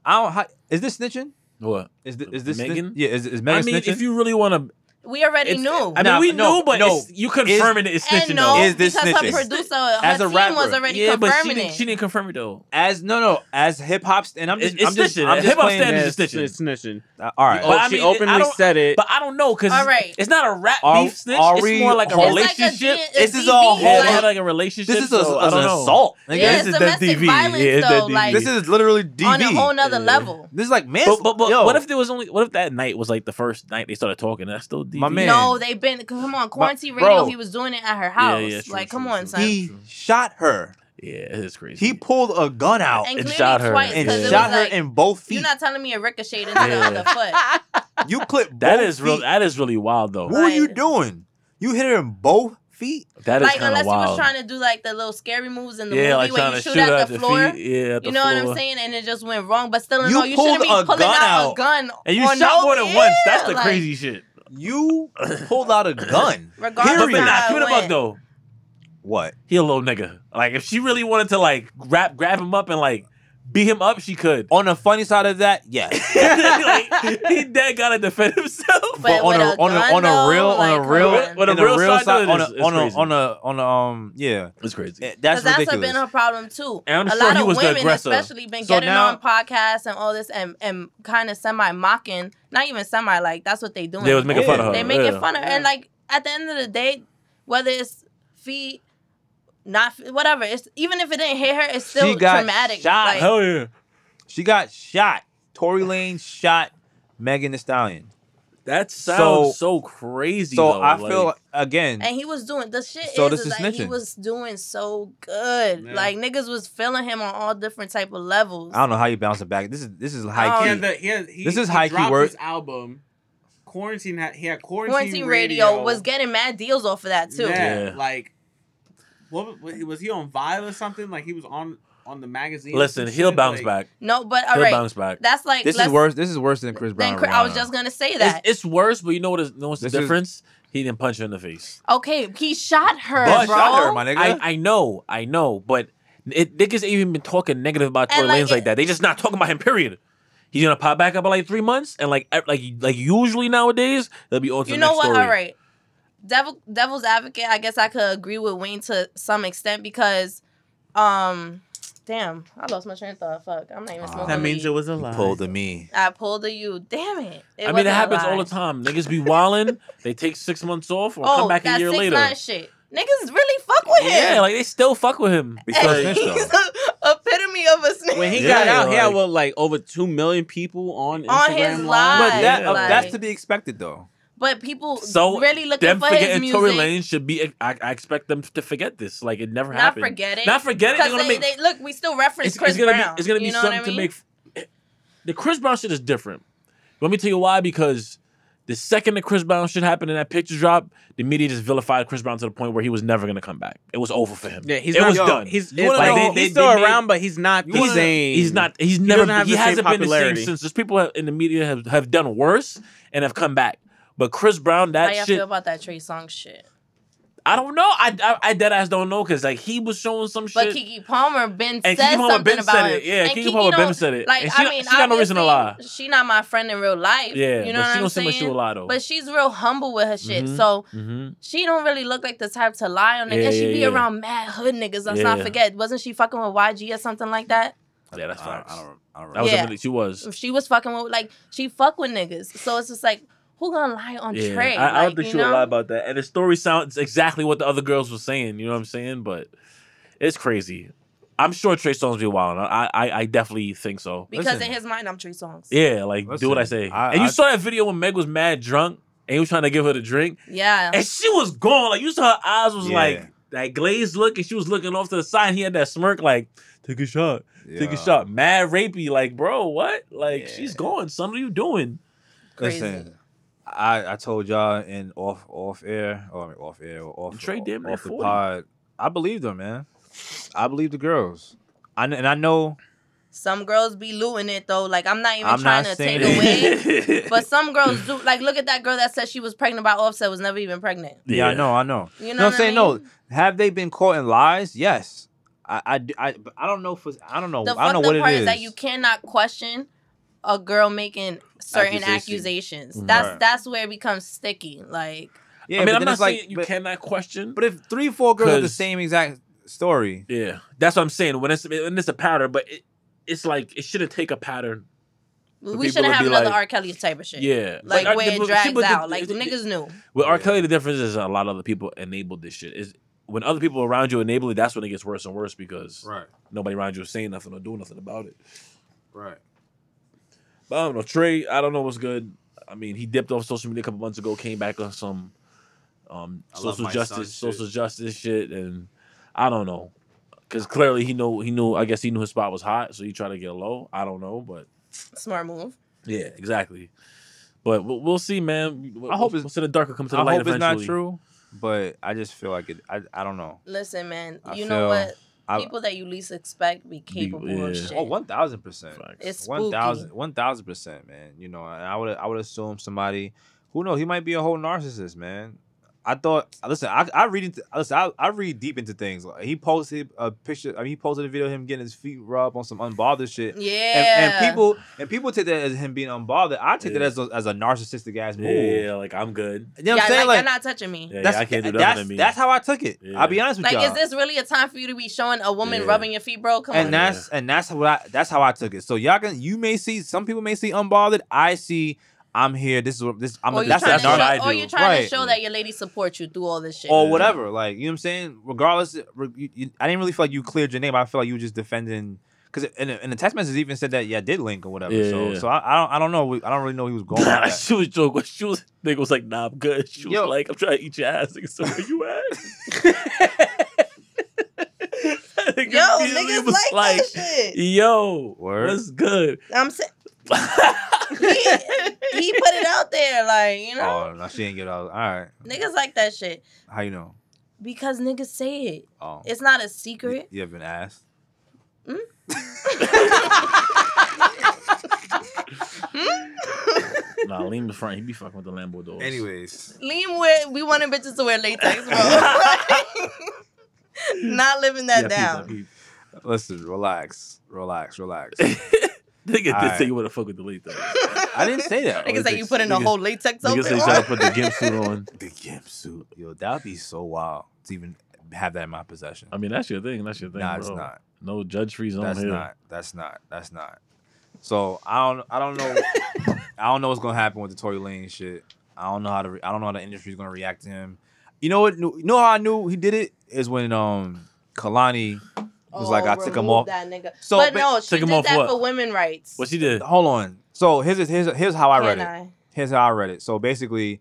C: I don't. How, is this snitching?
D: What?
C: Is this, is this the-
D: Megan?
C: yeah, is, is Megan
D: I mean,
C: snitching?
D: if you really want to,
E: we already
D: it's,
E: knew.
D: I mean,
C: Nah,
D: we
C: no,
D: knew, but
C: no.
D: it's- you confirming it is snitching
E: and no,
D: though.
C: Is this
E: because
C: snitching?
E: her producer, her
C: As a
E: team
C: rapper.
E: was already
D: yeah, but she
E: confirming
D: didn't,
E: it.
D: she didn't confirm it though.
C: as no no as hip hop st- and I'm just
D: It's- it's
C: I'm just,
D: snitching.
C: I'm just
D: Hip-hop
C: playing
D: standards
C: this-
D: is snitching.
B: It's snitching.
C: Uh, all right.
D: But
B: oh,
D: I
B: she
D: mean, it- I
B: openly
D: don't-
B: said it.
D: But I don't know because
E: All right.
D: it's not a rap
C: Are-
D: beef snitch.
C: are
D: it's
C: we-
D: more like a
C: hold- It's
E: like a
D: relationship.
E: D-
C: This
E: a
C: is all
E: DV,
C: whole-
D: It's
E: like-
D: more like a relationship.
C: this is a,
D: so I
C: an
D: don't know.
C: assault. nigga.
E: Yeah,
C: this,
E: it's
C: is,
E: domestic
D: DV.
E: violence,
D: Yeah, it's that
E: though.
D: DV.
E: Like
C: this is literally DV.
E: on a whole nother
D: Yeah.
E: level.
C: this is like man.
D: But, but, but
C: yo,
D: what if there was only what if that night was like the first night they started talking? That's still DV.
C: My man.
E: No, they've been come on quarantine
C: bro.
E: radio. He was doing it at her house.
D: yeah, true,
E: like,
D: true,
E: come on,
D: true.
E: son.
C: he shot her?
D: Yeah, it's crazy.
C: He pulled a gun out
E: And
C: and,
D: And
E: clearly
D: shot her.
E: twice, 'cause it was
C: shot her
E: like,
C: in both
E: You're
C: feet.
E: not telling me it ricocheted into the
D: Yeah.
E: other foot.
C: you clipped both
D: That is real.
C: feet.
D: That is really wild, though.
C: What are you
E: Like-
C: doing? You hit her in both feet?
D: That is
E: Like
D: kind
E: unless
D: of
E: you was
D: wild.
E: trying to do like the little scary moves in the
D: yeah,
E: movie
D: like
E: where
D: trying
E: you
D: to
E: shoot,
D: shoot
E: at,
D: her
E: the floor.
D: feet. Yeah, at the
E: you know what I'm
D: floor.
E: saying? And it just went wrong. But still,
C: You
E: no, you shouldn't
C: pulled
E: be
C: a
E: pulling
C: gun
E: out, a
C: out.
E: gun.
D: And you
E: on
D: shot
E: no-
D: more than once. That's the
E: Yeah, like,
D: crazy shit.
C: You pulled out a gun.
E: Regardless,
D: Period.
E: of
D: Nah,
E: how
D: give
E: it
D: it a buck
E: went.
D: though.
C: What?
D: He a little nigga. Like if she really wanted to like grab grab him up and like beat him up, she could.
C: On the funny side of that, yes.
D: like, he dead gotta defend himself.
E: But
C: on
E: with
C: a,
E: a
C: on a
E: gun,
C: on
E: though,
C: a real
E: like,
C: on a
E: come
C: real
E: on.
D: But a
C: in the
D: real side, though,
C: on a
D: it's- it's
C: on a,
D: crazy.
C: on a on a um yeah
D: It's crazy.
C: Eh, that's
E: Because that's
C: ridiculous.
E: been her problem too.
D: And I'm
E: a
D: sure
E: lot
D: he was
E: of
D: the
E: women,
D: aggressor.
E: especially, been
C: So
E: getting
C: now-
E: on podcasts and all this, and and kind of semi mocking. Not even semi like that's what they doing.
D: They was making fun of her.
E: They making
D: yeah.
E: fun of her, and like at the end of the day, whether it's feet, not feet, whatever, it's even if it didn't hit her, it's still
C: She got
E: traumatic.
C: shot.
E: Like,
D: Hell yeah.
C: She got shot. Tory Lane shot Megan Thee Stallion.
D: That
C: So-
D: sounds so, crazy.
C: So
D: though,
C: I
D: like-
C: feel again.
E: and he was doing the shit
C: So
E: is,
C: this
E: is
C: is
E: like he
C: snitching.
E: was doing so good.
B: Yeah.
E: Like niggas was feeling him on all different type of levels.
C: I don't know how you bounce it back. This is this is high
E: Oh,
B: He
C: key.
B: had the, he had, he,
C: This is
B: he
C: high key
B: dropped
C: work.
B: His album quarantine had he had quarantine,
E: Quarantine radio, was getting mad deals off of that too.
B: Yeah,
D: Yeah.
B: like what wa- was he on Vibe or something? Like he was on on the magazine. or
D: Listen,
B: some
D: he'll
B: shit,
D: bounce
B: like-
D: back.
E: No, but all
D: He'll
E: right,
D: bounce back.
E: that's like
C: this is
E: let's-
C: worse. This is worse than Chris Brown.
E: Then
C: and
E: Chris, I was
C: Rihanna.
E: just gonna say
D: It's,
E: that.
D: it's worse, but you know what is, know what's
C: This
D: the
C: is-
D: difference? He didn't punch her in the face.
E: okay, he shot her,
C: But
E: bro.
C: shot her, my nigga.
D: I, I know, I know, but it, niggas even been talking negative about
E: And,
D: Tory
E: like,
D: Lanez like
E: it-
D: that. They just not talking about him. Period. He's gonna pop back up in like three months, and like e- like like usually nowadays they'll be on to
E: you
D: the
E: know
D: next
E: what?
D: story.
E: All right, devil, devil's advocate. I guess I could agree with Wayne to some extent because, um, damn, I lost my train of thought. Fuck, I'm not even
C: Ah.
E: smoking.
B: That means
E: weed.
B: it was a
C: You
B: lie.
C: pulled the me.
E: I pulled the U. Damn it. it
D: I mean,
E: wasn't
D: it
E: a
D: happens
E: lie.
D: all the time. Niggas be wildin', they take six months off or
E: oh,
D: come back
E: that
D: a year
E: six
D: later.
E: Nine shit. Niggas really fuck with him.
D: Yeah, like they still fuck with him.
C: Because
E: And
C: snitch, though.
E: he's a epitome of a snitch.
B: When he
D: Yeah,
B: got out, he had
D: like-
B: what like over two million people on Instagram
E: On his
B: Live.
C: But
E: Right,
C: that, uh,
E: like-
C: that's to be expected though.
E: but people
D: So
E: really looking
D: them
E: for his
D: forgetting
E: music.
D: Tory Lane should be. I, I expect them to forget this. Like it never
E: not
D: happened.
E: forget it.
D: Not forget it. They're
E: Because
D: gonna
E: they,
D: make.
E: they, look, we still reference
D: it's,
E: Chris
D: it's gonna
E: Brown.
D: be. It's gonna be
E: you know
D: something
E: what I mean?
D: to make. The Chris Brown shit is different. Let me tell you why. Because the second the Chris Brown shit happened and that picture dropped, the media just vilified Chris Brown to the point where he was never gonna come back. It was over for him.
B: Yeah, he's
D: it
B: not,
D: was
B: yo,
D: done.
B: He's,
C: You wanna
B: like,
C: know-
B: they-
C: he
B: he's
C: still
B: still
C: made-
B: around, but he's not
C: You
B: the
C: wanna-
B: same.
D: He's not. He's never.
B: doesn't have
D: he
B: the same
D: hasn't been the same
B: popularity.
D: since. There's people have- in the media have, have done worse and have come back. But Chris Brown,
E: How
D: that
E: y'all
D: shit.
E: feel about that Trey Song shit?
D: I don't know. I I, I dead ass don't know because like he was showing some shit.
E: But Kiki Palmer been
D: and
E: said
D: Kiki Palmer
E: something
D: Ben
E: about
D: said
E: him.
D: it. Yeah,
E: And
D: Kiki, Palmer
E: don't-
D: Ben said it.
E: Like
D: and she,
E: I mean,
D: she got no reason to lie.
E: obviously, She not my friend in real life.
D: Yeah,
E: you
D: but
E: know what
D: she
E: I'm
D: don't seem
E: saying.
D: like she will lie though.
E: but she's real humble with her shit,
D: Mhm.
E: so
B: Mm-hmm.
D: Mhm.
E: she don't really look like the type to lie on it.
D: Yeah,
E: and she
D: yeah,
E: be
D: yeah.
E: around mad hood niggas. Let's
D: Yeah,
E: not
D: yeah.
E: forget, wasn't she fucking with YG or something like that?
D: Yeah, that's
C: I don't,
D: facts.
C: I don't, I don't
D: That was
E: Yeah.
D: a minute. She was.
E: She was fucking with like she fuck with niggas, so it's just like who gonna lie on
D: Yeah,
E: Trey?
D: I, I don't
E: Like,
D: think
E: you
D: she would
E: know?
D: lie about that. And the story sounds exactly what the other girls were saying. You know what I'm saying? But it's crazy. I'm sure Trey Songz be wild. I, I I definitely think so.
E: because
C: Listen.
E: in his mind I'm Trey Songs.
D: Yeah, like do what I
C: Listen,
D: say.
C: I-
D: and you
C: I-
D: saw that video when Meg was mad drunk and he was trying to give her the drink,
E: Yeah.
D: and she was gone. Like you saw her eyes was
C: Yeah.
D: like that glazed look, and she was looking off to the side. And he had that smirk, like take a shot, take a shot, mad rapey. Like bro, what? Like
C: Yeah.
D: she's gone. Son, what are you doing?
E: Crazy.
C: Listen, I I told y'all in off off air or I mean, off air or off
D: Trey damn near
C: off the
D: 40.
C: pod. I believed her, man. I believe the girls. I kn- and I know
E: Some girls be looting it though. Like I'm not even
C: I'm
E: trying
C: not
E: to take
C: saying-
E: away. But some girls do. Like look at that girl that said she was pregnant by offset was never even pregnant.
C: Yeah, I
D: Yeah.
C: know, I know.
E: You know,
C: no, I'm
E: what
C: saying
E: I mean?
C: no. Have they been caught in lies? Yes. I I d- I, but I don't know for I don't know
E: The
C: I don't
E: fucked
C: know
E: up
C: what it
E: part
C: is.
E: is that you cannot question a girl making certain
C: Accusation.
E: accusations.
D: Mhm.
E: That's
C: Right.
E: that's where it becomes sticky. Like
C: yeah, but
D: I mean,
C: then
D: I'm not
C: it's like,
D: saying you
C: but,
D: cannot question.
C: But if three, four girls have the
D: 'Cause-
C: same exact story,
D: yeah, that's what I'm saying. When it's when it's a pattern, but it, it's like it shouldn't take a pattern. But
E: we
D: people
E: shouldn't
D: would
E: have
D: be
E: another
D: like-
E: R. Kelly type of shit.
D: Yeah,
E: Like,
D: uh,
E: where
D: the-
E: it
D: but she-
E: drags
D: but the-
E: out. like the
D: it-
E: niggas knew.
D: With R.
C: Yeah.
D: Kelly, the difference is a lot of other people enabled this shit. Is when other people around you enable it, that's when it gets worse and worse because
C: right,
D: nobody around you is saying nothing or doing nothing about it.
C: right.
D: But I don't know. Trey, I don't know what's good. I mean, he dipped off social media a couple months ago, came back on some um,
C: I love
D: social
C: my son
D: justice,
C: shit.
D: social justice shit, and I don't know. because clearly he know he knew. I guess he knew his spot was hot, so he tried to get low. I don't know, but
E: Smart move.
D: yeah, exactly. But we'll, we'll see, man. We'll,
C: I hope it's-
D: we'll see the darker come to the
C: I
D: light
C: hope it's
D: eventually.
C: not true, but I just feel like it. I, I don't know.
E: Listen, man,
C: I
E: you know what?
C: feel- I,
E: People that you least expect be capable of
D: yeah.
E: shit.
C: oh, one thousand percent.
D: Facts.
E: It's
C: One thousand,
E: spooky.
C: one thousand percent, man. You know, and I would, I would assume somebody who knows he might be a whole narcissist, man. I thought, listen, I, I read into, listen, I, I read deep into things. Like, he posted a picture. I mean, he posted a video of him getting his feet rubbed on some unbothered shit. And,
E: Yeah.
C: and people and people take that as him being unbothered. I take that
D: Yeah.
C: as a, as a narcissistic ass move.
D: Yeah, like I'm good.
C: You know what
E: yeah,
C: I'm saying?
E: like,
C: Like,
E: they're not touching me.
D: Yeah,
C: that's,
D: yeah, I can't do
C: that's,
D: nothing to me.
C: that's how I took it.
D: Yeah.
C: I'll be honest with
E: Like,
C: y'all.
E: is this really a time for you to be showing a woman
D: Yeah.
E: rubbing your feet, bro? Come
C: and
E: on.
D: that-
C: that's and that's what I that's how I took it. So y'all can you may see some people may see unbothered. I see I'm here. This is what this I'm a,
E: or you
C: that's
E: trying
C: that
E: to
D: not what I
E: show, or
D: do.
E: you're trying to
C: Right.
E: show that your lady supports you through all this shit.
C: or whatever. Like you know what I'm saying. Regardless, re- you, you- I didn't really feel like you cleared your name. I feel like you were just defending because in, a- in the text message it even said that yeah I did link or whatever.
D: Yeah,
C: so
D: yeah.
C: so I, I don't I don't know I don't really know where he was going. with
D: Nah,
C: that.
D: she was joking. She was nigga was like, nah, I'm good. She was
C: Yo.
D: like, I'm trying to eat your ass. Nigga, so where you at? That nigga
E: Yo,
D: immediately
E: niggas
D: was
E: like, that shit.
D: Yo,
C: Word.
D: what's good?
E: I'm saying he, he put it out there, like you know,
C: Oh no, she didn't get out. All right,
E: niggas like that shit
C: how you know?
E: because niggas say it.
C: Oh,
E: It's not a
C: you,
E: secret.
C: you have been asked.
D: nah, lean the front. He be fucking with the Lambo doors.
C: Anyways,
E: Lean with we wanted bitches to wear latex, bro. not living that down.
C: listen, relax, relax, relax.
D: Nigga did
C: Alright.
D: say you would have fucked with the lead though.
C: I didn't say that.
E: Niggas
C: Or
E: say
C: is
E: you
C: it-
E: put in a
D: niggas-
E: whole latex
D: Nigga
E: outfit.
D: said you tried to put the gimp suit on.
C: The gimp suit. Yo, that'd be so wild to even have that in my possession.
D: I mean, that's your thing. That's your thing.
C: nah,
D: bro.
C: it's not.
D: No judge free zone
C: That's
D: here.
C: not. That's not. That's not. So I don't. I don't know. I don't know what's gonna happen with the Tory Lane shit. I don't know how to. Re- I don't know how the industry's gonna react to him. You know what? You know how I knew he did it is when um Kalani was like, I took him
E: Oh, remove
C: off.
E: That nigga.
C: So,
E: but,
C: but-
E: no, she
D: Took him
E: did
D: off
E: that
D: what?
E: for women rights.
D: What she did?
C: Hold on. So here's here's here's how I read
E: Can
C: it.
E: I?
C: here's how I read it. So basically,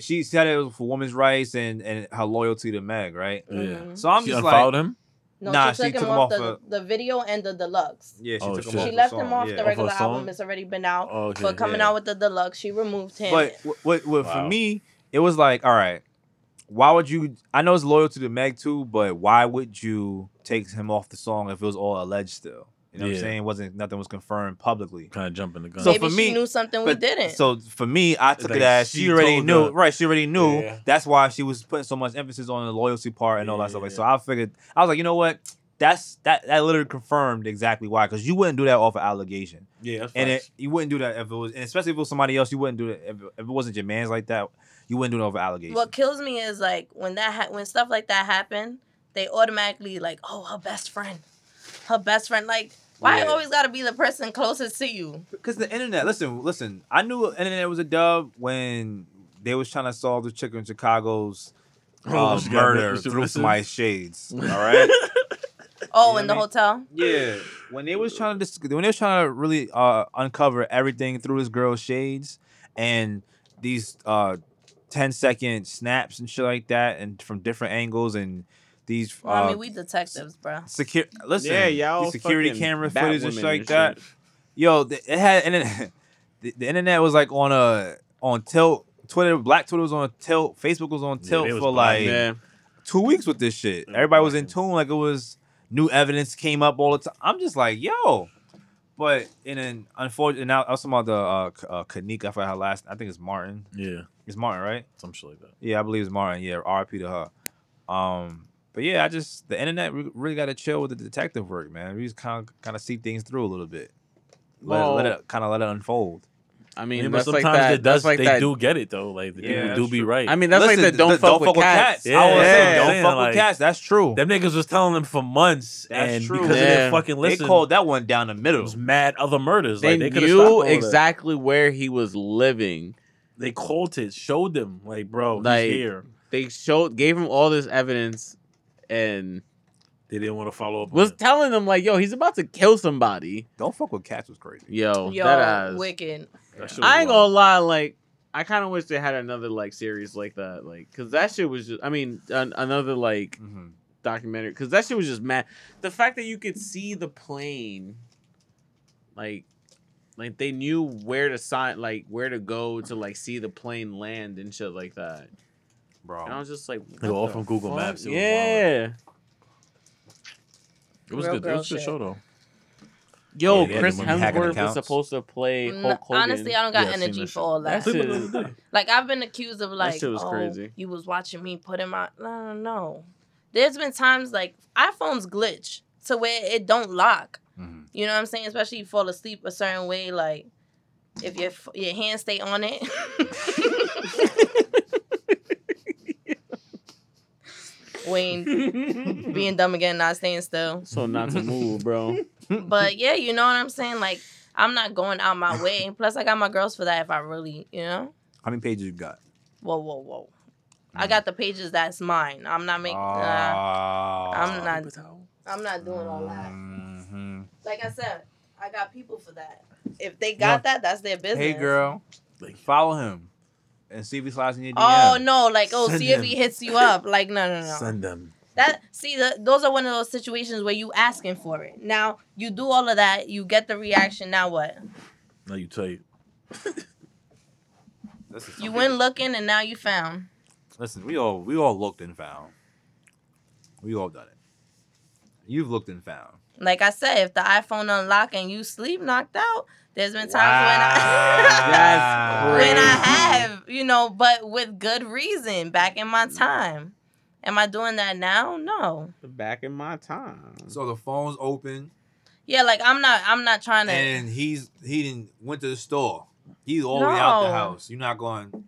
C: she said it was for women's rights and and her loyalty to Meg, right?
D: Yeah.
E: Mhm.
C: So I'm
D: she
C: just
D: unfollowed
C: like,
D: him.
E: No,
C: Nah,
E: she took him, off, the, the video and the deluxe.
C: yeah, she
D: Oh,
C: took
D: shit.
C: him off.
E: She
C: the
E: left
C: song,
E: him off
C: yeah.
E: the regular
D: song?
E: album. It's already been out.
D: Oh, okay.
E: but coming
C: yeah.
E: out with the deluxe, she removed him.
C: But what what, what
D: Wow.
C: for me, it was like, all right, why would you? I know it's loyalty to Meg too, but why would you take him off the song if it was all alleged still? You know what
D: Yeah.
C: I'm saying? It wasn't nothing was confirmed publicly.
D: Kind of jumping the gun.
C: so
E: Maybe
C: for
E: she
C: me-
E: knew something we
C: But-
E: didn't.
C: So for me, I took
D: like
C: it as
D: she
C: she, already
D: told
C: knew.
D: her.
C: Right, she already knew.
D: Yeah.
C: That's why she was putting so much emphasis on the loyalty part and all that stuff. Like, so I figured, I was like, you know what? That's that. That literally confirmed exactly why, because you wouldn't do that off an allegation,
D: yeah, that's
C: and
D: facts.
C: it, you wouldn't do that if it was, and especially if it was somebody else, you wouldn't do that if, if it wasn't your man's like that. You wouldn't do it over allegation.
E: what kills me is like when that ha- when stuff like that happen, they automatically like, oh, her best friend, her best friend. Like, why it
C: Yeah.
E: always gotta be the person closest to you?
C: Because the internet, listen, listen. I knew internet was a dub when they was trying to solve the chick in Chicago's
D: Oh,
C: uh,
D: she got
C: murder
D: Mr.
C: through
D: Wilson?
C: my shades. All right.
E: Oh,
C: Yeah,
E: in the
C: man.
E: hotel.
C: Yeah, when they was trying to dis- when they was trying to really uh, uncover everything through this girl's shades and these uh 10 second snaps and shit like that and from different angles and these uh,
E: Well, I mean, we detectives, bro.
C: secure listen
B: yeah, y'all.
C: these security
B: fucking
C: camera
B: Batwoman
C: footage and shit like
B: and
C: that. Yo, th- it had and it, the, the internet was like on a on tilt. Twitter, Black Twitter was on tilt. Facebook was on
D: Yeah,
C: tilt
D: they was
C: for like
D: blocking.
B: Yeah.
C: two weeks with this shit. Everybody was in tune, like it was new evidence came up all the time. I'm just like, yo. But and then unfortunately, now I was talking about the uh, K- uh Kanika. I forgot her last. I think it's Martin.
D: yeah,
C: It's Martin, right?
D: some shit like that.
C: Yeah, I believe it's Martin. Yeah, R.I.P. to her. Um, but yeah, I just the internet re- really got to chill with the detective work, man. We just kind of kind of see things through a little bit. Let, it- let
B: Well-
C: it kind of let it unfold.
B: I
D: I
B: mean,
D: mean, but
B: that's like
D: sometimes
B: that.
D: it does.
B: that's like
D: they
B: that.
D: do get it though. Like the
C: Yeah,
D: people
C: that's
D: do be
C: true.
D: right.
B: I mean, that's like the
C: the-
B: don't,
C: the
B: fuck, with cats.
C: I was
D: Yeah.
C: saying, don't
D: Yeah.
C: fuck
D: Like-
C: with cats. That's true.
D: them niggas was telling them for months,
C: That's
D: and
C: true.
D: because of
B: Yeah.
D: their fucking
C: they
D: listen,
C: called that one down the
D: it
C: middle.
D: was mad other murders.
B: They,
D: like they could have
B: knew exactly where he was living.
D: They called it, showed them, like, bro,
B: Like-
D: he's here.
B: They showed, gave him all this evidence, and
D: They didn't want to follow up.
B: was
D: on it.
B: telling him like, "Yo, he's about to kill somebody."
C: Don't fuck with cats was crazy.
B: Yo,
E: Yo,
B: that ass.
E: wicked.
D: That shit was
B: I ain't gonna
D: wild.
B: lie, like I kind of wish they had another like series like that, like because that shit was just. I mean, an- another like
C: Mhm.
B: documentary because that shit was just mad. The fact that you could see the plane, like, like they knew where to sign, like where to go to like see the plane land and shit like that. And I
C: bro.
B: was just like,
D: They were
B: what
D: all
B: the
D: from Google
B: fuck?
D: Maps, it was wild.
B: yeah.
D: It was
E: Real
D: good. It
E: girl
D: was a good
E: shit.
D: show though.
C: Yeah,
B: Yo,
C: they had
B: Chris
C: the women hacking
B: Hemsworth was
C: accounts.
B: supposed to play
E: N-
B: Hulk Hogan.
E: Mm, honestly, I don't got
D: Yeah, I seen
E: energy
D: that
E: for all that.
B: That's it.
E: Like I've been accused of like,
B: shit was
E: oh,
B: crazy.
E: you was watching me put in my. No, no, no. There's been times like iPhones glitch to where it don't lock.
C: Mhm.
E: You know what I'm saying? Especially you fall asleep a certain way, like if your f- your hands stay on it. Wayne being dumb again, not staying still.
B: so not to move, bro.
E: But yeah, you know what I'm saying? Like I'm not going out my way. Plus I got my girls for that if I really, you know?
C: How many pages you got?
E: Whoa, whoa, whoa.
D: Mm.
E: I got the pages that's mine. I'm not making
D: Ah.
E: uh, I'm not I'm not doing all that.
D: Mm.
C: Mhm.
E: Like I said, I got people for that. If they got that, that's their business.
C: Hey, girl, follow him and see if he slides in your DM.
E: Oh no, like oh,
D: Send
E: see if
D: him.
E: he hits you up. Like no, no, no.
D: Send them.
E: That see, the, those are one of those situations where you asking for it. Now you do all of that, you get the reaction. Now what?
D: Now you tight.
C: Listen, some
E: You
C: people-
E: went looking, and now you found.
C: Listen, we all we all looked and found. We all done it. You've looked and found.
E: Like I said, if the iPhone unlock and you sleep knocked out, there's been times
B: That's
E: when I when I
B: crazy.
E: have, you know, but with good reason. Back in my time, am I doing that now? No.
B: Back in my time.
C: So the phone's open,
E: Yeah, like I'm not. I'm not trying to.
C: and he's he didn't went to the store. He's all the way out the
E: No.
C: house. You're not going. Let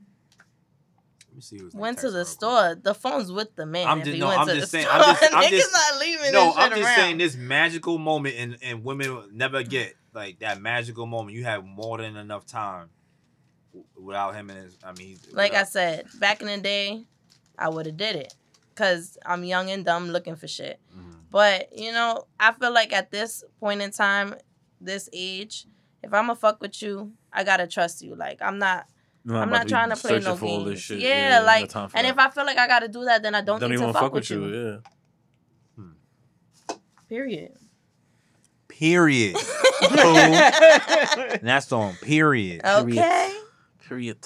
C: me see. Who's
E: went to the store. The phone's with the man.
C: I'm
E: if
C: just-
E: he
C: no,
E: went
C: I'm
E: to
C: just
E: the
C: saying-
E: store.
C: I'm just- I'm
E: Niggas
C: just-
E: not leaving
C: No,
E: this shit
C: I'm just
E: around.
C: saying this magical moment, and and women will never get like that magical moment. You have more than enough time w- without him and his. I mean, he's-
E: Like I
C: without-
E: said, back in the day, I would have did it because I'm young and dumb looking for shit.
C: Mhm.
E: But you know, I feel like at this point in time, this age, if I'ma fuck with you, I gotta trust you. Like I'm not. I'm not trying to play no games. Yeah, like, and if I feel like I gotta do that, then I don't,
D: don't
E: need
D: even
E: to
D: wanna
E: fuck, with you.
D: Yeah.
E: Period.
C: Period. Boom. and that's on period.
E: Oh. Okay.
D: Period.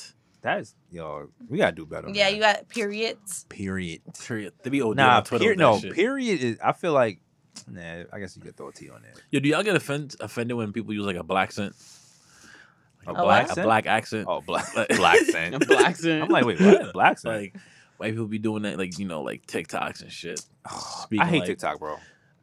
C: That is yo. We gotta do better.
E: Yeah,
C: man.
E: you got periods.
C: period.
D: Period. They be OD
C: Nah,
D: on Twitter.
C: peri-
D: with that
C: no.
D: shit.
C: Period is. I feel like. Nah, I guess you could throw a T on there.
D: Yo, do y'all get offend- offended when people use like a black accent? Like,
E: A
D: black
C: what?
D: a black accent.
C: Oh, black
D: Like-
C: black
B: A
C: scent.
B: black accent.
C: I'm like, wait, what? Black scent.
D: Like white people be doing that, like you know, like TikToks and shit.
C: I hate
D: like-
C: TikTok, bro.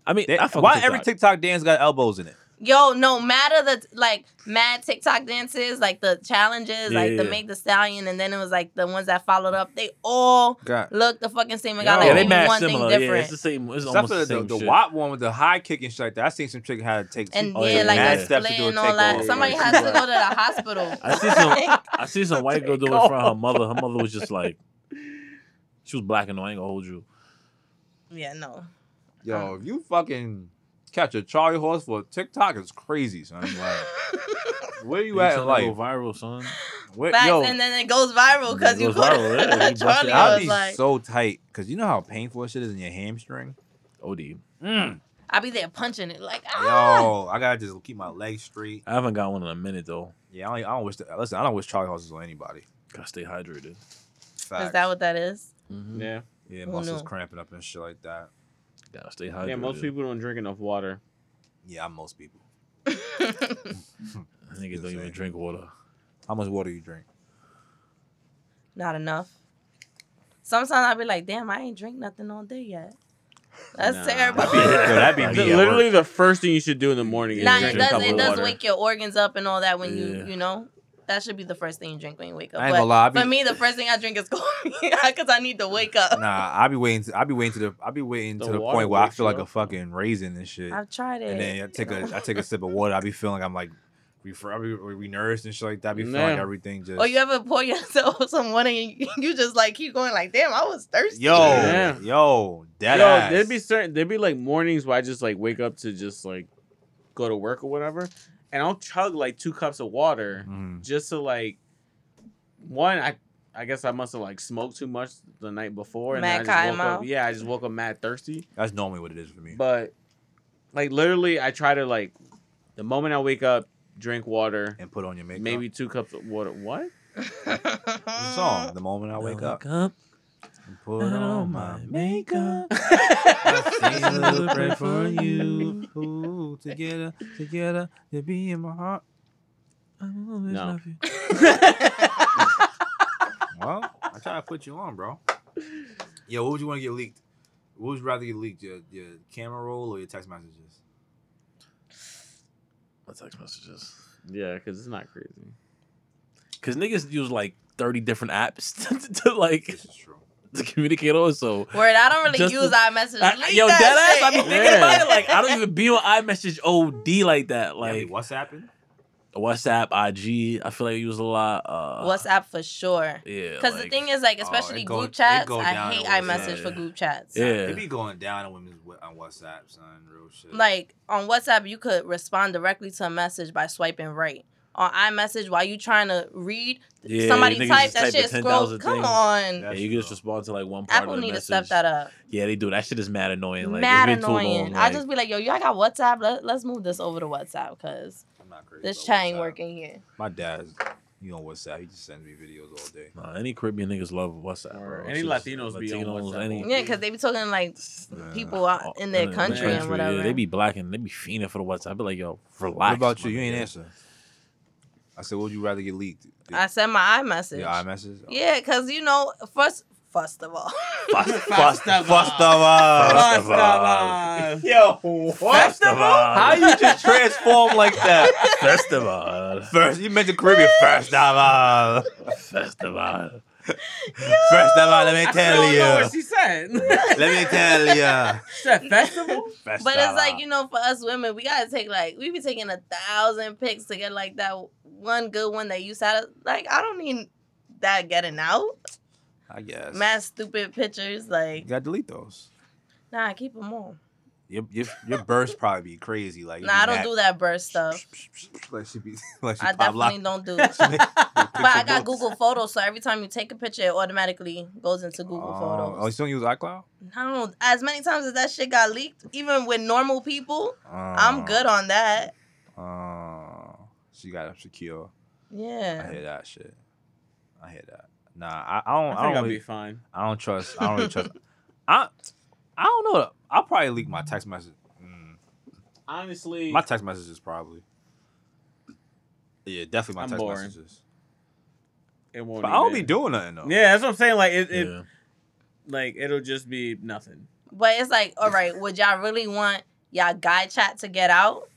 D: I mean,
C: They-
D: I fuck
C: why
D: with
C: every TikTok dance got elbows in it?
E: Yo, no matter the like mad TikTok dances, like the challenges, like the
D: Yeah.
E: make the stallion, and then it was like the ones that followed up. They all
C: God.
E: look the fucking same. and got
C: Yo.
E: like
D: yeah, they
E: only
D: mad
E: one
D: similar.
E: thing
D: Yeah, it's
E: different.
D: the same. It's
C: Except
D: almost
C: for
D: the
C: the,
D: same
C: the,
D: shit.
C: WAP one with the high kick and shit like that. I seen some chick how to take
E: and
D: Oh,
E: yeah,
D: yeah,
E: like
D: mad
E: the
C: steps to do
E: split
C: a
E: and all
C: takeover.
E: that. Somebody
B: Yeah.
E: has to go to the hospital.
D: I see some. I see some white girl doing it in front of her mother. Her mother was just like, she was black and no, I ain't gonna hold you.
E: yeah, no.
C: Yo, if you fucking catch a Charlie horse for a TikTok, it's crazy, son. Like, where you at in
D: trying to
C: life?
D: go viral, son?
C: Where,
E: Facts,
C: yo,
E: and then it goes viral because
D: It
E: you
D: goes
E: put
D: viral, yeah, you bust it
E: Charlie
D: out.
C: I'd
E: was
C: be
E: like,
C: so tight because you know how painful shit is in your hamstring.
D: OD. mm.
E: I'll be there punching it like, ah.
C: Yo, I gotta just keep my legs straight.
D: I haven't got one in a minute though.
C: Yeah, I don't, I don't wish. To, listen, I don't wish Charlie horses on anybody.
D: Gotta stay hydrated.
E: Is that
C: Facts.
E: what that is?
D: Mm-hmm.
B: yeah.
C: yeah,
E: Who
C: muscles
E: knew?
C: cramping up and shit like that.
D: Gotta stay hydrated.
B: Yeah, most people don't drink enough water.
C: Yeah, I'm most people.
D: I think they don't
C: Yes,
D: even
C: sir.
D: drink water.
C: How much water you drink?
E: Not enough. Sometimes I'll be like, damn, I ain't drink nothing all day yet. That's
B: Nah.
E: terrible.
C: That'd be, yo, that'd be
D: Like,
C: me. at
B: literally,
C: work.
B: the first thing you should do in the morning is
E: Nah, it
B: drink a
E: does.
B: cup
E: It
B: of
E: does
B: water.
E: wake your organs up and all that when
D: Yeah.
E: you, you know, that should be the first thing you drink when you wake up.
C: I ain't
E: But
C: gonna lie, I be-
E: for me, the first thing I drink is coffee because I need to wake up.
C: Nah, I'll be waiting. To, I'll be waiting to the. I'll be waiting
B: The
C: to the
B: water
C: point where I
B: wakes
C: feel
B: you
C: like a
B: up.
C: fucking raisin and shit.
E: I've tried it.
C: and then I take a. I take a sip of water. I be feeling I'm like, refer. I be renourished and shit like that. I be feeling like
B: Nah.
C: everything just.
E: or Oh, you ever pour yourself some water and you, you just like keep going like, damn, I was thirsty.
C: Yo,
B: Yeah.
C: yo,
B: Yo,
C: that ass.
B: there'd be certain there'd be like mornings where I just like wake up to just like go to work or whatever, Mm-hmm.
C: Mm-hmm.
B: and I'll chug like two cups of water
C: Mhm.
B: just to like one I. I guess I must have like smoked too much the night before, and
E: Mad
B: then I
E: Kai
B: just woke up.
E: mouth.
B: Yeah, I just woke up mad thirsty.
C: That's normally what it is for me.
B: But like literally, I try to like the moment I wake up, drink water,
C: and put on your makeup.
B: maybe two cups of water. What?
C: It's a song. The moment I wake up, and put
D: put
C: on my
D: makeup.
C: celebrate for you. Ooh, together, together, you be in my heart.
B: No.
D: No.
C: Well, I try to put you on, bro. Yo, what would you want to get leaked? What would you rather get leaked? Your your camera roll or your text messages?
D: My text messages.
B: Yeah, because it's not crazy.
D: Because niggas use like 30 different apps to, to, like
C: This is true.
D: to communicate on. So,
E: Word, I don't really
D: Just
E: use
D: the-
E: iMessage.
D: I-
E: Leave
D: yo,
E: that
D: deadass, I be
E: shit.
D: thinking
B: Yeah.
D: about it. Like, I don't even be on iMessage OD like that.
C: Like
D: Like,
C: what's happened?
D: WhatsApp, IG. I feel like I use a lot. Uh,
E: WhatsApp for sure.
D: Yeah.
E: Because the
D: like-
E: thing is, like,
C: Oh, it
E: especially
C: go-
E: group
C: it
E: chats,
C: go
E: I
C: down
E: hate
C: to WhatsApp.
E: iMessage for
D: Yeah.
E: group chats.
D: Yeah.
C: It be going down on women's wi- on WhatsApp, son. Real shit.
E: Like on WhatsApp, you could respond directly to a message by swiping right. On iMessage, while you trying to read,
D: Yeah,
E: somebody
D: niggas
E: type
D: just
E: that
D: type
E: shit.
D: 10,000
E: Scroll. Come
D: things.
E: on.
C: That's
D: Yeah, you can just
C: true.
D: respond to like one part
E: Apple
D: of the
E: need to
D: message.
E: step that up.
D: Yeah, they do. That shit is mad annoying. Like,
E: Mad
D: it's been
E: annoying.
D: Too long,
E: I
D: like,
E: just be like, yo, y'all got WhatsApp? Let, let's move this over to WhatsApp because
C: I'm not crazy.
E: this
C: about
E: chat ain't
C: WhatsApp.
E: working here.
C: My dad's you on WhatsApp. He just sends me videos all day.
D: Nah, any Caribbean niggas love WhatsApp.
B: Or
D: bro.
B: any
D: It's just
B: Latinos be on WhatsApp.
E: Yeah, because they be talking like
C: Yeah.
E: people out in their
D: Yeah,
E: country
B: country,
E: and whatever.
D: Yeah, they be blacking. They be fiending for the WhatsApp. I be like, yo, relax.
C: What about you?
D: my
C: You ain't
D: nigga.
C: answer. I said, what would you rather get leaked?
E: I sent my iMessage.
C: Your iMessage?
E: Yeah, because you know, first first of all,
D: First, first,
B: First of
C: First of
B: all.
C: all.
B: First of all.
C: Yo,
D: first of all,
C: How you just transform like that?
D: first of all,
C: First, you mentioned Caribbean. First of all.
D: first of all,
C: First of all, let me tell
B: I still don't know what
C: you.
B: she said.
C: Let me tell you.
B: She said festival.
C: First
E: but
C: of
E: it's like
C: all.
E: you know, for us women, we gotta take like we be taking a thousand pics to get like that one good one that you sat like I don't need that getting out.
C: I guess.
E: Mad stupid pictures,
C: You
E: like
C: gotta delete those.
E: nah, keep them on.
C: Your, your, your burst probably be crazy. Like,
E: Nah, I don't do that burst stuff.
C: Like she be, like she
E: I
C: pop lock.
E: definitely don't do.
C: She
E: But
C: make- make
E: I
C: picture
E: got
C: books.
E: Google Photos, so every time you take a picture, it automatically goes into Google
C: Oh, Oh, you
E: Photos.
C: still use iCloud?
E: No, as many times as that shit got leaked, even with normal people, I'm
C: Oh,
E: good on that.
C: Oh, she got up secure. I
E: Yeah.
C: hear that shit. I hear that. Nah, I, I
B: I
C: don't.
B: think
C: I,
B: I'll
C: don't.
B: be
C: Really,
B: fine.
C: I don't trust. I don't really trust. I. I don't know. I'll probably leak my text message. Mm,
B: Honestly,
C: my text messages probably. Yeah, definitely my
B: I'm
C: text
B: boring.
C: messages.
B: it won't.
C: But I don't
B: even-
C: be doing nothing though.
B: Yeah, that's what I'm saying. Like it, it
D: yeah.
B: like it'll just be nothing.
E: But it's like, all right, would y'all really want y'all guy chat to get out?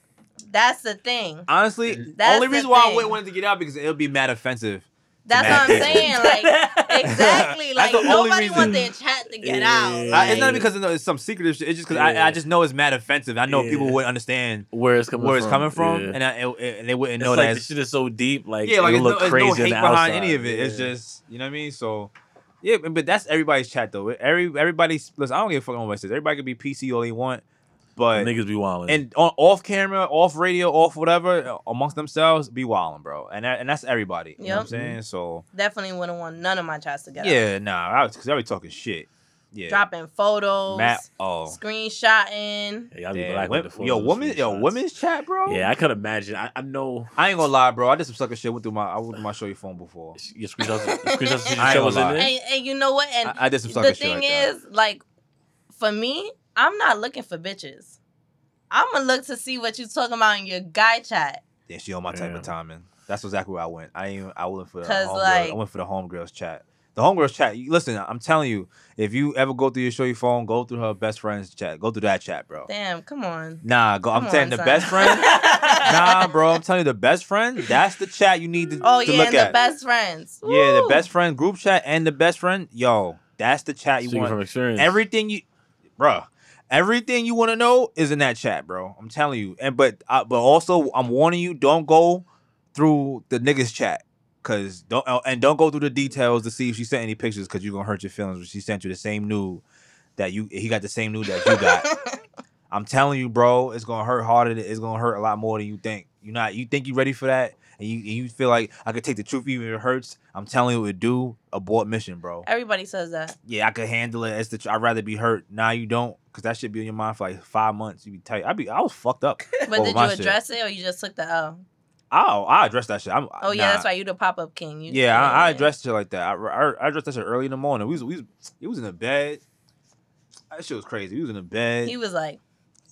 E: That's the thing.
C: Honestly,
E: That's
C: only
E: the
C: reason why I wouldn't
E: thing.
C: want it to get out because it'll be mad offensive.
E: That's
C: Mad
E: what I'm
C: people.
E: saying. Like exactly.
C: That's
E: Like
C: the only
E: nobody
C: reason.
E: wants their chat to get
D: Yeah.
E: out.
C: I- it's not
E: Like,
C: because it's some secretive shit. It's just because
D: Yeah.
C: I, I just know it's mad offensive. I know
D: Yeah.
C: people wouldn't understand
D: where it's coming
C: where
D: from.
C: it's coming from,
D: Yeah.
C: and, I, and- and they wouldn't
D: it's
C: know
D: like
C: that.
D: this shit is so deep. Like
C: yeah, like
D: it
C: it's
D: look
C: no,
D: crazy
C: it's no hate
D: on the
C: behind
D: outside.
C: any of it. It's
D: Yeah.
C: just you know what I mean. So yeah, but, but that's everybody's chat though. Every everybody's listen. I don't give a fuck on what it says. Everybody can be PC all they want, but
D: niggas be wilding.
C: and on off camera, off radio, off whatever uh, amongst themselves, be wilding, bro. And that, and that's everybody. You know what I'm
E: Yep.
D: Mm-hmm.
C: saying? So
E: definitely wouldn't want none of my chats to get out.
C: yeah, nah, I was because I be talking shit. Yeah,
E: Dropping photos,
C: Matt. Oh,
E: screenshotting.
D: yeah, y'all be
C: damn,
D: black
C: wom-
D: with the
C: yo,
D: photos,
C: women, yo,
D: screenshots.
C: women's chat, bro.
D: Yeah, I could imagine. I, I know
C: I ain't gonna lie, bro. I did some sucker shit. Went through my, I went through my show your phone before.
D: your screenshots, your screenshots
E: I
D: your
C: ain't
D: show was in
C: gonna lie.
D: there.
E: And, and you know what? And
C: Uh, I, I did some sucker
E: the
C: shit.
E: thing
C: like that.
E: is, like, for me, I'm not looking for bitches. I'ma look to see what you talking about in your guy chat.
C: Yeah, she on my type
D: Damn.
C: of timing. That's exactly where I went. I ain't even, I went for the
E: 'Cause,
C: homegirl, I
E: like-
C: went for the homegirls chat. The homegirls chat. You, listen, I'm telling you, if you ever go through your show your phone, go through her best friends chat. Go through that chat, bro.
E: Damn, come on.
C: Nah, go, I'm
E: Come
C: saying
E: on,
C: the
E: son.
C: best friend. nah, bro, I'm telling you the best friend. That's the chat you need to,
E: Oh
C: to
E: yeah,
C: look
E: and the
C: at.
E: best friends.
C: yeah, the
E: Woo!
C: best friend group chat and the best friend. Yo, that's the chat you
D: Speaking
C: want.
D: from experience.
C: Everything you, bruh. Everything you want to know is in that chat, bro. I'm telling you. And but I, but also, I'm warning you: don't go through the niggas chat, cause don't uh, and don't go through the details to see if she sent any pictures, cause you gonna hurt your feelings. When she sent you the same nude that you, he got the same nude that you got. I'm telling you, bro, it's gonna hurt harder. Than, it's gonna hurt a lot more than you think. You not, you think you ready for that, and and you and you feel like I could take the truth even if it hurts, I'm telling you, it do abort mission, bro.
E: Everybody says that.
C: Yeah, I could handle it. It's the tr- I'd rather be hurt. Nah, you don't, cause that should be in your mind for like five months. You be tight. I be I was fucked up.
E: But
C: over
E: did
C: Oh, my
E: you
C: shit.
E: address it or you just took the L?
C: I'll I address that shit. I'm,
E: Oh yeah,
C: Uh, nah.
E: that's why you the pop up king. You,
C: Yeah, I, I addressed shit like that. I, I, I addressed that shit early in the morning. We was we was, we was in the bed. That shit was crazy. We was in the bed.
E: He was like,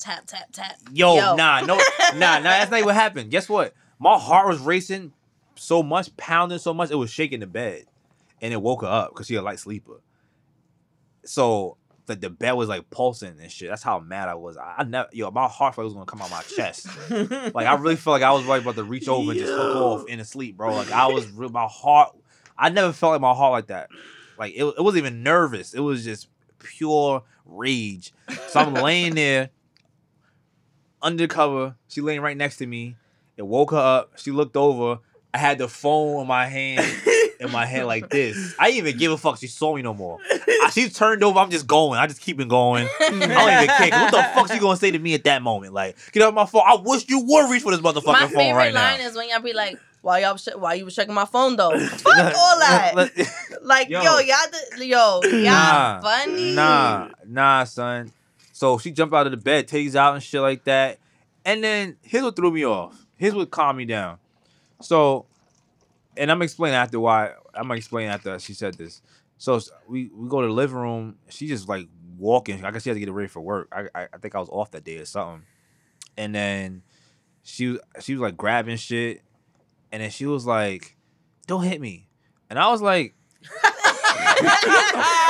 E: tap tap tap.
C: yo, nah, no, nah, nah. That's not what happened. Guess what? My heart was racing so much, pounding so much, it was shaking the bed, and it woke her up because she a light sleeper. So the, the bed was like pulsing and shit. That's how mad I was. I, I never, yo, my heart felt like it was gonna come out my chest. Like I really felt like I was like about to reach over and just hook off in a sleep, bro. Like I was real my heart. I never felt like my heart like that. Like it, it wasn't even nervous. It was just pure rage. So I'm laying there undercover. She laying right next to me. It woke her up. She looked over. I had the phone in my hand, in my hand like this. I didn't even give a fuck. She saw me no more. I, she turned over. I'm just going. I just keep it going. I don't even care. 'cause What the fuck she gonna say to me at that moment? Like, get off my phone. I wish you would reach for this motherfucking
E: My
C: phone
E: favorite
C: right
E: line
C: now.
E: is when y'all be like, "Why y'all? Sh- why you was checking my phone though? Fuck all that. Like yo,
C: Yo.
E: y'all, the, yo, y'all
C: Nah,
E: funny.
C: Nah, nah, son. So she jumped out of the bed, titties out and shit like that. And then here's what threw me off. Here's what calmed me down. So, and I'm explaining after why. I'm gonna explain after she said this. So s- we we go to the living room. She just like walking. I guess she had to get ready for work. I I, I think I was off that day or something. And then she was she was like grabbing shit, and then she was like, "Don't hit me," and I was like,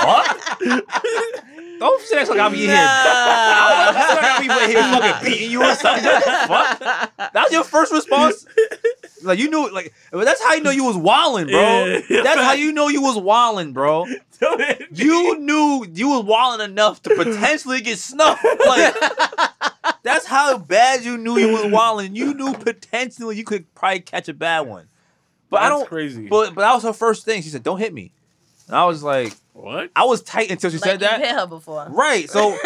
C: "What? Don't sit like I'm here." I was like, "Don't act like I'm here fucking beating you or something." What the fuck? That's your first response. Like you knew, like but that's how you know you was wilding, bro.
D: Yeah.
C: that's how you know you was wilding, bro. You knew you was wilding enough to potentially get snuffed. Like that's how bad you knew you was wilding. You knew potentially you could probably catch a bad one. But I don't.
D: Crazy.
C: But but that was her first thing. She said, "Don't hit me," and I was like,
D: what?
C: I was tight until she
E: like,
C: said that.
E: You hit her before.
C: Right. So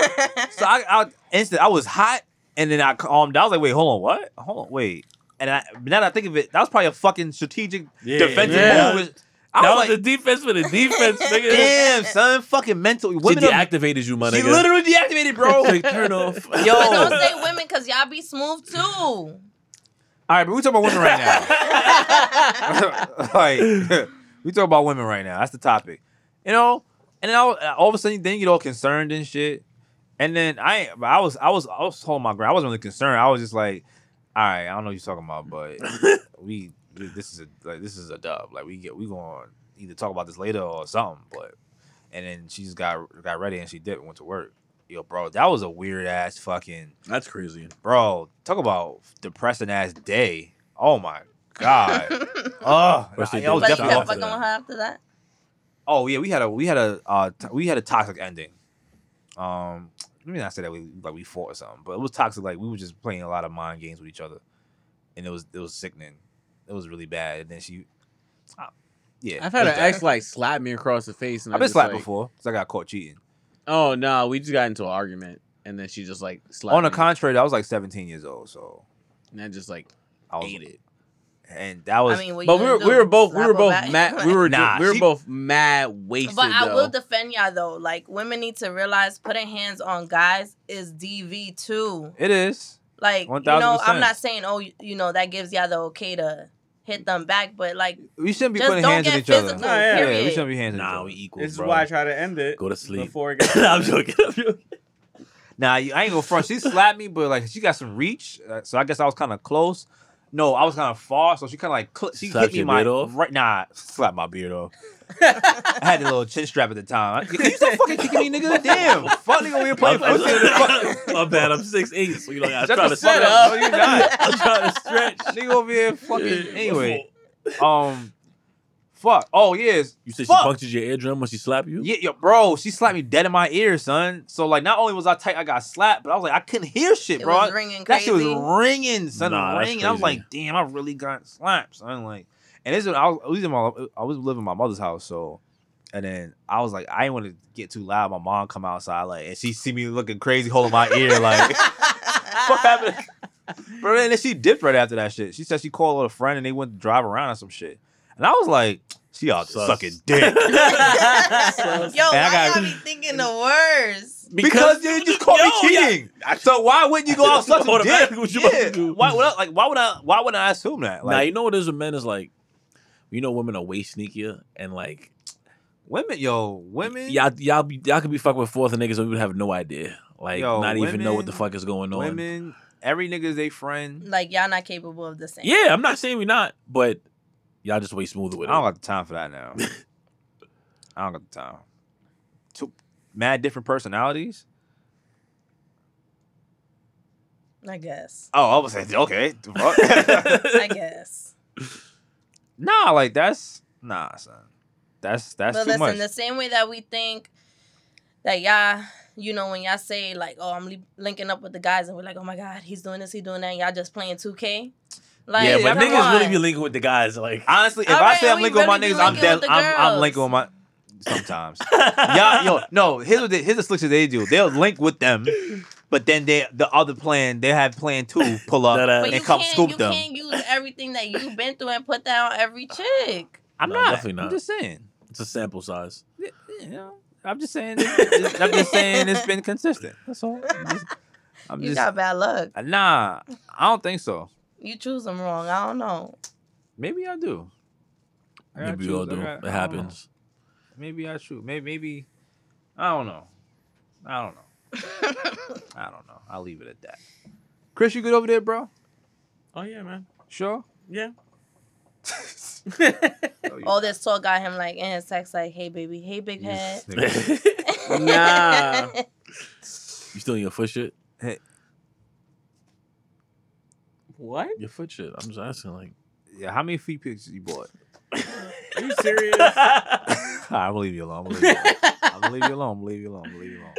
C: so I, I instant I was hot and then I calmed down. I was like, wait, hold on, what? Hold on, wait. And I now that I think of it, that was probably a fucking strategic
D: Yeah.
C: defensive
B: Yeah.
C: move. I
D: that
C: was,
D: was the
C: like,
D: defense for the defense, nigga.
C: damn, son, fucking mental.
D: She
C: Women are,
D: deactivated you, my
C: she
D: nigga.
C: literally deactivated, bro.
D: Like, turn off.
C: Yo,
E: But don't
C: all
E: say women because y'all be smooth too.
C: right, but we talking about women right now. like, we talking about women right now. That's the topic, you know. And then all, all of a sudden, then you get all concerned and shit. And then I, but I was, I was, I was holding my ground. I wasn't really concerned. I was just like, all right, I don't know what you're talking about, but we, this is a, like, this is a dub. Like we get, we going to either talk about this later or something. But, and then she just got got ready and she did went to work. Yo, bro, that was a weird ass fucking
D: That's crazy.
C: bro. Talk about depressing ass day. Oh my god. oh,
D: First they
C: I was
E: but
C: definitely
D: did
E: you kept
C: off
D: that.
E: fucking
C: of
E: with her after that.
C: Oh yeah, we had a we had a uh, t- we had a toxic ending. Um, let me not say that we like we fought or something, but it was toxic. Like we were just playing a lot of mind games with each other, and it was it was sickening. It was really bad. And then she, uh, yeah,
B: I've had
C: it
B: an
C: was
B: ex
C: bad.
B: like slap me across the face, and
C: I've
B: I
C: been
B: just,
C: slapped
B: like,
C: before because I got caught cheating.
B: Oh no, we just got into an argument, and then she just like slapped
C: On the
B: me,
C: contrary, I was like 17 years old, so
B: and I just like
C: I was,
B: ate it.
C: and that was
E: I mean, what
B: But
E: you
B: we
E: gonna
B: were,
E: do?
B: we were both we
E: Slap
B: were
E: her
B: both
E: back?
B: mad we were
C: Nah,
B: we were
C: she-
B: both mad wasted.
E: But I
B: though.
E: will defend y'all though. Like women need to realize putting hands on guys is DV too.
C: it is.
E: Like you
C: 1000%.
E: know, I'm not saying oh you, you know that gives y'all the okay to hit them back, but like
C: We shouldn't be
E: Just
C: putting
E: don't
C: hands on
E: get
C: each other.
E: physical,
B: Nah, yeah.
C: yeah, we
E: period.
C: shouldn't be hands on each
D: Nah,
C: other.
D: we equal.
B: This is
D: bro.
B: why I try to end it.
D: Go to sleep.
B: Before it gets
D: I'm joking. I'm joking.
C: Nah, you- I ain't gonna front. She slapped me, but like she got some reach, uh, so I guess I was kind of close. No, I was kind of far, so she kind of like cl- she
D: Slapped
C: hit me
D: your
C: my
D: beard off?
C: right. Nah, slap my beard off. I had a little chin strap at the time. You stop fucking kicking me, nigga. Damn, fuck nigga, we were playing pussy in the fuck.
D: My bad. I'm six eight, so you know I'm
C: Shut
D: trying
C: the
D: to
C: fuck
D: set
C: up.
D: up.
C: No, you not.
D: I'm trying to stretch.
C: Nigga over here fucking. Anyway, um, fuck. Oh yes,
D: You said she
C: fuck.
D: punctured your eardrum when she slapped you?
C: Yeah, yo, bro, she slapped me dead in my ear, son. So like, not only was I tight, I got slapped, but I was like, I couldn't hear shit,
E: it
C: bro.
E: was
C: I-
E: ringing
C: That
E: crazy.
C: shit was ringing, son,
D: Nah, that's
C: ringing. I was
D: crazy.
C: like, damn, I really got slapped, son. Like, and this is I was, I was in my I was living in my mother's house, so and then I was like, I didn't want to get too loud. My mom come outside, like, and she see me looking crazy, holding my ear, like, what happened? Bro, and then she dipped right after that shit. She said she called her friend and they went to drive around or some shit. And I was like, she out there
D: Oh, Sus.
C: sucking dick.
E: Yo, why
C: I got-
E: y'all be thinking the worst?
C: because you just called me cheating. So why wouldn't you go out such a
D: Automatically
C: dick?
D: what you about to
C: Yeah.
D: do.
C: Why would I like why would I why would I assume that?
D: now
C: Like
D: you know what it is with men is like, you know, women are way sneakier and like
C: women, yo, women
D: y'all y'all be, y'all could be fucking with four other niggas and we would have no idea, like
C: Yo,
D: not even know what the
C: women-
D: fuck is going on.
C: women, every nigga's they friend.
E: Like y'all not capable of the same.
D: Yeah, I'm not saying we not, but y'all just way smoother
C: I
D: with it.
C: don't got the time for that now. I don't got the time. Two mad different personalities.
E: I guess.
C: Oh, I was like, okay. the fuck?
E: I guess.
C: nah, like that's nah, son. That's that's
E: but
C: too
E: listen,
C: much.
E: the same way that we think that y'all, you know, when y'all say like, "Oh, I'm li- linking up with the guys," and we're like, "Oh my God, he's doing this, he's doing that," and y'all just playing 2K. Like,
C: Yeah, but
E: come
D: niggas really
E: on.
D: be linking with the guys. Like,
C: Honestly, if
E: All
C: I
E: right,
C: say
E: and
C: I'm
E: we
C: linking with my
E: really be
C: niggas, I'm
E: linking
C: dead,
E: with the
C: I'm, I'm
E: girls.
C: linking with my sometimes. yeah, yo, no. Here's what they, here's the slick shit they do. They'll link with them, but then they the other plan they have plan two pull up
D: That, uh,
E: But
C: and
E: you
C: come
E: can't,
C: scoop
E: you
C: them.
E: can't use everything that you've been through and put that on every chick.
C: I'm
D: No,
C: not.
D: definitely
C: I'm
D: not.
C: just saying.
D: it's a sample size.
C: Yeah, you know, I'm just saying. it's- I'm just saying it's been consistent. That's all. I'm just, I'm
E: You
C: just- uh,
E: got bad luck.
C: nah. I don't think so.
E: You choose them wrong. I don't know.
C: Maybe I do. I gotta
D: Maybe we all
C: choose- I
D: do.
C: gotta- I
D: it
C: don't know.
D: happens.
C: Maybe I shoot. Maybe maybe I don't know. I don't know. I don't know. I'll leave it at that. Chris, you good over there, bro?
B: Oh yeah, man.
C: Sure.
B: Yeah.
E: All this talk got him like in his text, like, "Hey baby, hey big head."
B: Nah.
D: you still in your foot shit?
B: what?
D: Your foot shit. I'm just asking. Like,
C: yeah, how many feet pics you bought?
B: Are you serious?
C: I'm gonna leave you alone. I'm gonna leave you alone. I'm gonna leave you alone. I'm gonna leave you alone. I'm gonna leave you alone.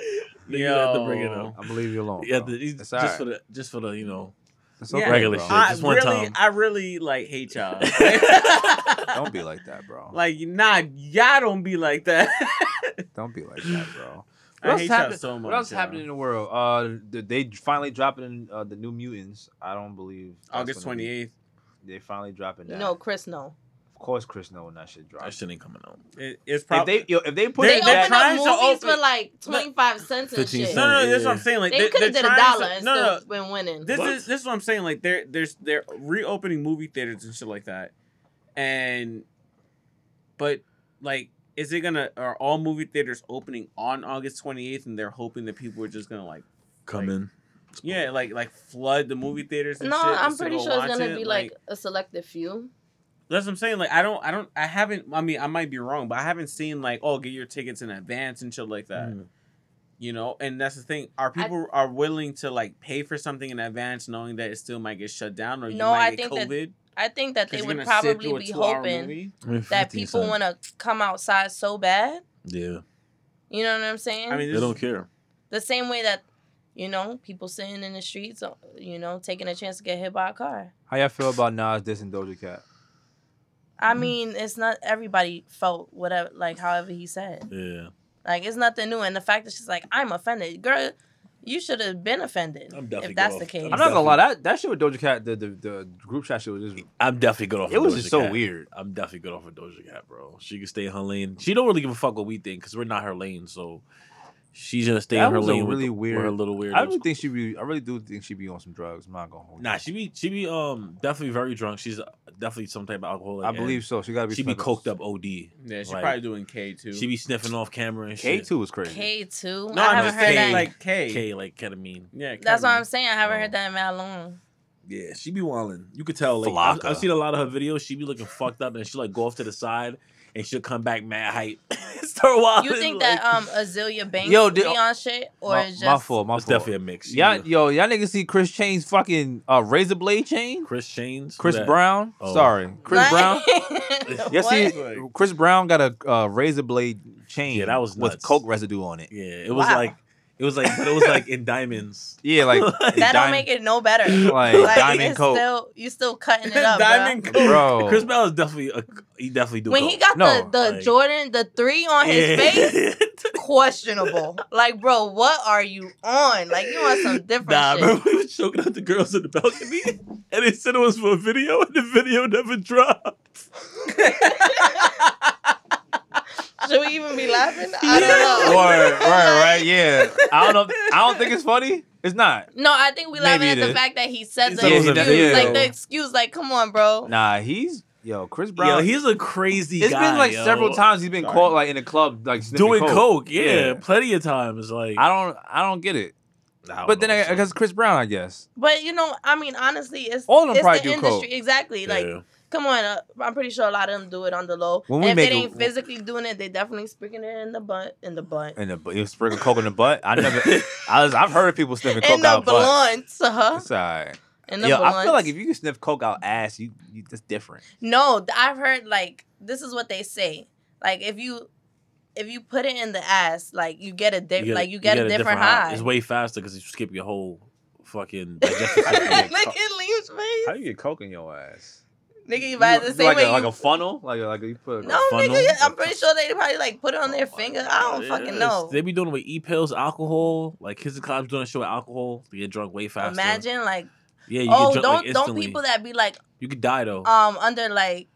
D: You had to bring it up.
C: I'm gonna leave you alone.
D: yeah,
C: bro.
D: the, he's-
C: It's
D: just
C: all right.
D: for the just for the you know.
C: It's
E: Yeah.
C: okay,
D: regular
C: bro.
D: shit.
B: I
D: Just one
B: really,
D: time.
B: I really like hate y'all.
C: Don't be like that, bro.
B: like nah, y'all don't be like that.
C: Don't be like that, bro. What
B: I
C: else
B: hate y'all
C: happened?
B: so much.
C: What else
B: y'all.
C: happened in the world? Uh, th- they finally dropping uh, the New Mutants. I don't believe that's
B: August
C: gonna
B: twenty
C: be-
B: eighth.
C: They finally dropping that.
E: no, Chris, no.
C: of course, Chris know when that shit
D: That
C: drops.
D: shit ain't coming out.
B: It, it's
C: If
B: probably
C: they yo, if they put
B: They-
E: They,
C: it back,
B: they're
E: open
B: trying
E: up
B: to
E: movies
B: open-
E: for like twenty five cents and
D: 15
E: shit.
B: no, no, that's what I'm
D: Yeah.
B: saying. Like
E: they could have
B: they're
E: did a
B: trying
E: dollar
B: To,
E: and
B: no, no, no.
E: still been winning.
B: This
D: What?
B: is this is what I'm saying. Like they're there's they're reopening movie theaters and shit like that, and but like is it gonna are all movie theaters opening on August 28th and they're hoping that people are just gonna like
D: Come
B: Like,
D: in.
B: yeah like like flood the movie theaters? And
E: no,
B: shit
E: I'm
B: just to
E: pretty
B: go
E: sure it's
B: watch
E: gonna
B: it?
E: be like, a selective few.
B: that's what I'm saying. Like I don't I don't I haven't I mean I might be wrong, but I haven't seen like oh get your tickets in advance and shit like that.
D: Mm.
B: You know, and that's the thing. Are
E: I-
B: people are willing to like pay for something in advance, knowing that it still might get shut down or you
E: No,
B: might
E: I
B: get
E: think
B: COVID?
E: that I think that
B: 'Cause
E: they
B: you're
E: would
B: gonna sit
E: probably
B: through a
E: be
B: two-hour
E: hoping
B: movie?
D: I mean,
E: that
D: 15
E: people
D: cent.
E: want to come outside so bad.
D: Yeah,
E: You know what I'm saying?
B: I mean,
D: they
B: this
D: don't
B: is,
D: care.
E: the same way that you know people sitting in the streets, uh, you know, taking a chance to get hit by a car.
C: how y'all feel about Nas this and Doja Cat?
E: I
D: Mm-hmm.
E: mean, it's not everybody felt whatever, like however he said.
D: Yeah,
E: Like it's nothing new, and the fact that she's like, "I'm offended, girl," you should have been offended
D: I'm definitely
E: if that's
D: off.
E: the case.
C: I'm not gonna lie, that, that shit with Doja Cat, the the, the group chat shit was just
D: I'm definitely good off.
C: it
D: of
C: was
D: Doja
C: just so
D: Cat.
C: weird.
D: I'm definitely good off of Doja Cat, bro. She can stay in her lane. She don't really give a fuck what we think because we're not her lane. So she's gonna stay
C: That
D: in her
C: was a
D: lane. with
C: really
D: the- with,
C: weird-
D: her little weird.
C: I really think she be I really do think she be on some drugs. I'm not gonna hold
D: Nah,
C: you.
D: she be she be um definitely very drunk. She's uh, definitely some type of alcoholic.
C: I
D: and
C: believe so. She gotta be
D: she be
C: smoking-
D: coked up OD.
B: yeah, she's
D: Like,
B: probably doing K too.
D: She be sniffing off camera and
C: K
D: shit.
C: two was crazy.
E: K two.
B: no,
E: I
B: I'm
E: haven't
B: just
E: heard
B: saying
E: that.
B: like K.
D: K like ketamine.
B: Yeah,
E: that's what
B: Kevin.
E: I'm saying. I haven't
D: Oh.
E: heard that in that long.
D: Yeah, she be wildin'. You could tell. Like I've,
C: Flocka.
D: I've seen a lot of her videos. She be looking fucked up and she like go off to the side and she'll come back mad hype. Start wildin'.
E: You think
D: like,
E: that um Azealia Banks
C: Yo,
E: Yo,
C: did-
E: be on shit, or
C: my,
E: it's just
C: my fault, my
D: It's
C: fault.
D: definitely a mix. She
C: Y'all,
D: be-
C: yo, y'all niggas see Chris Chain's fucking uh, razor blade chain?
D: Chris Shane's
C: Chris
D: who that?
C: Brown?
D: Oh.
C: Sorry. Chris Brown?
E: yes,
C: Yes,
E: what?
C: see, Chris Brown got a uh, razor blade chain
D: Yeah, that was
C: with
D: nuts.
C: coke residue on it.
D: Yeah, it was
E: Wow.
D: like It was like, but it was like in diamonds.
C: Yeah, like
D: That
E: That don't
C: diamond-
E: make it no better.
C: Like, diamond
E: it's
C: coat.
E: Still, you still cutting it up.
B: Diamond
E: bruh.
B: Coke.
C: bro.
D: Chris Brown is definitely a, he definitely do.
E: When
D: coke.
E: he got
C: No,
E: the, the
D: like-
E: Jordan, the three on his
D: Yeah.
E: face, questionable. like, bro, what are you on? Like, you want some different
D: Nah,
E: shit.
D: remember we was choking out the girls in the balcony, and they said it was for a video, and the video never dropped.
E: Should we even be laughing? I
C: Word,
E: don't know.
C: word, right? Yeah. I don't know. if- I don't think it's funny. It's not.
E: No, I think we laughing
C: Maybe
E: at
C: it
E: the
C: is.
E: fact that he said the
D: Yeah, he
E: excuse.
D: definitely-
E: Like the
D: yeah.
E: excuse, like, come on, bro.
C: Nah, he's yo Chris
D: Yo,
C: Brown.
D: he's a crazy
C: it's
D: guy.
C: been like
D: yo.
C: several times he's been
B: Sorry.
C: caught like in a club like sniffing
D: doing coke. Yeah,
C: Yeah.
D: plenty of times. Like,
C: I don't. I don't get it. But then I guess Chris Brown, I guess.
E: But you know, I mean, honestly, it's
C: All of them
E: it's
C: probably
E: the
C: do
E: industry.
C: coke.
E: Exactly. Like,
D: Yeah.
E: come on, uh, I'm pretty sure a lot of them do it on the low.
C: When
E: and
C: we
E: if they
C: make a-
E: ain't physically doing it, they definitely speaking it in the butt, in the butt,
C: And the, bu- you sprinkle coke in the butt. I never. I was, I've heard of people sniffing
E: in
C: coke
E: the
C: out butt.
E: blunt, huh?
C: It's alright.
E: In the
C: Yo,
E: blunt.
C: I feel like if you can sniff coke out ass, you, you that's different.
E: No, th- I've heard like this is what they say. Like if you if you put it in the ass, like you get a
D: You
E: different like you get, a, different, high.
D: It's way faster because you skip your whole fucking digestive system.
E: Look at Liam's face.
C: do you get coke in your ass?
E: Nigga, you buy it the same
C: like
E: way.
C: a, like
E: you-
C: a funnel, like a, like a, you put. A,
E: no,
D: funnel?
E: nigga, I'm pretty sure they probably like put it on their
C: Oh my
E: finger. I don't
D: Yes,
E: fucking know.
D: They be doing it with e pills, alcohol. Like his club's doing a show with alcohol. They get drunk way faster.
E: Imagine like
D: Yeah, you
E: oh
D: get drunk
E: don't
D: like,
E: don't
D: instantly.
E: people that be like
D: you could die though.
E: um under like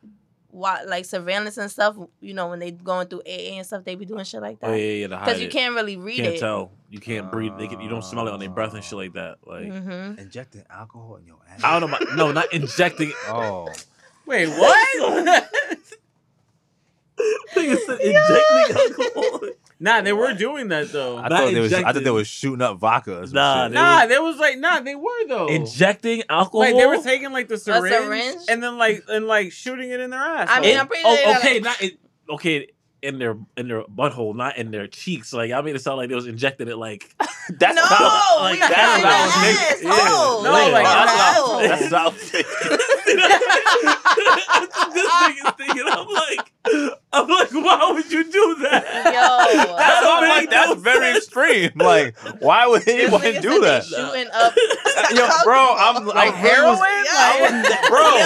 E: what like surveillance and stuff you know when they going through AA and stuff they be doing shit like
D: oh yeah,
E: that
D: yeah, yeah, to hide
E: because you
D: it.
E: can't really read
D: can't
E: it.
D: tell. You can't breathe. They can, you don't smell it on their breath and shit like that. Like
E: hmm
C: Injecting alcohol in your ass.
D: I don't know. About, no, not injecting.
C: Oh,
B: Wait, what?
D: Nigga said injecting alcohol.
B: nah, they were doing that though.
C: I
D: Not
C: thought they was. I thought they
D: injected.
C: was shooting up vodka. Or some
D: Nah,
C: shit.
D: they-
B: Nah, they was like nah, they were though.
D: Injecting alcohol.
B: Like they were taking like the syringe,
E: syringe?
B: and then like and like shooting it in their ass.
E: I mean,
B: like-
E: I'm pretty sure they
D: oh,
E: got,
D: okay,
E: like-
D: not in, okay in their in their butthole, not in their cheeks. Like I made it sound like they was injected it like
C: That's
E: no,
C: what I-
D: like,
E: we not
D: that's
E: in
D: what I was thinking.
E: the ass.
D: Yeah.
E: Oh,
B: No,
E: like,
B: like,
C: that's
E: oh.
C: what I- that's what I was thinking.
D: this nigga's thinking. I'm like, I'm like, why would you do that?
E: Yo,
D: That
C: That's,
D: don't
C: why I'm
D: make
C: like, that's
D: no
C: very
D: sense.
C: extreme. Like, why would
E: This
C: anyone
E: nigga
C: do
E: said
C: that?
E: they Shooting up
C: Yo, bro, I'm like
B: heroin?
C: Like, bro,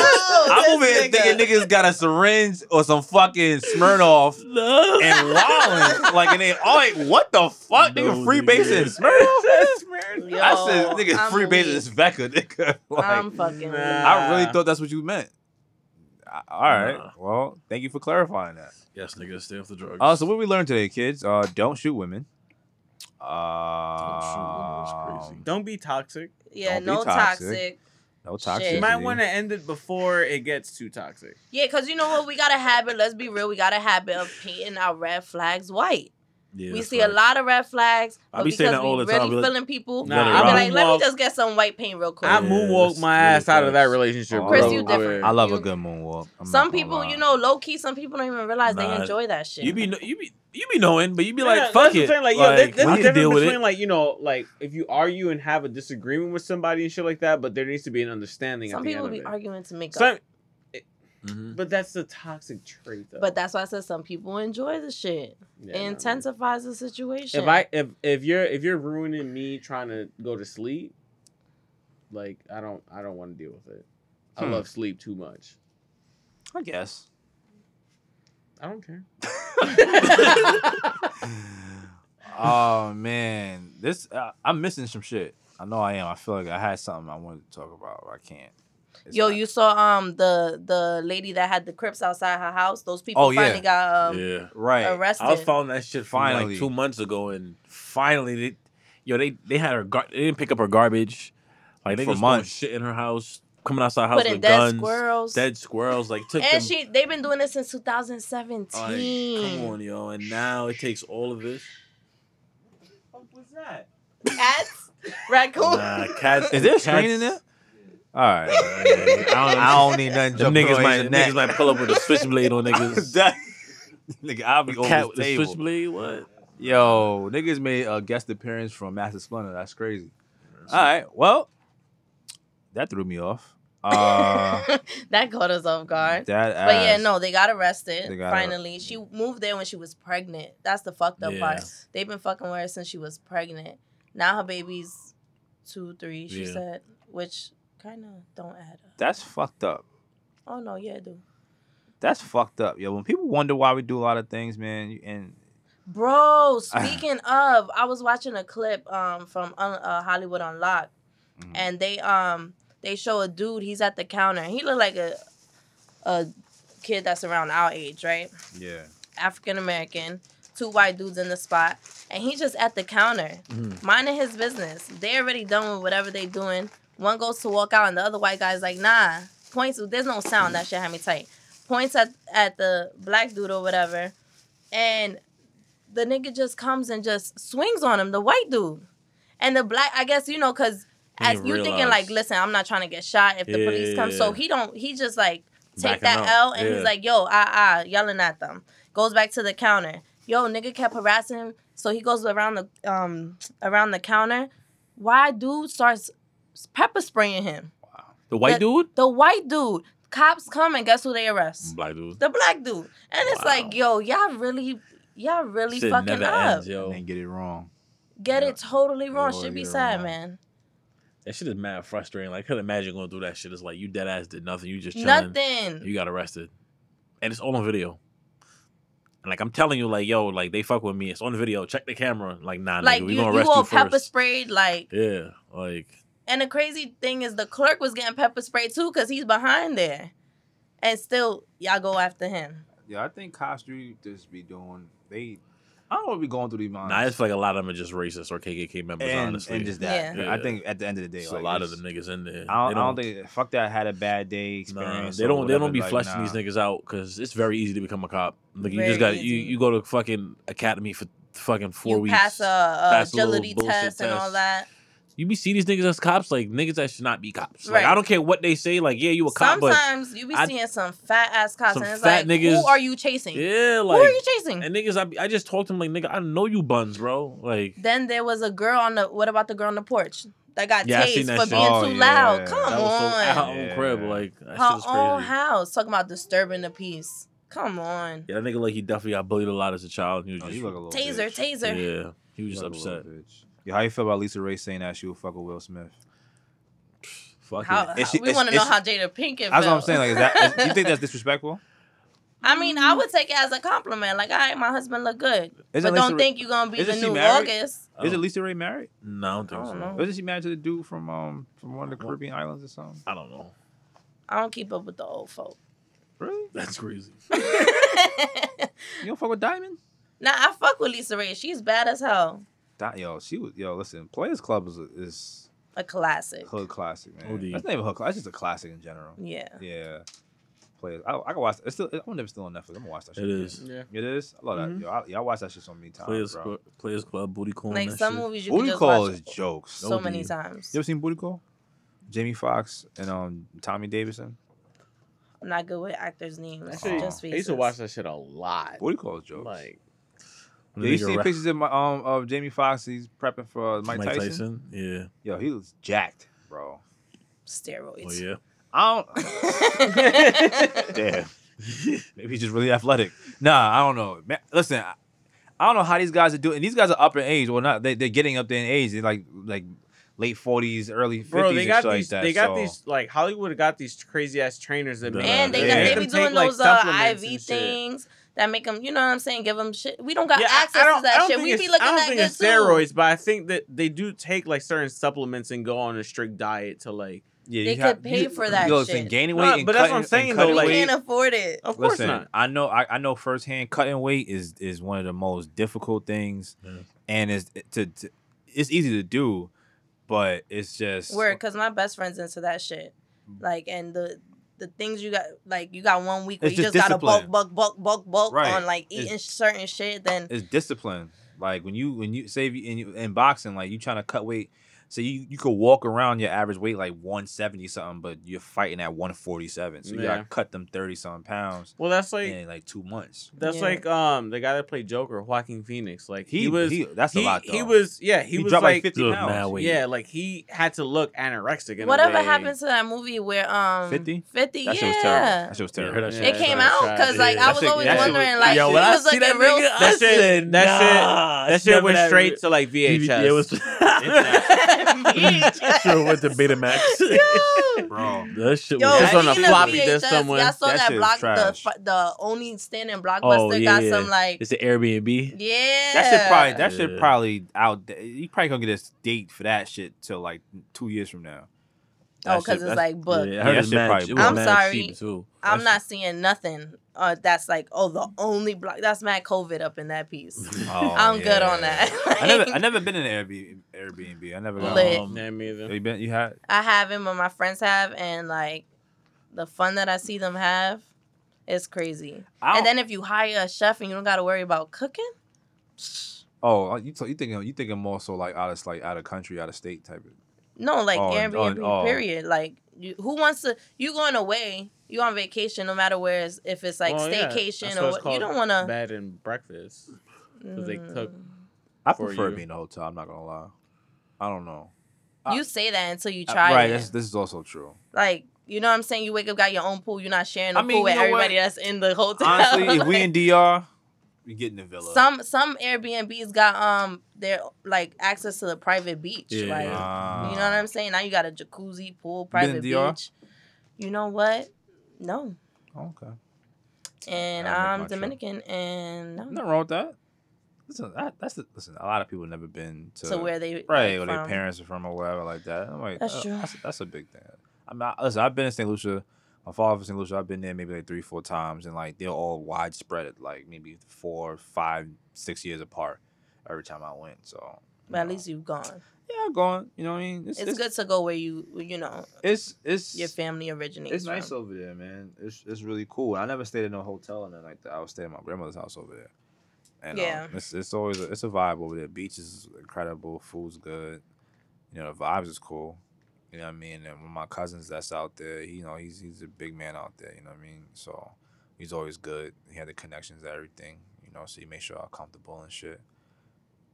C: I'm over here thinking niggas got a syringe or some fucking Smirnoff
D: No.
C: and wildin'. like, and they all like, what the fuck,
D: No,
C: nigga? Free
D: nigga.
C: base and Smirnoff.
E: Yo,
C: I said, nigga,
E: I'm
C: free base
E: weak.
C: is Vecca, nigga. Like,
E: I'm fucking.
B: Nah.
E: weak.
C: I really thought that's what you meant. I- All right.
D: Nah.
C: Well, thank you for clarifying that.
D: Yes, nigga, stay off the drugs.
C: Uh, so what we learned today, kids? Uh, don't shoot women. Uh,
D: women, that's crazy.
B: Don't be toxic.
C: Don't
E: Yeah,
C: be
E: no
C: toxic.
E: toxic.
C: No
E: Shit.
C: toxicity.
B: You might want to end it before it gets too toxic.
E: Yeah, cause you know what? We got a habit. Let's be real. We got a habit of painting our red flags white.
D: Yeah,
E: we
D: that's
E: see a
D: right.
E: lot of red flags.
D: I
E: but
D: be saying
E: because
D: that all
E: we
D: the time.
E: Really
D: Be like,
E: feeling people.
B: Nah,
D: Let it
E: I be
D: rock.
E: like, let me
B: moonwalk-
E: just get some white paint real quick.
B: I
D: Yeah,
B: moonwalked
D: that's
B: my
D: really
B: ass out of that
D: facts.
B: relationship.
C: Oh,
E: Oh, Chris,
B: bro,
E: you different.
B: with-
C: I love
E: You-
C: a good moonwalk. I'm
E: some
C: not gonna
E: people,
C: lie.
E: you know, low key. Some people don't even realize they
D: Nah.
E: enjoy that shit.
D: You be no- you be you be knowing, but you be
B: Yeah,
D: like,
B: that's
D: fuck
B: what I'm
D: it.
B: saying, Like, yo,
D: Like,
B: th- there's
D: we
B: a
D: can
B: difference
D: deal with
B: between
D: it.
B: like you know, like if you argue and have a disagreement with somebody and shit like that, but there needs to be an understanding.
E: some
B: at the
E: people
B: end
E: be
B: of it.
E: arguing to make up.
B: Some,
D: Mhm.
B: but that's the toxic trait, though.
E: But that's why I said some people enjoy the shit.
B: Yeah,
E: it
B: no, no.
E: intensifies the situation.
B: If I if if you're if you're ruining me trying to go to sleep, like I don't I don't want to deal with it. I
C: Hmm.
B: love sleep too much.
C: I guess.
B: I don't care.
C: oh man, this uh, I'm missing some shit. I know I am. I feel like I had something I wanted to talk about. but I can't. It's
E: Yo,
C: not-
E: you saw um the the lady that had the crips outside her house. Those people
C: Oh, yeah.
E: finally got um
D: yeah.
C: right?
E: arrested.
D: I was following that shit from
C: Finally.
D: like two months ago, and finally, they, yo, they they had her. Gar- they didn't pick up her garbage. Like they
C: For
D: just throwing
C: months.
D: shit in her house, coming outside her house
E: putting
D: with
E: dead
D: guns,
E: squirrels.
D: dead squirrels. Like took them.
E: and she they've been doing this since
D: like,
E: 2017.
D: come on, yo! And now it takes all of this.
B: What's that?
E: Cats, raccoons.
D: Nah, cats.
C: Is there a
D: cats,
C: screen in there? All right. I don't, need nothing.
D: Them
C: jumping
D: niggas
C: on
D: might
C: Asian
D: niggas
C: neck.
D: might pull up with a switchblade on niggas.
C: That- nigga, I'll be
D: Cat
C: over
D: with
C: the
D: a
C: table.
D: switchblade. What?
C: Yo, niggas made a guest appearance from Master Splinter. That's crazy. All right, well, that threw me off. Uh,
E: that caught us off guard.
C: that ass.
E: But yeah, no, they got arrested
C: They got her-
E: finally. She moved there when she was pregnant. That's the fucked up
D: Yeah.
E: part. They've been fucking with her since she was pregnant. Now her baby's two, three, she
D: Yeah.
E: said, which kind of don't add up.
C: That's fucked up.
E: Oh no, yeah, it do.
C: That's fucked up, yo. When people wonder why we do a lot of things, man, you- and
E: Bro, speaking of, I was watching a clip um from Un- uh, Hollywood Unlocked,
C: Mhm.
E: and they um they show a dude. He's at the counter. and He looked like a a kid that's around our age, right?
C: yeah,
E: African American. Two white dudes in the spot, and he's just at the counter,
D: Mhm.
E: minding his business. They already done with whatever they doing. One goes to walk out, and the other white guy's like, "Nah." Points. There's no sound. That shit had me tight. Points at at the black dude or whatever, and the nigga just comes and just swings on him, the white dude. And the black, I guess, you know, because
D: He
E: as you're thinking, like,
D: realized.
E: listen, I'm not trying to get shot if the police come. So
D: Yeah.
E: he don't, he just like
D: Backing
E: take that
D: up.
E: L and
D: Yeah.
E: he's like, yo, ah, ah, yelling at them. Goes back to the counter. Yo, nigga kept harassing him. So he goes around the um around the counter. Why dude starts pepper spraying him?
D: The white
E: The-
D: dude?
E: The white dude. Cops come and guess who they arrest?
D: Black dude.
E: The black dude. And it's
D: Wow.
E: like, yo, y'all really, y'all really
D: Shit
E: fucking
D: never
E: up
D: ends, yo.
C: and get it wrong.
E: get
C: Yeah.
E: it totally wrong.
C: Totally
E: Should be
C: get it
E: sad,
C: wrong.
E: man.
D: That shit is mad frustrating. Like, I could imagine going through that shit. It's like you dead ass did nothing. You just chilling.
E: Nothing.
D: You got arrested, and it's all on video. And like I'm telling you, like yo, like they fuck with me. It's on video. Check the camera. Like nah,
E: like
D: nigga,
E: you,
D: we
E: you
D: gonna arrest
E: all
D: you
E: pepper
D: first.
E: sprayed, like.
D: Yeah, like
E: And the crazy thing is, the clerk was getting pepper sprayed too, cause he's behind there, and still y'all go after him.
C: Yeah, I think cops do just be doing they. I don't know be going through these minds.
D: nah, I just feel like a lot of them are just racist or KKK members.
C: and,
D: honestly,
C: and just that.
D: Yeah.
C: I think at the end of the day,
D: It's
C: like,
D: a lot of the
C: it's-
D: niggas in there.
C: I
D: They
C: don't, I don't think fuck that. I had a bad day
D: Nah,
C: experience.
D: they
C: or
D: don't. They
C: whatever,
D: don't be
C: like,
D: fleshing
C: nah.
D: these niggas out because it's very easy to become a cop. Like you
E: Very
D: just got you.
E: easy.
D: You go to fucking academy for fucking four
E: you
D: weeks.
E: pass a, a
D: Pass a little
E: agility
D: bullshit
E: test and all
D: test.
E: that.
D: you be see these niggas as cops, like niggas that should not be cops. Like
E: Right.
D: I don't care what they say. Like yeah, you a cop,
E: Sometimes you be
D: I-
E: seeing some fat ass cops,
D: Some
E: and it's
D: fat
E: like,
D: niggas-
E: who are you chasing?
D: but yeah,
E: who are you
D: like
E: chasing?
D: and niggas, I, be- I just talked to him like nigga, I know you buns, bro. Like
E: Then there was a girl on the. What about the girl on the porch that got
D: Yeah, I
E: tased
D: seen that
E: for
D: shit.
E: being
C: Oh,
E: too
C: yeah.
E: loud?
C: That
E: Come
D: that was
E: on.
D: so at her own
C: Yeah.
D: crib. Like that
E: her
D: shit was
E: own
D: crazy.
E: house. Talking about disturbing the peace. Come on.
D: Yeah, that nigga like he definitely got bullied a lot as a child. And he was
C: Oh,
D: just
C: you look a little
E: Taser,
C: bitch.
E: taser.
D: yeah, he was just
C: You look a
D: upset.
C: little bitch. Yeah, how you feel about Lisa Ray saying that she would fuck with Will Smith?
D: Fuck
E: How,
D: it.
C: Is
E: how-
C: she-
E: we
C: is-
E: want to know
C: is-
E: how Jada Pinkett.
C: That's what I'm
E: felt.
C: saying. Like, is that is, you think that's disrespectful?
E: I mean, I would take it as a compliment. Like, all right, my husband look good,
C: Isn't
E: but don't
C: Lisa Ray-
E: think you're gonna be the
C: isn't she
E: new
C: married?
E: August.
D: I don't-
C: Isn't Lisa Ray married?
D: No, I don't think
E: I don't
D: so.
E: know.
C: Wasn't she married to the dude from um from one of the Caribbean islands or something?
D: I don't know.
E: I don't keep up with the old folk.
C: Really?
D: That's crazy.
E: nah,
C: You don't fuck with Diamond?
E: I fuck with Lisa Ray. She's bad as hell.
C: Di- yo, she was yo. Listen, Players Club is a, is
E: A classic.
C: hood classic, man.
D: OD.
C: That's not even hood. cla- That's just a classic in general.
E: Yeah.
C: Yeah, Players. I, I can watch. It's still. I wonder if it's still on Netflix. I'm gonna watch that.
D: It
C: shit.
D: is.
B: Yeah.
C: It is. I love that.
E: Mm-hmm.
D: Mhm.
C: Yo, I, y'all watch that shit so many times,
D: Players,
C: bro.
D: Club- Players Club, booty corn.
E: Like
D: that
E: some
D: shit.
E: movies you can
C: Booty
E: just
C: Call
E: watch
C: is jokes.
E: so
D: OD.
E: many times.
C: You ever seen Booty Call? Jamie Foxx and um Tommy Davidson.
E: I'm not good with actors' names.
B: That shit-
E: Just
B: I
E: faces.
B: used to watch that shit a lot.
C: Booty Call is jokes.
B: Like,
C: yeah, you see pictures of my um of Jamie Foxx. He's prepping for uh, Mike, Tyson.
D: Yeah.
C: Yo, he was jacked, bro.
E: steroids.
D: Oh yeah.
C: I don't. Damn. Maybe he's just really athletic. Nah, I don't know. Man, listen, I, I don't know how these guys are doing. These guys are up in age. Well, not they, they're getting up there in age. They're like like late forties, early fifties.
B: bro, they got
C: like
B: these.
C: That,
B: they got
C: so-
B: these. Like Hollywood got these crazy ass trainers that
D: Nah,
B: make
E: And they,
C: Yeah.
E: they
B: make them
E: be
B: take,
E: doing
B: like,
E: those uh,
B: supplements and shit.
E: IV things that make them, you know what I'm saying? Give them shit. We don't got
B: Yeah, I-
E: access
B: I don't,
E: to that
B: I don't
E: shit.
B: think
E: We be
B: it's-
E: looking
B: I don't
E: at
B: think
E: good
B: it's
E: too.
B: steroids, but I think that they do take like certain supplements and go on a strict diet to like.
C: Yeah,
E: they
C: you have-
E: could pay
C: you-
E: for that
C: Yo, listen,
E: shit.
C: gaining
B: No,
C: weight. and
B: but that's
C: cutting-
B: what I'm
C: and
B: saying, though,
C: cutting
E: We
B: like-
C: weight-
E: can't afford it.
B: Of course
C: Listen,
B: not.
C: I know I, I know firsthand cutting weight is is one of the most difficult things
D: Yeah.
C: and it's to, to it's easy to do, but it's just
E: Word, cause my best friend's into that shit. Like, and the the things you got, like you got one week where
C: It's
E: you
C: just
E: just gotta
C: discipline.
E: bulk, bulk, bulk, bulk, bulk
C: Right.
E: on like
C: It's-
E: eating certain shit. Then
C: it's discipline. Like when you when you say if you- in, in boxing, like you trying to cut weight. So you, you could walk around your average weight like 170 something, but you're fighting at 147. So you
B: Yeah.
C: gotta cut them 30 something pounds
B: Well, that's like
C: in like two months.
B: that's
E: Yeah.
B: like um the guy that played Joker, Joaquin Phoenix. Like
C: He,
B: he, was
C: he- that's
B: he,
C: a lot though.
B: he was yeah he, was
C: dropped
B: like,
C: 50
D: Ugh,
C: pounds.
D: man, wait.
B: yeah like he had to look anorexic. In
E: Whatever
B: a way.
E: happened to that movie where um
C: 50?
E: 50
C: That
E: yeah.
C: shit was terrible. That shit was
D: Yeah, I
C: terrible.
D: heard that shit
E: it
B: Yeah,
E: came
B: that's
E: out
B: right.
E: because like
D: Yeah.
E: I
C: That
E: was
C: shit-
E: always
C: that shit
E: wondering
C: was-
E: like
D: Yo,
E: he
D: when I
E: was
D: see that
E: looking real.
D: nigga, I
B: That shit-
D: said,
B: that shit-
D: nah,
B: That
D: it's
B: shit
D: never
B: went
D: that
B: straight
D: real.
B: to like VHS.
D: It was sure went to Betamax.
E: Yo.
C: Bro.
D: that shit
E: Yo,
D: was
B: It's on a
E: speaking of
B: floppy disk
E: VHS,
B: somewhere.
E: Y'all saw
C: That
E: that,
C: shit is
E: block the
C: trash.
E: fu- the only standing blockbuster
D: Oh, yeah,
E: got
D: yeah.
E: some like
D: It's an Airbnb.
E: yeah. Oh,
C: That shit probably that shit
D: Yeah.
C: probably out th- you probably gonna get a date for that shit till like two years from now.
E: oh,
C: That shit-
E: because it's
C: that's-
E: like book.
D: Yeah,
C: Yeah,
D: I heard
C: that
D: it's
C: shit
D: mad-
C: probably-
D: it was
E: I'm
D: mad
E: sorry.
D: cheap, too.
E: I'm
D: That
E: not seeing nothing. Uh, that's like oh the only block. That's mad COVID up in that piece.
D: shit-
C: Oh,
E: I'm good
C: yeah.
E: on that.
C: I never I never been in an Airbnb Airbnb. I never got
E: Lit.
D: Um,
B: Yeah, me either.
C: you been you had
E: I haven't, but my friends have, and like the fun that I see them have, it's crazy.
C: I
E: And
C: don't-
E: then if you hire a chef and you don't got to worry about cooking, psh,
C: Oh, you t- you thinking you thinking more so like out of like out of country, out of state type of
E: no, like
C: Oh, and- oh,
E: Airbnb,
C: and- oh.
E: period. Like, you, who wants to? You going away? You on vacation? No matter where, it's, if it's like
B: Well, yeah,
E: staycation
B: that's
E: or
B: what it's
E: what, you don't mm.
B: called,
E: want to.
B: bed and breakfast. 'cause they cook.
C: I
B: For
C: prefer
B: you.
C: being in a hotel. I'm not gonna lie. I don't know.
B: uh,
E: You say that until you
C: Uh,
E: try
C: right.
E: it.
C: This, this is also true.
E: Like, you know what I'm saying? You wake up, got your own pool. You're not sharing the
C: I mean,
E: pool
C: you
E: with
C: know what?
E: everybody that's in the hotel.
C: Honestly, if we
E: Like-
C: in uh, DR, we get in the villa.
E: Some some Airbnbs got um their like access to the private beach.
D: Yeah.
E: Like
C: Ah.
E: you know what I'm saying? Now you got a jacuzzi, pool,
C: Been in
E: private
C: DR?
E: beach. You know what? No.
C: Okay.
E: And
C: I'll make my
E: I'm
C: trip.
E: Dominican and no.
C: Nothing wrong with that. Listen, that, that's the, listen. A lot of people never been to,
E: to, where they
C: right
E: like,
C: where their
E: from.
C: parents are from or whatever like that. I'm like,
E: That's
C: uh,
E: true.
C: That's, that's a big thing. I'm not, listen. I've been in St. Lucia. My father from St. Lucia. I've been there maybe like three, four times, and like they're all widespread, at, like maybe four, five, six years apart. Every time I went, so
E: But at
C: you know.
E: least you've gone.
C: yeah, I'm going. You know what I mean?
E: It's, good to go where you you know
C: It's it's
E: your family originates.
C: it's nice
E: from.
C: over there, man. It's it's really cool. I never stayed in a hotel and then like that. I was staying at my grandmother's house over there. And, um,
E: Yeah.
C: it's it's always a, it's a vibe over there. Beach is incredible. Food's good. You know the vibes is cool. You know what I mean. And one of my cousins that's out there, he, you know, he's he's a big man out there. You know what I mean. So he's always good. He had the connections, to everything. You know, so you make sure I'm comfortable and shit.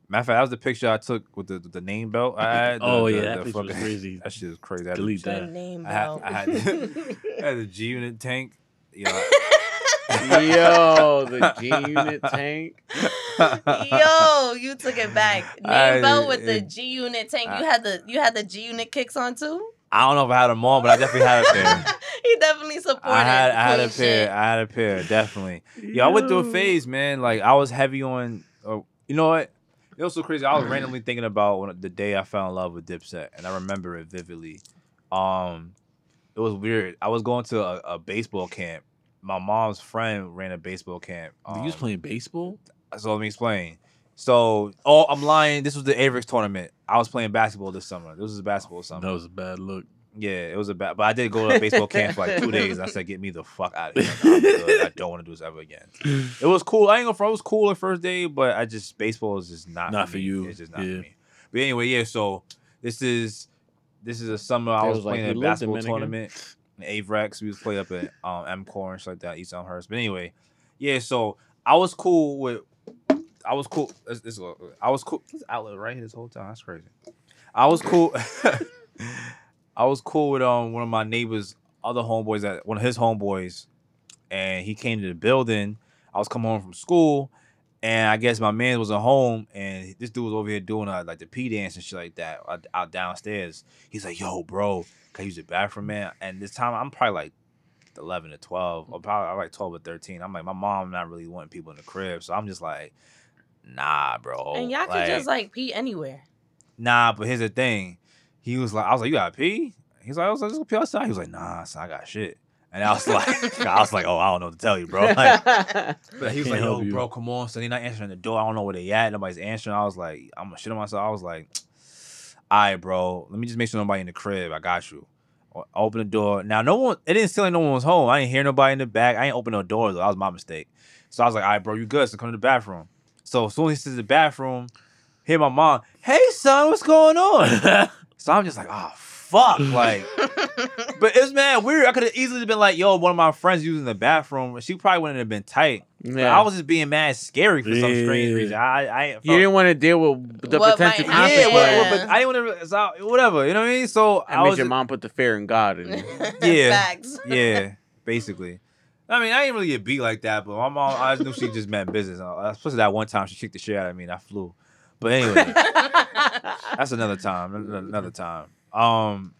C: Matter of fact, that was the picture I took with the the name belt. I had, the-
D: Oh,
C: the-
D: yeah,
C: the
D: that picture was
C: fucking-
D: crazy.
C: That shit is crazy. I had the
D: Delete
E: Your
D: that.
E: name
C: I had,
E: belt.
C: I had, I had the G unit tank. You know,
B: Yo, the G Unit tank.
E: Yo, you took it back.
C: I-
E: Name belt with the
C: it-
E: G unit tank.
C: I-
E: You had the you had the G unit kicks on too.
C: I don't know if I had them all, but I definitely had a pair.
E: he definitely supported.
C: I had, I had a
E: queen
C: pair.
E: shit.
C: I had a pair, definitely. Yo, I went through a phase, man. Like I was heavy on. Uh, you know what? It was so crazy. I was randomly thinking about when, the day I fell in love with Dipset, and I remember it vividly. Um, it was weird. I was going to a, a baseball camp. My mom's friend ran a baseball camp.
D: you was
C: um,
D: playing baseball?
C: So let me explain. So, oh, I'm lying. This was the Avericks tournament. I was playing basketball this summer. This was a basketball summer.
D: That was a bad look.
C: Yeah, it was a bad. But I did go to a baseball camp for like two days, and I said, "Get me the fuck out of here! I'm good. I don't want to do this ever again." It was cool. I ain't gonna. front, It was cool the first day, but I just baseball is just not
D: Not for
C: me.
D: you.
C: It's just not
D: Yeah.
C: for me. But anyway, yeah. So this is this is a summer. I
B: It
C: was,
B: was like,
C: playing
B: "You
C: a
B: live
C: basketball
B: Dominican."
C: tournament in Avrex. We was played up at um, MCOR and shit like that, East Elmhurst. But anyway, yeah. So I was cool with. I was cool. This, this, I was cool. This outlet right here this whole time. That's crazy. I was cool. I was cool with um one of my neighbors, other homeboys that one of his homeboys, and he came to the building. I was coming home from school, and I guess my man wasn't home, and this dude was over here doing uh, like the P dance and shit like that out, out downstairs. He's like, "Yo, bro, can I use the bathroom, man?" And this time I'm probably like eleven to twelve, or probably I'm like twelve or thirteen. I'm like, my mom not really wanting people in the crib, so I'm just like, "Nah, bro."
E: And y'all could just like pee anywhere.
C: nah, but here's the thing. He was like, I was like, you got to pee? He's like, I was like, just go pee outside. He was like, nah, son, I got shit. And I was like, I was like, oh, I don't know what to tell you, bro. Like, but he was
D: Can't
C: like,
D: help
C: yo,
D: you.
C: bro, come on. So they not answering the door. I don't know where they at. Nobody's answering. I was like, I'm gonna shit on myself. I was like, all right, bro, let me just make sure nobody in the crib. I got you. O- Open the door. Now, no one, it didn't seem like no one was home. I didn't hear nobody in the back. I ain't open no door, though. That was my mistake. So I was like, all right, bro, you good. So come to the bathroom. So as soon as he says the bathroom, hear my mom, hey, son, what's going on? So I'm just like, oh fuck, like. But it's man weird. I could have easily been like, yo, one of my friends using the bathroom. She probably wouldn't have been tight. But
B: Yeah.
C: I was just being mad scary for some strange
D: Yeah.
C: reason. I, I felt-
B: you didn't want to deal with the
E: What
B: potential
E: might happen.
C: yeah,
B: consequences.
C: well, well, but I didn't want to. So, whatever, you know what I mean. So I
B: That means
C: was
B: your mom put the fear in God in you.
C: Yeah.
E: Facts.
C: yeah, basically. I mean, I didn't really get beat like that, but my mom, I just knew she just meant business. Uh, Especially that one time she kicked the shit out of me and I flew. But anyway, that's another time, an- an- another time. Um,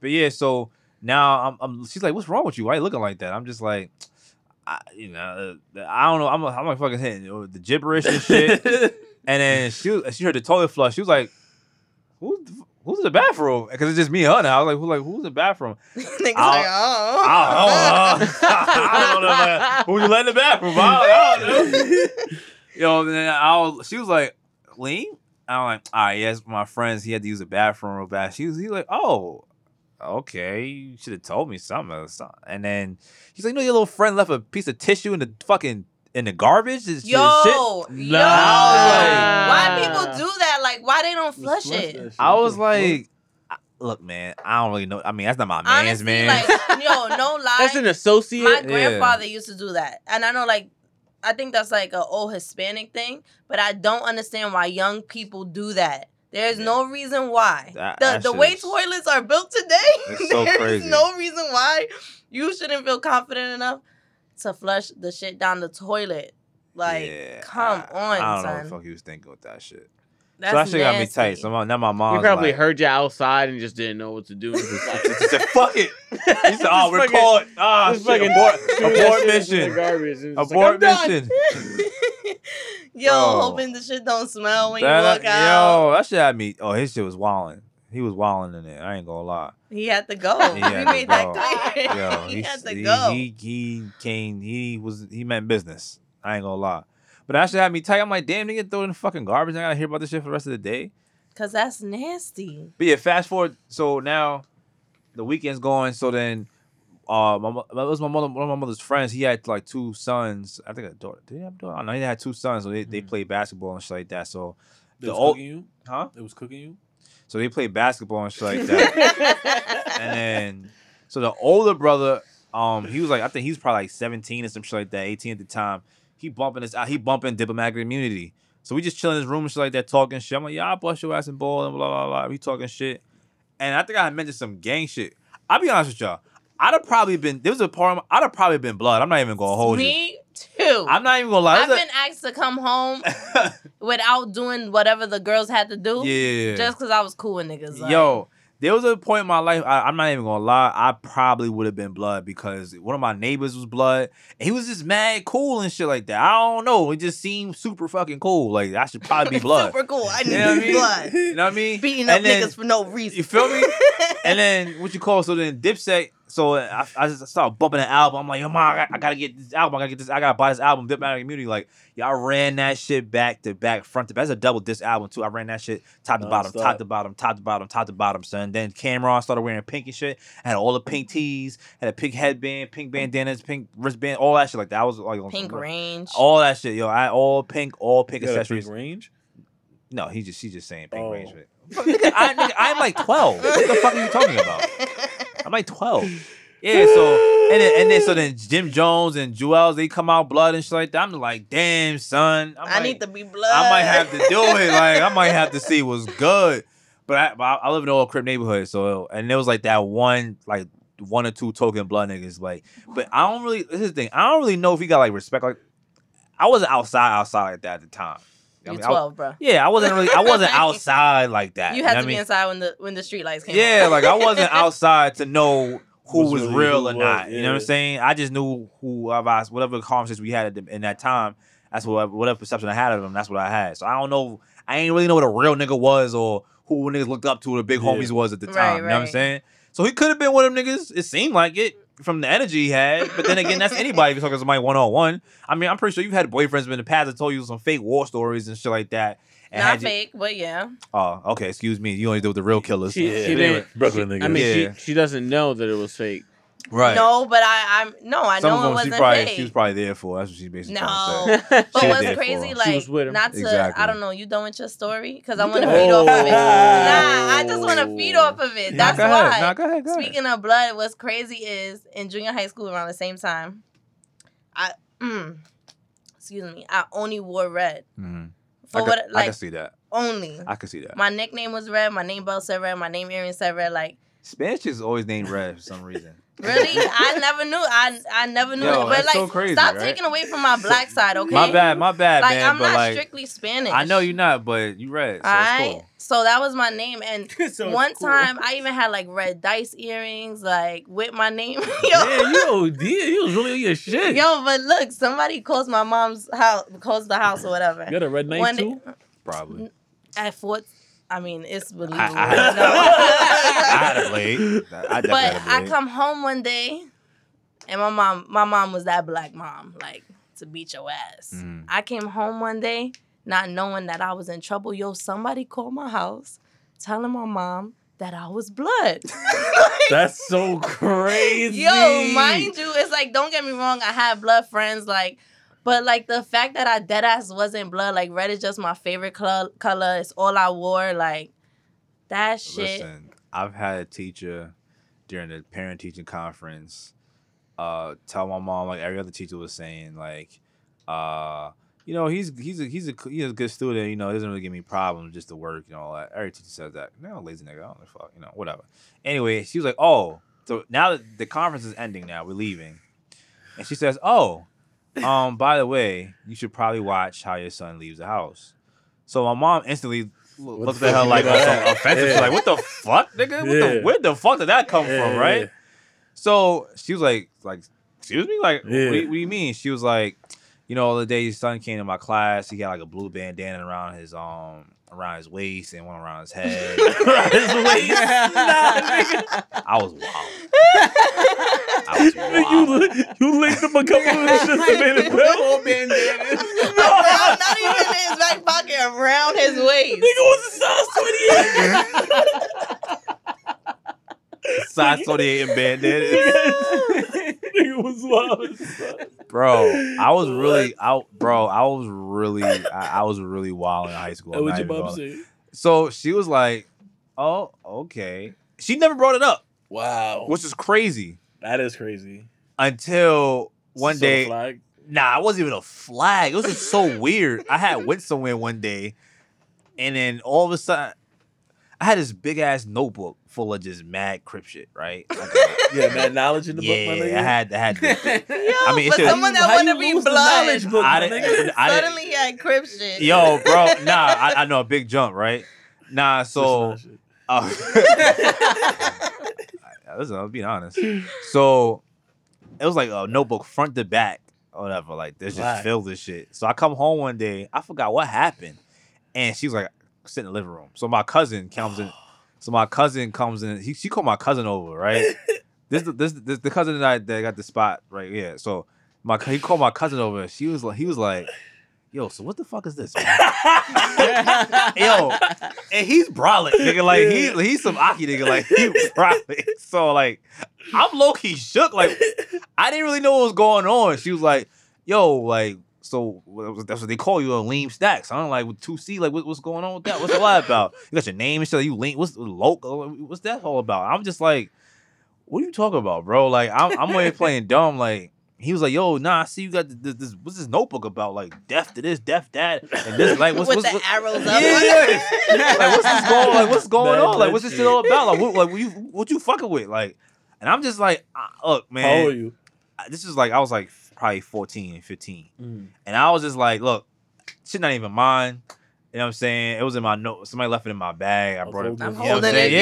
C: but yeah, so now I'm, I'm. She's like, "What's wrong with you? Why you looking like that?" I'm just like, I, you know, uh, I don't know. I'm, I'm like fucking hitting uh, the gibberish and shit. and then she, was- she heard the toilet flush. She was like, "Who's who's in the bathroom?" Because it's just me and her. Now. I was like, "Who like who's in the bathroom?"
E: Niggas like,
C: I'll-
E: oh.
C: I don't know. I don't know. man. Who you let in the bathroom? I don't, I don't know. Yo, and then I was, she was like, lean? I'm like, all right, yes, my friends, he had to use the bathroom real bad. She was, he like, oh, okay, you should have told me something or something. And then he's like, no, your little friend left a piece of tissue in the fucking, in the garbage? This, this shit.
E: Yo, yo.
B: I
E: Why
B: was like-
E: people do that? Like, why they don't flush it?
C: I was like, I- look, man, I don't really know. I mean, that's not my man's
E: Honestly,
C: man.
E: like, yo, no lie.
B: That's an
E: my
B: associate.
E: grandfather used to do that, and I know like. I think that's like an old Hispanic thing, but I don't understand why young people do that. There's no reason why.
C: That-
E: the
C: that
E: the
C: shit
E: way
C: is-
E: toilets are built today,
C: It's so
E: there's
C: crazy.
E: no reason why you shouldn't feel confident enough to flush the shit down the toilet. Like,
C: Yeah,
E: come
C: I-
E: on,
C: I don't know
E: son.
C: what the fuck he was thinking with that shit.
E: That's
C: so that shit got me
E: nasty.
C: tight. So my, now my mom.
B: You probably
C: like,
B: heard you outside and just didn't know what to do. Just like-
C: She said, "Fuck it." He said, "Oh,
B: Just
C: we're
B: fucking-
C: caught. Ah,
B: just
C: shit.
B: fucking
C: Abort,
B: threw that
C: abort
B: shit into the
C: mission.
B: garbage and just like,
C: Abort
B: "I'm done."
C: mission."
E: Yo,
C: Bro.
E: hoping the shit don't smell when you
C: Oh. That, uh,
E: walk out.
C: yo, that shit had me. Oh, his shit was wilding. He was wilding in there. I ain't gonna lie.
E: He had to go.
C: He
E: We
C: had to
E: made that
C: go.
E: clear.
C: Yo,
E: he had to
C: he,
E: go.
C: He, he came. He was. He meant business. I ain't gonna lie. But that shit had me tight. I'm like, damn, nigga, throw it in the fucking garbage. I gotta hear about this shit for the rest of the day.
E: Cause that's nasty.
C: But yeah, fast forward. So now the weekend's going. So then, uh, my, mo- it was my mother, one of my mother's friends. He had like two sons. I think a daughter. Did he have a daughter? I know he had two sons. So they, they
D: Mhm.
C: played basketball and shit like that. So
D: It
C: the
D: was
C: old-
D: cooking you.
C: huh?
D: It was cooking you.
C: So they played basketball and shit like that. and then, so the older brother, um, he was like, I think he was probably like 17 or some shit like that, 18 at the time. He bumping this out. He bumping diplomatic immunity. So we just chilling in his room and shit like that, talking shit. I'm like, yeah, I'll bust your ass and ball and blah, blah, blah. We talking shit. And I think I had mentioned some gang shit. I'll be honest with y'all. I'd have probably been, there was a part of my, I'd have probably been blood. I'm not even going to hold you.
E: Me too. i
C: I'm not even going to lie.
E: have
C: There's
E: been asked to come home without doing whatever the girls had to do.
C: a- yeah.
E: Just cause I was cool with niggas. Like,
C: Yo, there was a point in my life. I, I'm not even gonna lie. I probably would have been blood because one of my neighbors was blood. And he was just mad cool and shit like that. I don't know. It just seemed super fucking cool. Like I should probably be blood.
E: super cool. I
C: you
E: need
C: know what I mean?
E: blood.
C: You know what I mean?
E: Beating
C: And
E: up
C: then-
E: niggas for no reason.
C: You feel me? and then what you call so then Dipset. So I, I just started bumping an album. I'm like, yo, ma, I, got- I gotta get this album. I gotta get this. I gotta buy this album. Diplomatic Immunity. Like, yeah, I ran that shit back to back, front to back. That's a double disc album too. I ran that shit top to bottom,
D: Nonstop.
C: top to bottom, top to bottom, top to bottom. Son. Then Cameron started wearing pink and shit. I had all the pink tees, had a pink headband, pink bandanas, pink wristband, all that shit. Like that I was like on
E: Pink
C: some-
E: range.
C: All that shit, yo. I all pink, all pink
D: You got a
C: accessories.
D: big range.
C: No, he just she's just saying pink
D: Oh.
C: range. Nigga, I, nigga, I'm like twelve. What the fuck are you talking about? I'm like twelve. Yeah, so and then, and then so then Jim Jones and Jewels they come out blood and shit like that. I'm like, damn son, I'm
E: I
C: like,
E: need to be blood.
C: I might have to do it. Like I might have to see what's good. But I, but I I live in an old crib neighborhood, so and there was like that one like one or two token blood niggas. Like, but I don't really. This is the thing. I don't really know if he got like respect. Like, I wasn't outside outside like that at the time. I
E: You're
C: mean, I-
E: twelve, bro.
C: yeah, I wasn't really. I wasn't outside like that.
E: You had
C: know
E: to
C: what I
E: be
C: mean?
E: inside when the when the street lights came
C: Yeah,
E: on.
C: like I wasn't outside to know who
D: What's
C: was
D: really
C: real
D: who
C: or
D: was,
C: not. You know what I'm
D: yeah.
C: saying? I just knew who of us, whatever conversations we had at the, in that time. That's what whatever perception I had of them. That's what I had. So I don't know. I ain't really know what a real nigga was or who niggas looked up to. Or the big
D: Yeah.
C: homies was at the time.
E: Right,
C: You know what I'm
E: right.
C: saying? So he could have been one of them niggas. It seemed like it from the energy he had. But then again, that's anybody. If you're talking to somebody one on one, I mean, I'm pretty sure you've had boyfriends in the past that told you some fake war stories and shit like that. And
E: Not
C: had you-
E: fake, but yeah.
C: Oh, okay. Excuse me. You only deal with the real killers.
B: She,
D: Yeah.
B: she didn't.
D: Brooklyn
B: she-
D: niggas.
B: I mean,
C: Yeah.
B: she, she doesn't know that it was fake.
C: Right.
E: No, but I, I'm no, I
C: Some
E: know
C: of
E: it
C: them she
E: wasn't
C: probably
E: paid.
C: she was probably there for. That's what she basically trying to
E: no, but
C: She was
E: what's
C: there
E: crazy,
C: for-
E: like,
B: She was with him.
E: not to,
C: Exactly.
E: I don't know, you done with your story? Because I
C: You
E: want to
C: done.
E: feed off of it.
C: Oh.
E: Nah, I just want to feed off of it.
C: say.
E: That's
C: nah, go
E: why.
C: Ahead. Nah, go ahead. Go ahead.
E: Speaking of blood, what's crazy is in junior high school around the same time, I, mm, excuse me, I only wore red.
C: Mhm.
E: For
C: I,
E: what,
C: could, I
E: like,
C: can see that.
E: only.
C: I can see that.
E: My nickname was red, my name belt said red, my name earring said red. Like,
C: Spanish is always named Red for some reason.
E: really? I never knew. I I never knew.
C: Yo,
E: it.
C: that's
E: But, like,
C: so crazy,
E: stop
C: right?
E: taking away from my black side, okay?
C: My bad, my bad,
E: Like,
C: man.
E: I'm
C: but
E: not
C: like,
E: strictly Spanish.
C: I know you're not, but you red. So it's
E: Alright?
C: cool.
E: So that was my name. And
B: So it's
E: one
B: cool.
E: time, I even had like red dice earrings, like with my name. Yo,
D: Yeah, you OD. You was really on your shit.
E: yo, but look, somebody calls my mom's house, calls the house or whatever.
D: You got a red knife
E: One-
D: too?
C: Probably.
E: At four, I mean, it's believable.
C: I, I, had, I had a blade. I definitely
E: but
C: had a
E: I
C: blade.
E: come home one day, and my mom, my mom was that black mom, like to beat your ass.
C: Mhm.
E: I came home one day, not knowing that I was in trouble. Yo, somebody called my house, telling my mom that I was blood.
D: That's so crazy.
E: Yo, mind you, it's like don't get me wrong, I had blood friends like. But like the fact that I dead ass wasn't blood, like red is just my favorite cl- color. It's all I wore. Like that shit.
C: Listen, I've had a teacher during the parent teaching conference uh, tell my mom like every other teacher was saying like, uh, you know he's he's a he's a he's a good student. You know it doesn't really give me problems just to work and all that. Every teacher says that. No lazy nigga, I don't give a fuck. You know whatever. Anyway, she was like, oh, so now that the conference is ending now, we're leaving, and she says, oh, um, by the way, you should probably watch how your son leaves the house. So my mom instantly lo-
D: What
C: looks
D: the
C: at her
D: fuck
C: like
D: you got?
C: something offensive. She's
D: Yeah.
C: like, "What the fuck, nigga? What the,
D: Yeah.
C: where the fuck did that come
D: Yeah,
C: from, right?"
D: yeah.
C: So she was like, "Like, excuse me, like,
D: Yeah.
C: what, do you, what do you mean?" She was like, "You know, the day his son came to my class, he had like a blue bandana around his um around his waist and one around his head.
D: His waist. Nah, nigga.
C: I was wild. I was
D: Nigga, You,
C: wild.
D: li- you linked up a couple of shits and made it
B: The
D: better.
B: whole bandana.
E: Around- not even in his back pocket, around his waist.
D: Nigga was a size 28.
C: Size 28 and bandana,
D: Nigga was wild. as fuck.
C: bro. I was really out, bro. I was really, I, I was really wild in high school.
D: That
C: I'm
D: what
C: not
D: Oh, your
C: even
D: mom
C: gonna-
D: said.
C: So she was like, "Oh, okay." She never brought it up,
D: Wow.
C: which is crazy.
D: that is crazy.
C: Until one
D: So
C: day,
D: flag.
C: nah, it wasn't even a flag. It was just so weird. I had went somewhere one day, and then all of a sudden, I had this big ass notebook full of just mad crip shit. Right? Like,
D: Yeah, man, knowledge in the
C: yeah,
D: book, my nigga.
C: I had, I had.
E: Yo,
C: I mean, it
E: for
C: should-
E: someone that
D: How
E: want to
D: you
E: be
D: lose the knowledge
E: blood,
D: book,
C: I
D: my
C: didn't-
D: nigga?
C: I didn't-
E: suddenly at crib shit.
C: Yo, bro, nah, I, I know a big jump, right? Nah, so.
D: Listen to that
C: Uh, listen, I'm being honest. So it was like a notebook front to back, or whatever. Like there's just
D: Right.
C: filled with shit. So I come home one day, I forgot what happened, and she's like sitting in the living room. So my cousin comes in. So my cousin comes in. He, she called my cousin over, right? this, this this the cousin that I that got the spot right here. So my he called my cousin over. She was like he was like, yo. So what the fuck is this? man?" yo, and he's brolic, nigga. Like he he's some Aki nigga. Like he brolic. So like I'm low key shook. Like I didn't really know what was going on. She was like, yo, like so what was- that's what they call you a lean stack. So I'm like with two C, like what, what's going on with that? What's a lot about? You got your name and shit. You lean. What's local? What's that all about? I'm just like, what are you talking about, bro? Like I'm I'm over here playing dumb. Like. He was like, "Yo, nah, I see you got this. this what's this notebook about? Like death to this, death that, and this. Like, what's
E: with
C: what's,
E: the
C: what-
E: arrows
C: yeah,
E: up.
C: yeah. like what's this going? Like what's going
D: Bad
C: on? Like
D: blood
C: what's this shit
D: shit.
C: all about? Like what? Like what you what you fucking with? Like, and I'm just like, ah, look,
D: shit. How old are
C: man,
D: you?
C: this is like I was like probably 14, 15, and I was just like, look, shit, not even mine. You know what I'm saying? It was in my note. Somebody left it in my bag. I
D: I'm
C: brought it.
D: holding
E: I'm
C: you know what
E: holding it.
C: saying?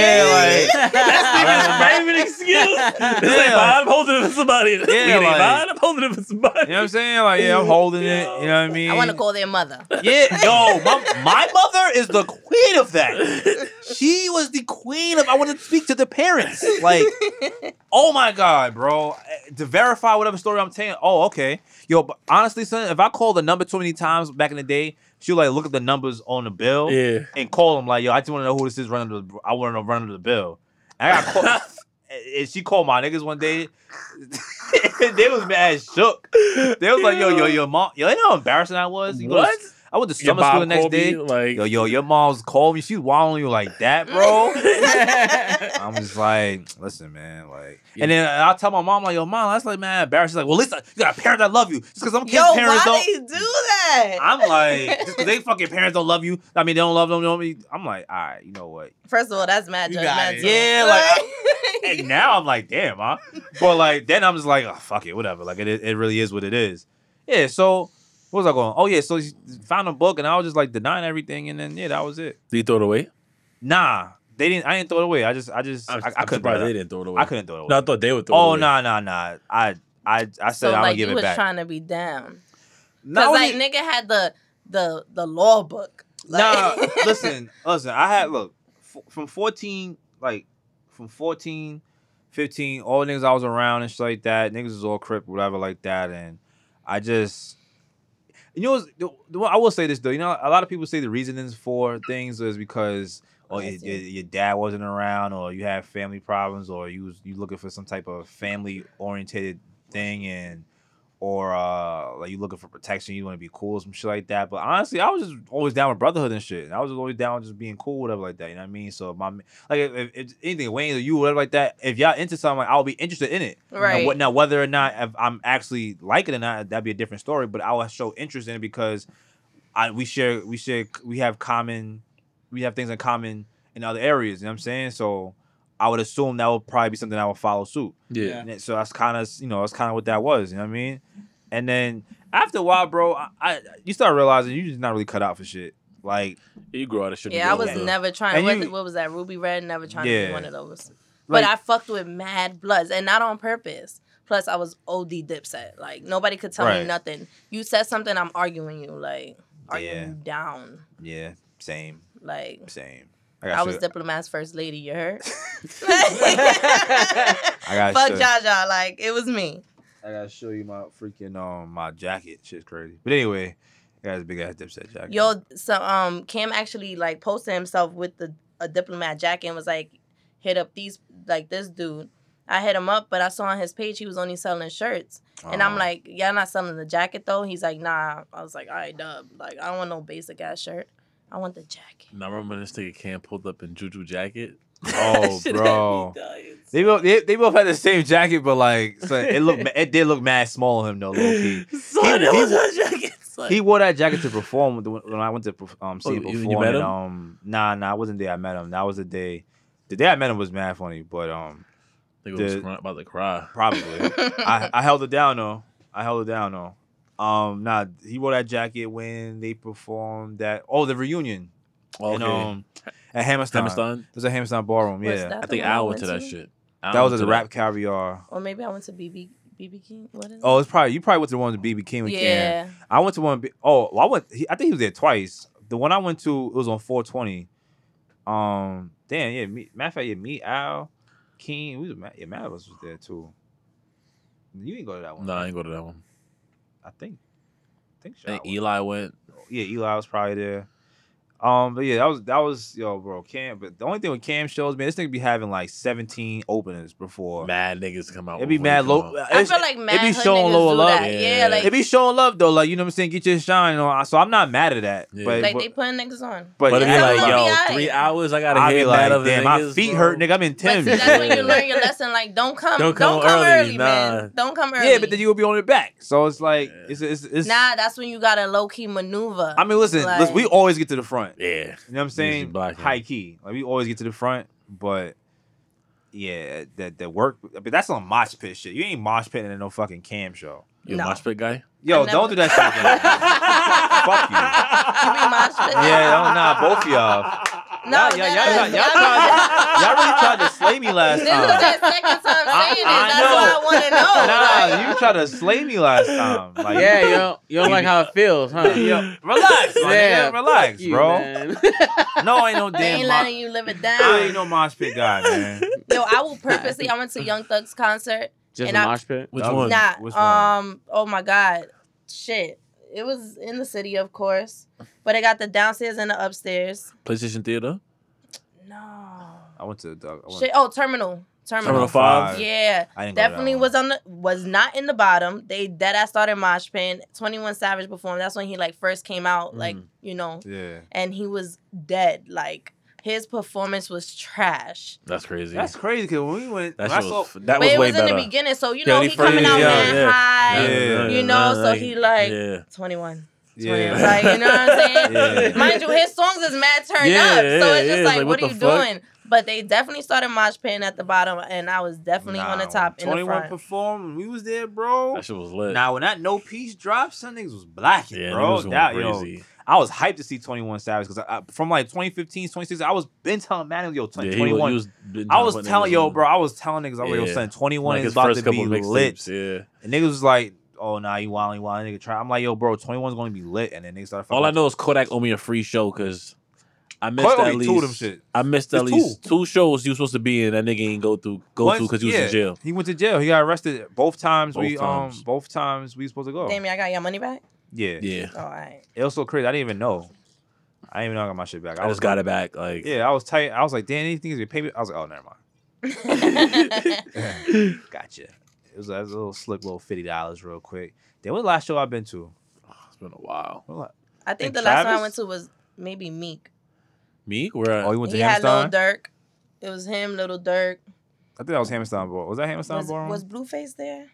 C: Yeah, like.
D: That's even excuse. This ain't
C: Yeah.
D: mine. I'm holding it for somebody. This
C: Yeah,
D: nigga ain't
C: like-
D: mine. I'm holding it for somebody.
C: You know what I'm saying? Like, yeah, I'm holding it. You know what I mean?
E: I want to call their mother.
C: Yeah, yo, my, my mother is the queen of that. She was the queen of. I want to speak to the parents. Like, oh my god, bro, Eh, to verify whatever story I'm telling. Oh, okay, yo, but honestly, son, if I call the number too many times back in the day, she'll like look at the numbers on the bill
D: Yeah.
C: and call them like, yo, I just want to know who this is running. The, I want to know running the bill. And I got called. and she called my niggas one day. they was mad shook. They was like, yo, yo, your mom, yo, you know how embarrassing I was. You go to-
D: What?
C: I went to
D: Your
C: summer school the
D: Bob
C: next
D: Colby,
C: day.
D: Like,
C: Yo, yo, your mom's called me. She wilding you like that, bro. I'm just like, listen, man, like, and then I'll tell my mom, like, yo, mom, that's like, man, embarrassed. She's like, well, at least I- you got a parent that love you. Just because some kids'
E: Yo,
C: parents
E: why
C: don't.
E: do you do that?
C: I'm like, just because they fucking parents don't love you. I mean, they don't love them. Don't be, I'm like, all right, you know what?
E: First of all, that's mad
A: You got
E: judgmental.
A: it.
C: Yeah,
E: like,
C: And now I'm like, damn, huh? But like, then I'm just like, oh, fuck it, whatever. Like, it, it really is what it is. Yeah. So, what was I going? Oh yeah. So she found a book, and I was just like denying everything, and then yeah, that was it.
D: did you throw it away?
C: Nah, they didn't. I didn't throw it away. I just, I just, I, I couldn't.
D: surprised
C: throw
D: they
C: it
D: didn't throw it
C: away.
D: away.
C: I couldn't throw it away.
D: No, I thought they would throw it
C: oh
D: away.
C: no, no, no. I, I, I said
E: so
C: I'm gonna
E: like
C: give
E: you
C: it
E: was
C: back.
E: trying to be down.
C: Not
E: Cause
C: only-
E: like nigga had the the the law book.
C: Nah,
E: Like,
C: listen, listen. I had look f- from 14, like from 14, 15, all niggas I was around and shit like that. Niggas was all crip, whatever, like that. And I just, you know, what's- the, the one, I will say this though. You know, a lot of people say the reasons for things is because or
E: Oh, I
C: your,
E: see.
C: your, your dad wasn't around, or you had family problems, or you was you looking for some type of family oriented thing, and or uh like you looking for protection, you want to be cool, some shit like that. But honestly, I was just always down with brotherhood and shit. I was always down with just being cool, whatever like that. You know what I mean? So my like if, if, if anything, Wayne or you, whatever like that, if y'all into something, I'll be interested in it. Now,
E: Right.
C: what- Now, whether or not if I'm actually like it or not, that'd be a different story. But I will show interest in it because I we share we share we have common we have things in common in other areas. You know what I'm saying? So I would assume that would probably be something I would follow suit.
D: Yeah.
C: And it- so that's kind of you know that's kind of what that was. You know what I mean? And then after a while, bro, I, I you start realizing you just not really cut out for shit. Like
D: You grow out of shit.
E: yeah, I was
C: Yeah.
E: never trying.
C: And
E: What,
C: you-
E: the- what was that? Ruby Red. Never trying to
C: Yeah.
E: be one of those. But
C: Like-
E: I fucked with mad bloods and not on purpose. Plus, I was OD dipset. Like nobody could tell
C: Right.
E: me nothing. You said something, I'm arguing you. Like arguing
C: Yeah.
E: you down.
C: yeah, same,
E: Like
C: same. I
E: I
C: got
E: was
C: shook-
E: diplomat's first lady. You heard?
C: I got
E: Fuck
C: shook.
E: Jaja. Like it was me.
C: I gotta show you my freaking um my jacket. Shit's crazy. But anyway, I got this big ass dipset jacket.
E: Yo, so um, Cam actually like posted himself with the a diplomat jacket and was like, hit up these like this dude. I hit him up, but I saw on his page he was only selling shirts, and I'm
C: Um,
E: like, y'all not selling the jacket though. He's like, nah. I was like, all right, dub. Like I don't want no basic ass shirt. I want the jacket.
D: Now I remember this nigga Cam pulled up in Juju jacket.
C: oh
E: Shit,
C: bro.
E: that be dying.
C: They both they, they both had the same jacket, but like so it looked ma- it did look mad small on him though, low key.
D: Son,
C: He-
D: it
C: he-
D: was a jacket. son.
C: He wore that jacket to perform with the- when I went to perf- um see
D: Oh,
C: him
D: you- you
C: perform.
D: met
C: and,
D: him?
C: um, nah, nah, I wasn't there. I met him. That was the day. The day I met him was mad funny, but um,
D: Nigga was
C: Did-
D: crying, about to cry.
C: probably. I, I held it down though. I held it down though. Um, nah, he wore that jacket when they performed that. Oh, the reunion.
D: Okay.
C: And, um, at Hammerstein.
D: Hammerstein?
C: It was a Hammerstein ballroom.
E: Was
C: Yeah,
E: that
D: I
E: the
D: think
E: one
D: Al went to that shit. Al
C: that was
D: went
C: at
D: to
C: the Rap Caviar.
E: Or maybe I went to BB BB King. What is?
C: Oh, it's probably you probably went to the one with BB King
E: it?
C: with Cam.
E: yeah.
C: I went to one. bi- Oh, well, I went. He, I think he was there twice. The one I went to it was on 420. Um, damn, yeah. Me, matter of fact, yeah, me, Al, King. We was, ma- yeah, Matt was there too. You didn't go to that one.
D: No, I ain't go to that one.
C: I think. I think.
D: I
C: Shaw
D: think
C: went.
D: Eli went.
C: yeah, Eli was probably there. Um, but yeah, that was that was yo, bro, Cam. But the only thing with Cam shows, man, this nigga be having like 17 openers before.
D: Mad niggas come out.
C: It'd be
D: when
C: mad
D: we
C: low.
D: come out.
E: I
C: it's-
E: feel like mad
C: be
E: hood
C: showing
E: niggas
C: lower
E: do
C: love.
E: that. Yeah,
D: Yeah.
E: like,
C: it be showing love though, like you know what I'm saying. Get your shine on. So I'm not mad at that.
D: Yeah.
C: But,
E: like
C: but,
E: they putting niggas on.
C: but,
D: But it'd be
E: Some
D: like,
E: of them
D: yo,
E: be aight.
D: three hours. I gotta
C: I be
D: hear mad
C: like,
D: other
C: damn, my
D: niggas,
C: feet
D: bro."
C: hurt, nigga. I'm in
E: But
C: Tim's.
E: see, that's when you learn your lesson. Like, don't come, don't come, early, man. Don't come early.
C: Yeah, but then you will be on your back. So it's like,
D: Yeah.
C: it's it's. it's
E: nah, that's when you gotta low key maneuver.
C: I mean, listen, listen, we
E: Like-
C: always get to the front.
D: Yeah.
C: You know what I'm saying?
D: black, yeah.
C: High key, like we always get to the front, but yeah, that that work. But that's on mosh pit shit. You ain't mosh pitting in no fucking cam show.
D: You
E: No.
D: a mosh pit guy?
C: Yo,
E: I never-
C: don't do that shit again. Fuck you.
E: You mean mosh pit?
C: Yeah, no, nah, both of y'all.
E: no,
C: y'all, y'all,
E: that-
C: y'all,
E: that-
C: y'all, tried, y'all really tried to slay me last
E: This is
C: time.
E: that second time
C: I-
E: saying
C: I
E: it. That's why I
C: know.
E: want to know.
C: Nah,
E: like,
C: you tried to slay me last time. Like,
B: yeah, you don't, you don't like how it feels, huh?
C: Yo, relax, my
B: Yeah,
C: nigga, relax,
B: Fuck you,
C: bro.
B: man.
C: No, I ain't no
E: they
C: damn.
E: ain't
C: Mo-
E: letting you live it
C: I ain't
E: down.
C: no mosh pit guy, man.
E: Yo, I will purposely. I went to Young Thug's concert.
B: Just
E: And
B: a
E: I-
B: mosh pit.
D: Which
C: That
D: one?
C: was-
E: Nah.
C: Which one?
E: Um. Oh my God. Shit. It was in the city, of course, but it got the downstairs and the upstairs.
D: PlayStation Theater?
E: No.
C: I went to the. I went-
E: Shit. Oh, terminal. Terminal.
D: Terminal Five.
E: Yeah,
C: I didn't go to that
E: definitely
C: one.
E: was on the was not in the bottom. They dead ass started mosh pit. Twenty One Savage performed. That's when he like first came out,
D: Mm.
E: like
B: Mhm.
E: you know,
C: Yeah.
E: and he was dead. Like his performance was trash.
D: That's crazy.
C: That's crazy because when we went,
D: that
C: when I
D: shit
C: saw,
D: was, that
E: but
D: was
E: it
D: way
E: was
D: better.
E: in the beginning, so you
D: Yeah,
E: know
D: when
E: he,
D: he first-
E: coming out
C: yeah,
E: man
D: yeah.
E: high.
C: Yeah.
E: You know, so he like
D: yeah.
E: twenty one.
C: yeah,
E: It's like, you know what I'm saying?
C: Yeah.
E: Mind you, his songs is mad turned
D: Yeah,
E: up. So it's
D: yeah,
E: just
D: yeah.
E: like,
D: Like,
E: what,
D: what
E: are you
D: the fuck?
E: doing? But they definitely started mosh pitting at the bottom, and I was definitely on the
C: Nah,
E: top in
C: when
E: the
C: 21
E: front.
C: performed. when We was there, bro.
D: That shit was lit.
C: Now when that no peace dropped, some niggas was blacking,
D: yeah,
C: bro.
D: bro, was going
C: That- yo,
D: crazy.
C: I was hyped to see 21 Savage because I, I- from like 2015, 2016, I was been telling Manuel, yo,
D: yeah,
C: 20,
D: he,
C: 21.
D: was, he was.
C: I was telling yo, bro. I was telling niggas, I was like, yo,
D: Yeah.
C: son, 21
D: Like
C: is
D: his
C: about
D: first
C: to be
D: couple
C: lit.
D: mixtapes. Yeah.
C: And niggas was like, oh nah, you wild, you wild, nigga. Try. I'm like, yo, bro, 21 is gonna be lit. And then niggas started.
D: All I
C: fucking-
D: know is Kodak owe me a free show because I missed
C: Kodak owe
D: at
C: me
D: least
C: two of them shit.
D: I missed at
C: It's
D: least two. shows you was supposed to be in. That nigga ain't go through go
C: Once-
D: through because he was
C: yeah,
D: in jail.
C: He went to jail. He got arrested both times.
D: Both
C: we um
D: times.
C: both times we supposed to go.
E: Damn, I got your money back?
C: Yeah.
D: Yeah,
E: Oh, all right.
C: It was so crazy. I didn't even know. I didn't even know I got my shit back. I,
D: I
C: was
D: just got it back. Like
C: Yeah, I was tight. I was like, damn, anything is pay me. I was like, oh, never mind. Gotcha. It was, that was a little slick little fifty dollars real quick. Then what last show I've been to?
D: it's been a while.
C: What la-
E: I think
C: And
E: the last one I
C: Travis?
E: went to was maybe Meek.
D: Meek, where
C: Oh, you went to
E: He had Little
C: Hammerstein.
E: Dirk. It was him, Little Dirk.
C: I think that was Hammerstein Ball. Was that Hammerstein
E: Was,
C: Ball?
E: was Blueface there?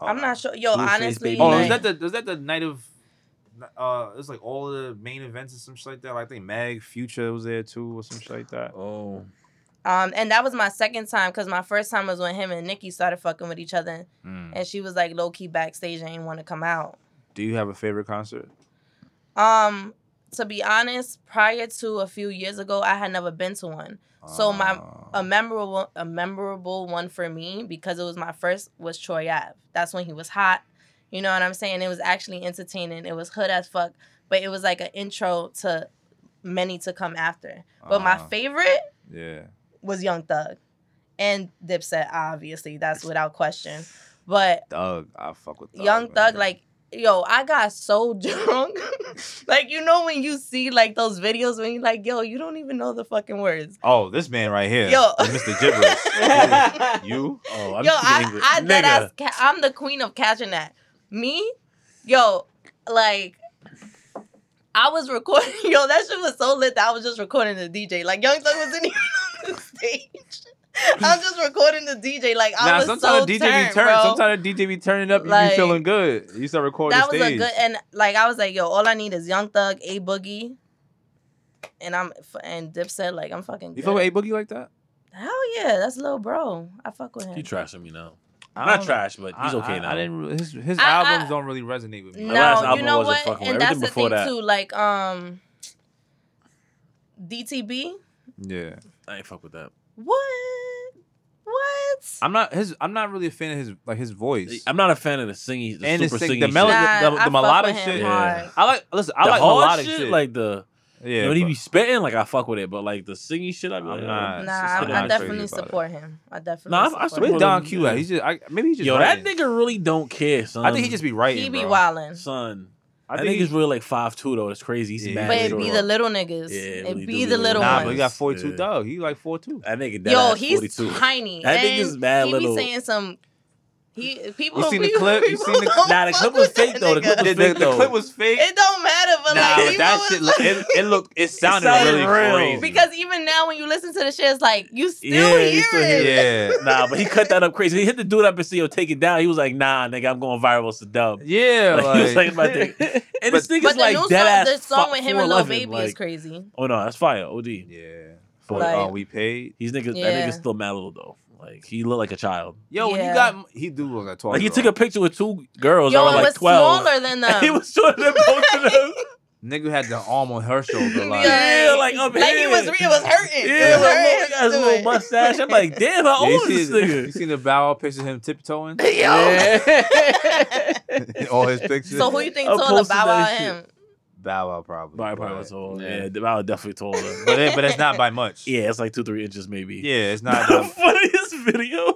C: oh,
E: I'm
C: no.
E: not sure. Yo,
D: Blueface,
E: honestly.
D: baby.
C: Oh,
E: like-
C: was that the was that the night of? Uh, it was like all the main events and some shit like that. Like, I think Mag Future was there too, or some shit like that.
D: oh,
E: Um, and that was my second time because my first time was when him and Nikki started fucking with each other,
C: Mm.
E: and she was like low key backstage and didn't want to come out.
C: Do you have a favorite concert?
E: Um, to be honest, prior to a few years ago, I had never been to one. So my-
C: Uh,
E: A memorable, a memorable one for me because it was my first was Troy Ave. That's when he was hot. You know what I'm saying? It was actually entertaining. It was hood as fuck, but it was like an intro to many to come after. But my
C: uh,
E: favorite
C: yeah.
E: was Young Thug, and Dipset. Obviously, that's without question. But
C: Thug, I fuck with Thug,
E: Young
C: man.
E: Thug, like, yo, I got so drunk. like, you know, when you see like those videos when you're like, yo, you don't even know the fucking words.
C: Oh, this man right here.
E: Yo.
C: Mr. Gibberish. you?
D: oh, I'm
E: yo,
D: speaking
E: I,
D: English.
E: I
D: nigga.
E: that ass, ca- I'm the queen of catching that. Me, yo, like, I was recording, yo, that shit was so lit that I was just recording the DJ. Like, Young Thug wasn't even on the stage. I'm just recording the DJ. Like, I
C: Nah,
E: was
C: sometimes
E: so
C: DJ
E: turned,
C: be turning.
E: bro.
C: Sometimes DJ be turning up. you
E: Like,
C: be feeling good. You start recording
E: that
C: the
E: was
C: stage.
E: a good e-, and like I was like, yo, all I need is Young Thug, A Boogie, and I'm f- and Dipset. Like I'm fucking.
C: you
E: Good.
C: fuck with A Boogie like that?
E: Hell yeah, that's little bro. I fuck with him.
D: He trashing me now.
C: I
D: Not
C: don't-
D: trash, but he's okay
C: I,
D: now.
C: I didn't. Really, his his
E: I- I-
C: albums don't really resonate with me.
E: no,
D: last
E: you
D: album
E: know
D: wasn't
E: what?
D: fucking with
E: And
D: him.
E: that's
D: Everything
E: the
D: before
E: thing
D: that.
E: too. Like um, DTB.
C: Yeah,
D: I ain't fuck with that.
E: What? What?
C: I'm not his. I'm not really a fan of his like his voice.
D: I'm not a fan of the singing, the
C: and it's
D: super
C: the,
D: singing.
C: the
D: shit.
C: melody,
E: Nah,
C: the, the,
E: I fuck
C: melodic
E: with him
C: shit.
E: hard.
C: I like. Listen, I
D: The
C: like
D: hard
C: melodic shit.
D: like the
C: yeah,
D: when he
C: but-
D: be spitting, like I fuck with it, but like the singing shit, I be
C: I'm
D: like,
C: not-
D: uh,
E: nah,
C: it's-
E: I,
C: I'm
E: I
C: not
E: definitely
C: crazy about it.
E: support him. I definitely.
D: Nah, I- I
E: support
D: support
E: him.
C: Where's Don Q at?
D: Yeah.
C: He's just. I, maybe he just.
D: yo, that
C: writing.
D: nigga really don't care, son.
C: I think he just be writing.
E: He be
C: bro.
E: wildin'.
D: son.
C: I
D: Um, I
C: think
D: think
C: he-
D: he's really like five two though. It's crazy. He's
C: Yeah,
D: mad.
E: But
C: he's
E: it be
C: short.
E: the little niggas.
D: Yeah,
E: it
D: really
E: be
D: do be
E: the little
D: little.
C: Nah,
E: ones.
C: but he got 42
D: Yeah.
C: thug. He like 42.
D: That nigga dead
E: Yo,
D: ass
E: he's
D: 42.
E: tiny.
D: That
E: and
D: nigga's mad
E: he
D: little.
E: be saying some. He people.
C: You seen the
E: people-
C: clip? You
E: people
C: seen the-
E: don't
D: Nah, the
E: fuck
D: clip
E: with
D: was fake,
E: that
D: though. The clip
E: nigga.
D: was
C: The, the,
D: fake,
C: the
D: though.
C: clip was fake.
E: It don't matter, but
C: nah,
E: like
C: but
E: people
C: that
E: was
C: shit,
E: like-
C: it, it looked, it sounded,
D: sounded
C: really
D: real.
C: crazy.
E: because even now when you listen to the shit, it's like you still
D: Yeah,
E: hear
D: you still
E: it.
D: hear
C: yeah,
D: nah, but he cut that up crazy. He hit the dude up and said, "Yo, take it down." He was like, "Nah, nigga, I'm going viral." It's a dub.
C: yeah.
D: Like, he was
C: like-
D: like about to- And this
E: But
D: nigga's
E: the
D: like
E: new
D: dead
E: song,
D: ass.
E: the song
D: fuck
E: with him and Lil
D: 4'11",
E: Baby
D: like,
E: is crazy.
D: Oh no, that's fire. Od.
C: yeah. For
D: But,
E: Like-
C: uh, we paid.
D: He's niggas.
E: Yeah.
D: That nigga's still mad little though. Like he looked like a child.
C: Yo, when
E: Yeah.
C: you got he do look like twelve.
D: Like he
C: year
D: took a
C: old.
D: picture with two girls
E: Yo,
D: that
E: it
D: were like
E: was
D: twelve.
E: smaller than them.
D: he was shorter than both of them.
C: nigga had the arm on her shoulder. Like, yeah,
E: Yeah.
D: Yeah, like up
E: like
D: here.
E: it was, re- it was hurting.
D: Yeah,
E: it was
D: like,
E: hurting.
D: oh, he got his little
E: to it.
D: mustache. I'm like, damn, how
C: you,
D: old
C: see,
D: is
C: you
D: this nigga?
C: seen the barrel picture of him tiptoeing?
E: Yo.
C: All his pictures.
E: so who you think
D: I'm
E: taller,
D: posting
E: Bow Wow
D: that
E: or
D: shit.
E: him?
C: Bow Wow probably.
D: Probably,
C: but-
D: probably was old.
B: Yeah.
D: Yeah, the Bow Wow definitely taller.
C: But it, but it's not by much.
D: yeah, it's like two, three inches maybe.
C: yeah, it's not.
D: the
C: by-
D: funniest video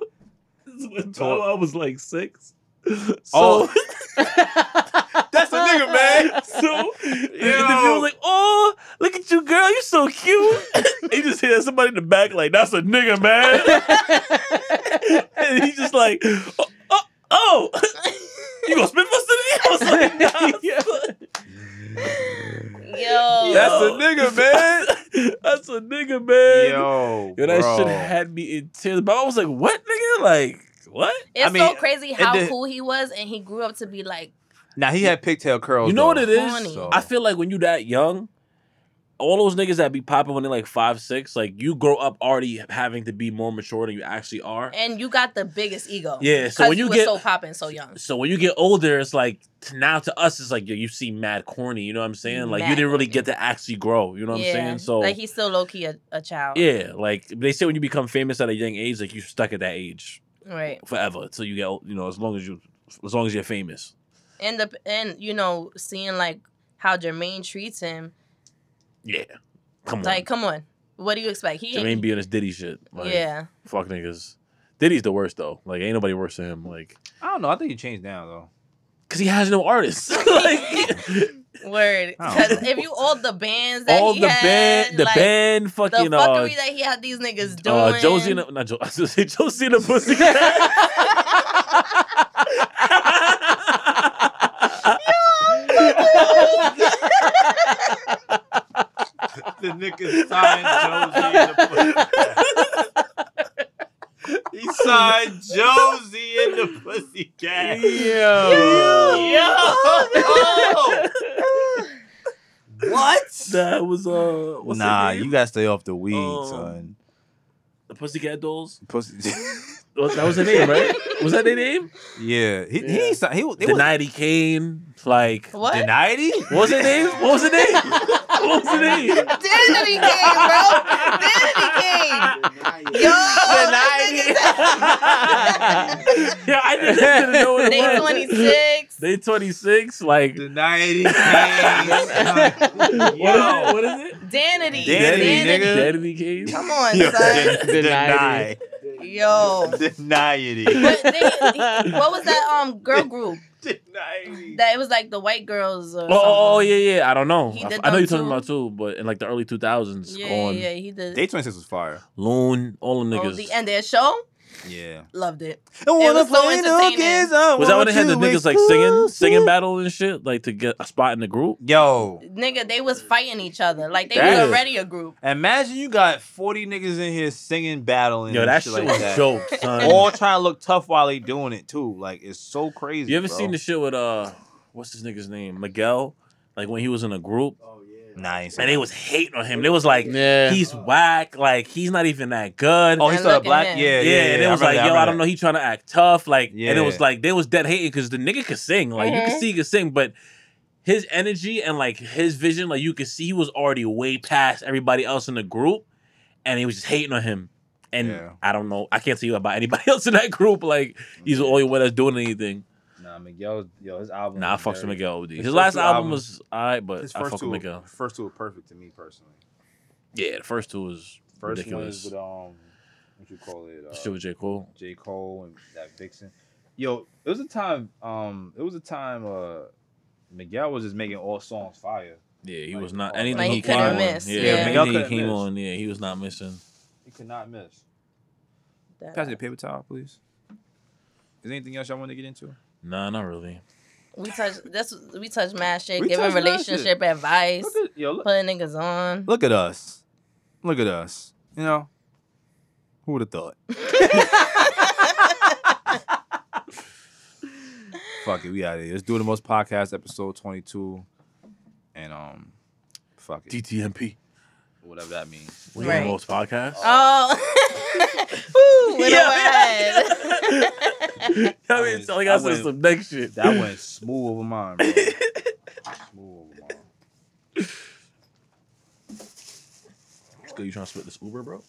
D: is when
C: Tall-
D: Bow Wow was like six. So,
C: Oh. That's a nigga, man.
D: so the- the video was like, oh, look at you, girl. You so cute. and you just hear somebody in the back like, that's a nigga, man. and he's just like, oh, oh, oh. you gonna spit for city? I was like, nah.
E: Yo.
C: That's
D: Yo.
C: a nigga, man.
D: That's a nigga, man. Yo,
C: Yo,
D: that
C: bro.
D: shit had me in tears. But I was like, what, nigga? Like, what?
E: It's
C: I mean,
E: so crazy how
C: did-
E: cool he was, and he grew up to be like,
C: Now he had pigtail curls.
D: You know
C: though.
D: what it is?
E: Corny.
C: So-
D: I feel like when you that young, all those niggas that be popping when they're like five, six, like you grow up already having to be more mature than you actually are.
E: and you got the biggest ego.
D: Yeah, so
E: 'Cause
D: when you
E: was
D: get-
E: so popping so young,
D: So when you get older, it's like t- now to us, it's like yo, you see mad corny. You know what I'm saying? Like you
E: Mad
D: didn't really
E: corny.
D: get to actually grow. You know what
E: yeah,
D: I'm saying? So
E: like he's still low key a, a child.
D: yeah, like they say when you become famous at a young age, like you're stuck at that age
E: right.
D: forever until you get old. You know, as long as you, as long as you're famous.
E: And the and you know seeing like how Jermaine treats him,
D: Yeah, come on,
E: like come on, what do you expect? He
D: Jermaine being his Diddy shit. Like,
E: yeah,
D: fuck niggas. Diddy's the worst though. Like ain't nobody worse than him. Like.
C: I don't know. I think he changed now though.
D: Cause he has no artists. like
E: word.
C: I don't
E: Because if you all the bands that
D: all
E: he
D: the
E: had,
D: band, the
E: like,
D: band,
E: the
D: fucking uh,
E: fuckery that he had these niggas doing.
D: uh, Josie, and the, not Jo- I was gonna say Josie and the Pussycat.
C: the nigga signed Josie. In the he signed Josie in the pussycat.
D: Yo,
C: what?
D: that was uh, what's
C: Nah,
D: her name?
C: you gotta stay off the weed,
D: Um,
C: son.
D: the Pussycat Dolls.
C: Pussy.
D: That was her name, right? was that their name?
C: yeah, he
D: Yeah.
C: he si- he,
D: The
C: it was
D: night he came, like
E: What?
C: Denied?
D: what was her name? What was her name? what was her name?
E: Dignity game, bro. Dignity game. Yo, that
D: yeah, I just didn't know what it
E: nigga's day
D: was.
E: 26.
D: Day 26, like,
C: Denied.
D: what is it? What is it?
E: Danity.
C: Danity,
E: Danity.
C: nigga.
D: Danity Cage?
E: Come on,
C: Yo,
E: son.
C: den- deny.
E: Yo.
C: Deny it.
E: But they, what was that um girl group?
C: Deny
E: That it was like the white girls. Or
D: Oh, oh,
E: something.
D: yeah, yeah. I don't know.
E: He
D: I,
E: did
D: I know
E: them
D: you're talking
E: too.
D: about too, but in like the early 2000s,
E: Yeah,
D: on
E: yeah, he did.
C: Day 26 was fire.
D: Loon, all them
E: oh,
D: niggas.
E: the, and their show
C: Yeah.
E: loved it.
C: I
E: wanna was so play no entertaining. games,
D: was that when they had the niggas like singing, singing battle and shit, like to get a spot in the group?
C: Yo,
E: Nigga, they was fighting each other. Like they
D: That
E: were
D: is-
E: already a group.
C: imagine you got 40 niggas in here singing battle and
D: Yo, that shit
C: shit like
D: was
C: that.
D: dope, son.
C: All trying to look tough while they doing it too. Like it's so crazy.
D: you ever
C: bro.
D: seen the shit with uh, what's this nigga's name, Miguel? Like when he was in a group
C: Oh, Nah, I ain't seen
D: and they
C: that.
D: was hating on him. They was like,
B: Yeah.
D: he's whack, like he's not even that good.
C: Oh, he
E: And
C: saw a
E: look at
C: black.
E: him.
C: Yeah, yeah.
D: yeah, and it was like, yo, I don't know, he trying to act tough, like, and it was
C: Yeah.
D: like they was dead hating because the nigga could sing, like you
E: Mhm.
D: could see he could sing, but his energy and like his vision, like you could see he was already way past everybody else in the group, and he was just hating on him. And
C: Yeah.
D: I don't know, I can't see about anybody else in that group. Like he's the only one that's doing anything.
C: Nah, Miguel. Yo, his album.
D: Nah, I
C: was
D: fucks with
C: very-
D: Miguel. OD. His,
C: Oh, first
D: last
C: two
D: album
C: albums-
D: was alright, but
C: His
D: I
C: first
D: fuck
C: two,
D: with Miguel.
C: first two were perfect to me personally.
D: Yeah, the first two was
C: First
D: ridiculous.
C: one is with um, what you call it? Uh,
D: Shit with J Cole.
C: J. Cole and that Vixen. Yo, it was a time. Um, it was a time. Uh, Miguel was just making all songs fire.
D: Yeah, he
C: Like,
D: was not
C: oh,
D: anything
C: like,
D: he,
C: he
D: came
C: couldn't
D: on.
E: miss,
D: Yeah,
E: yeah.
C: Miguel
D: anything he
C: couldn't
D: came
C: miss.
D: on. Yeah, he was not missing.
C: He could not miss.
E: That-
C: Pass me the paper towel, please. Is there anything else y'all want to get into?
D: Nah, not really.
E: We touch this. We touch mad shit.
C: We
E: giving
C: touch mad
E: relationship advice.
C: Look at yo, look,
E: Putting niggas on.
C: look at us. Look at us. You know, who would have thought? Fuck it, we out of here. Let's do the most podcast episode twenty two, and um, fuck it,
D: DTMP.
C: whatever that means.
D: We right.
E: Right.
D: most podcast.
E: Oh. Woo, went
D: Yeah,
E: over our
D: yeah,
E: head.
D: I mean, it's like I
C: I
D: said
C: went-
D: some next shit.
C: That went smooth over mine. Bro. smooth over mine.
D: Good, you trying to split this Uber, bro?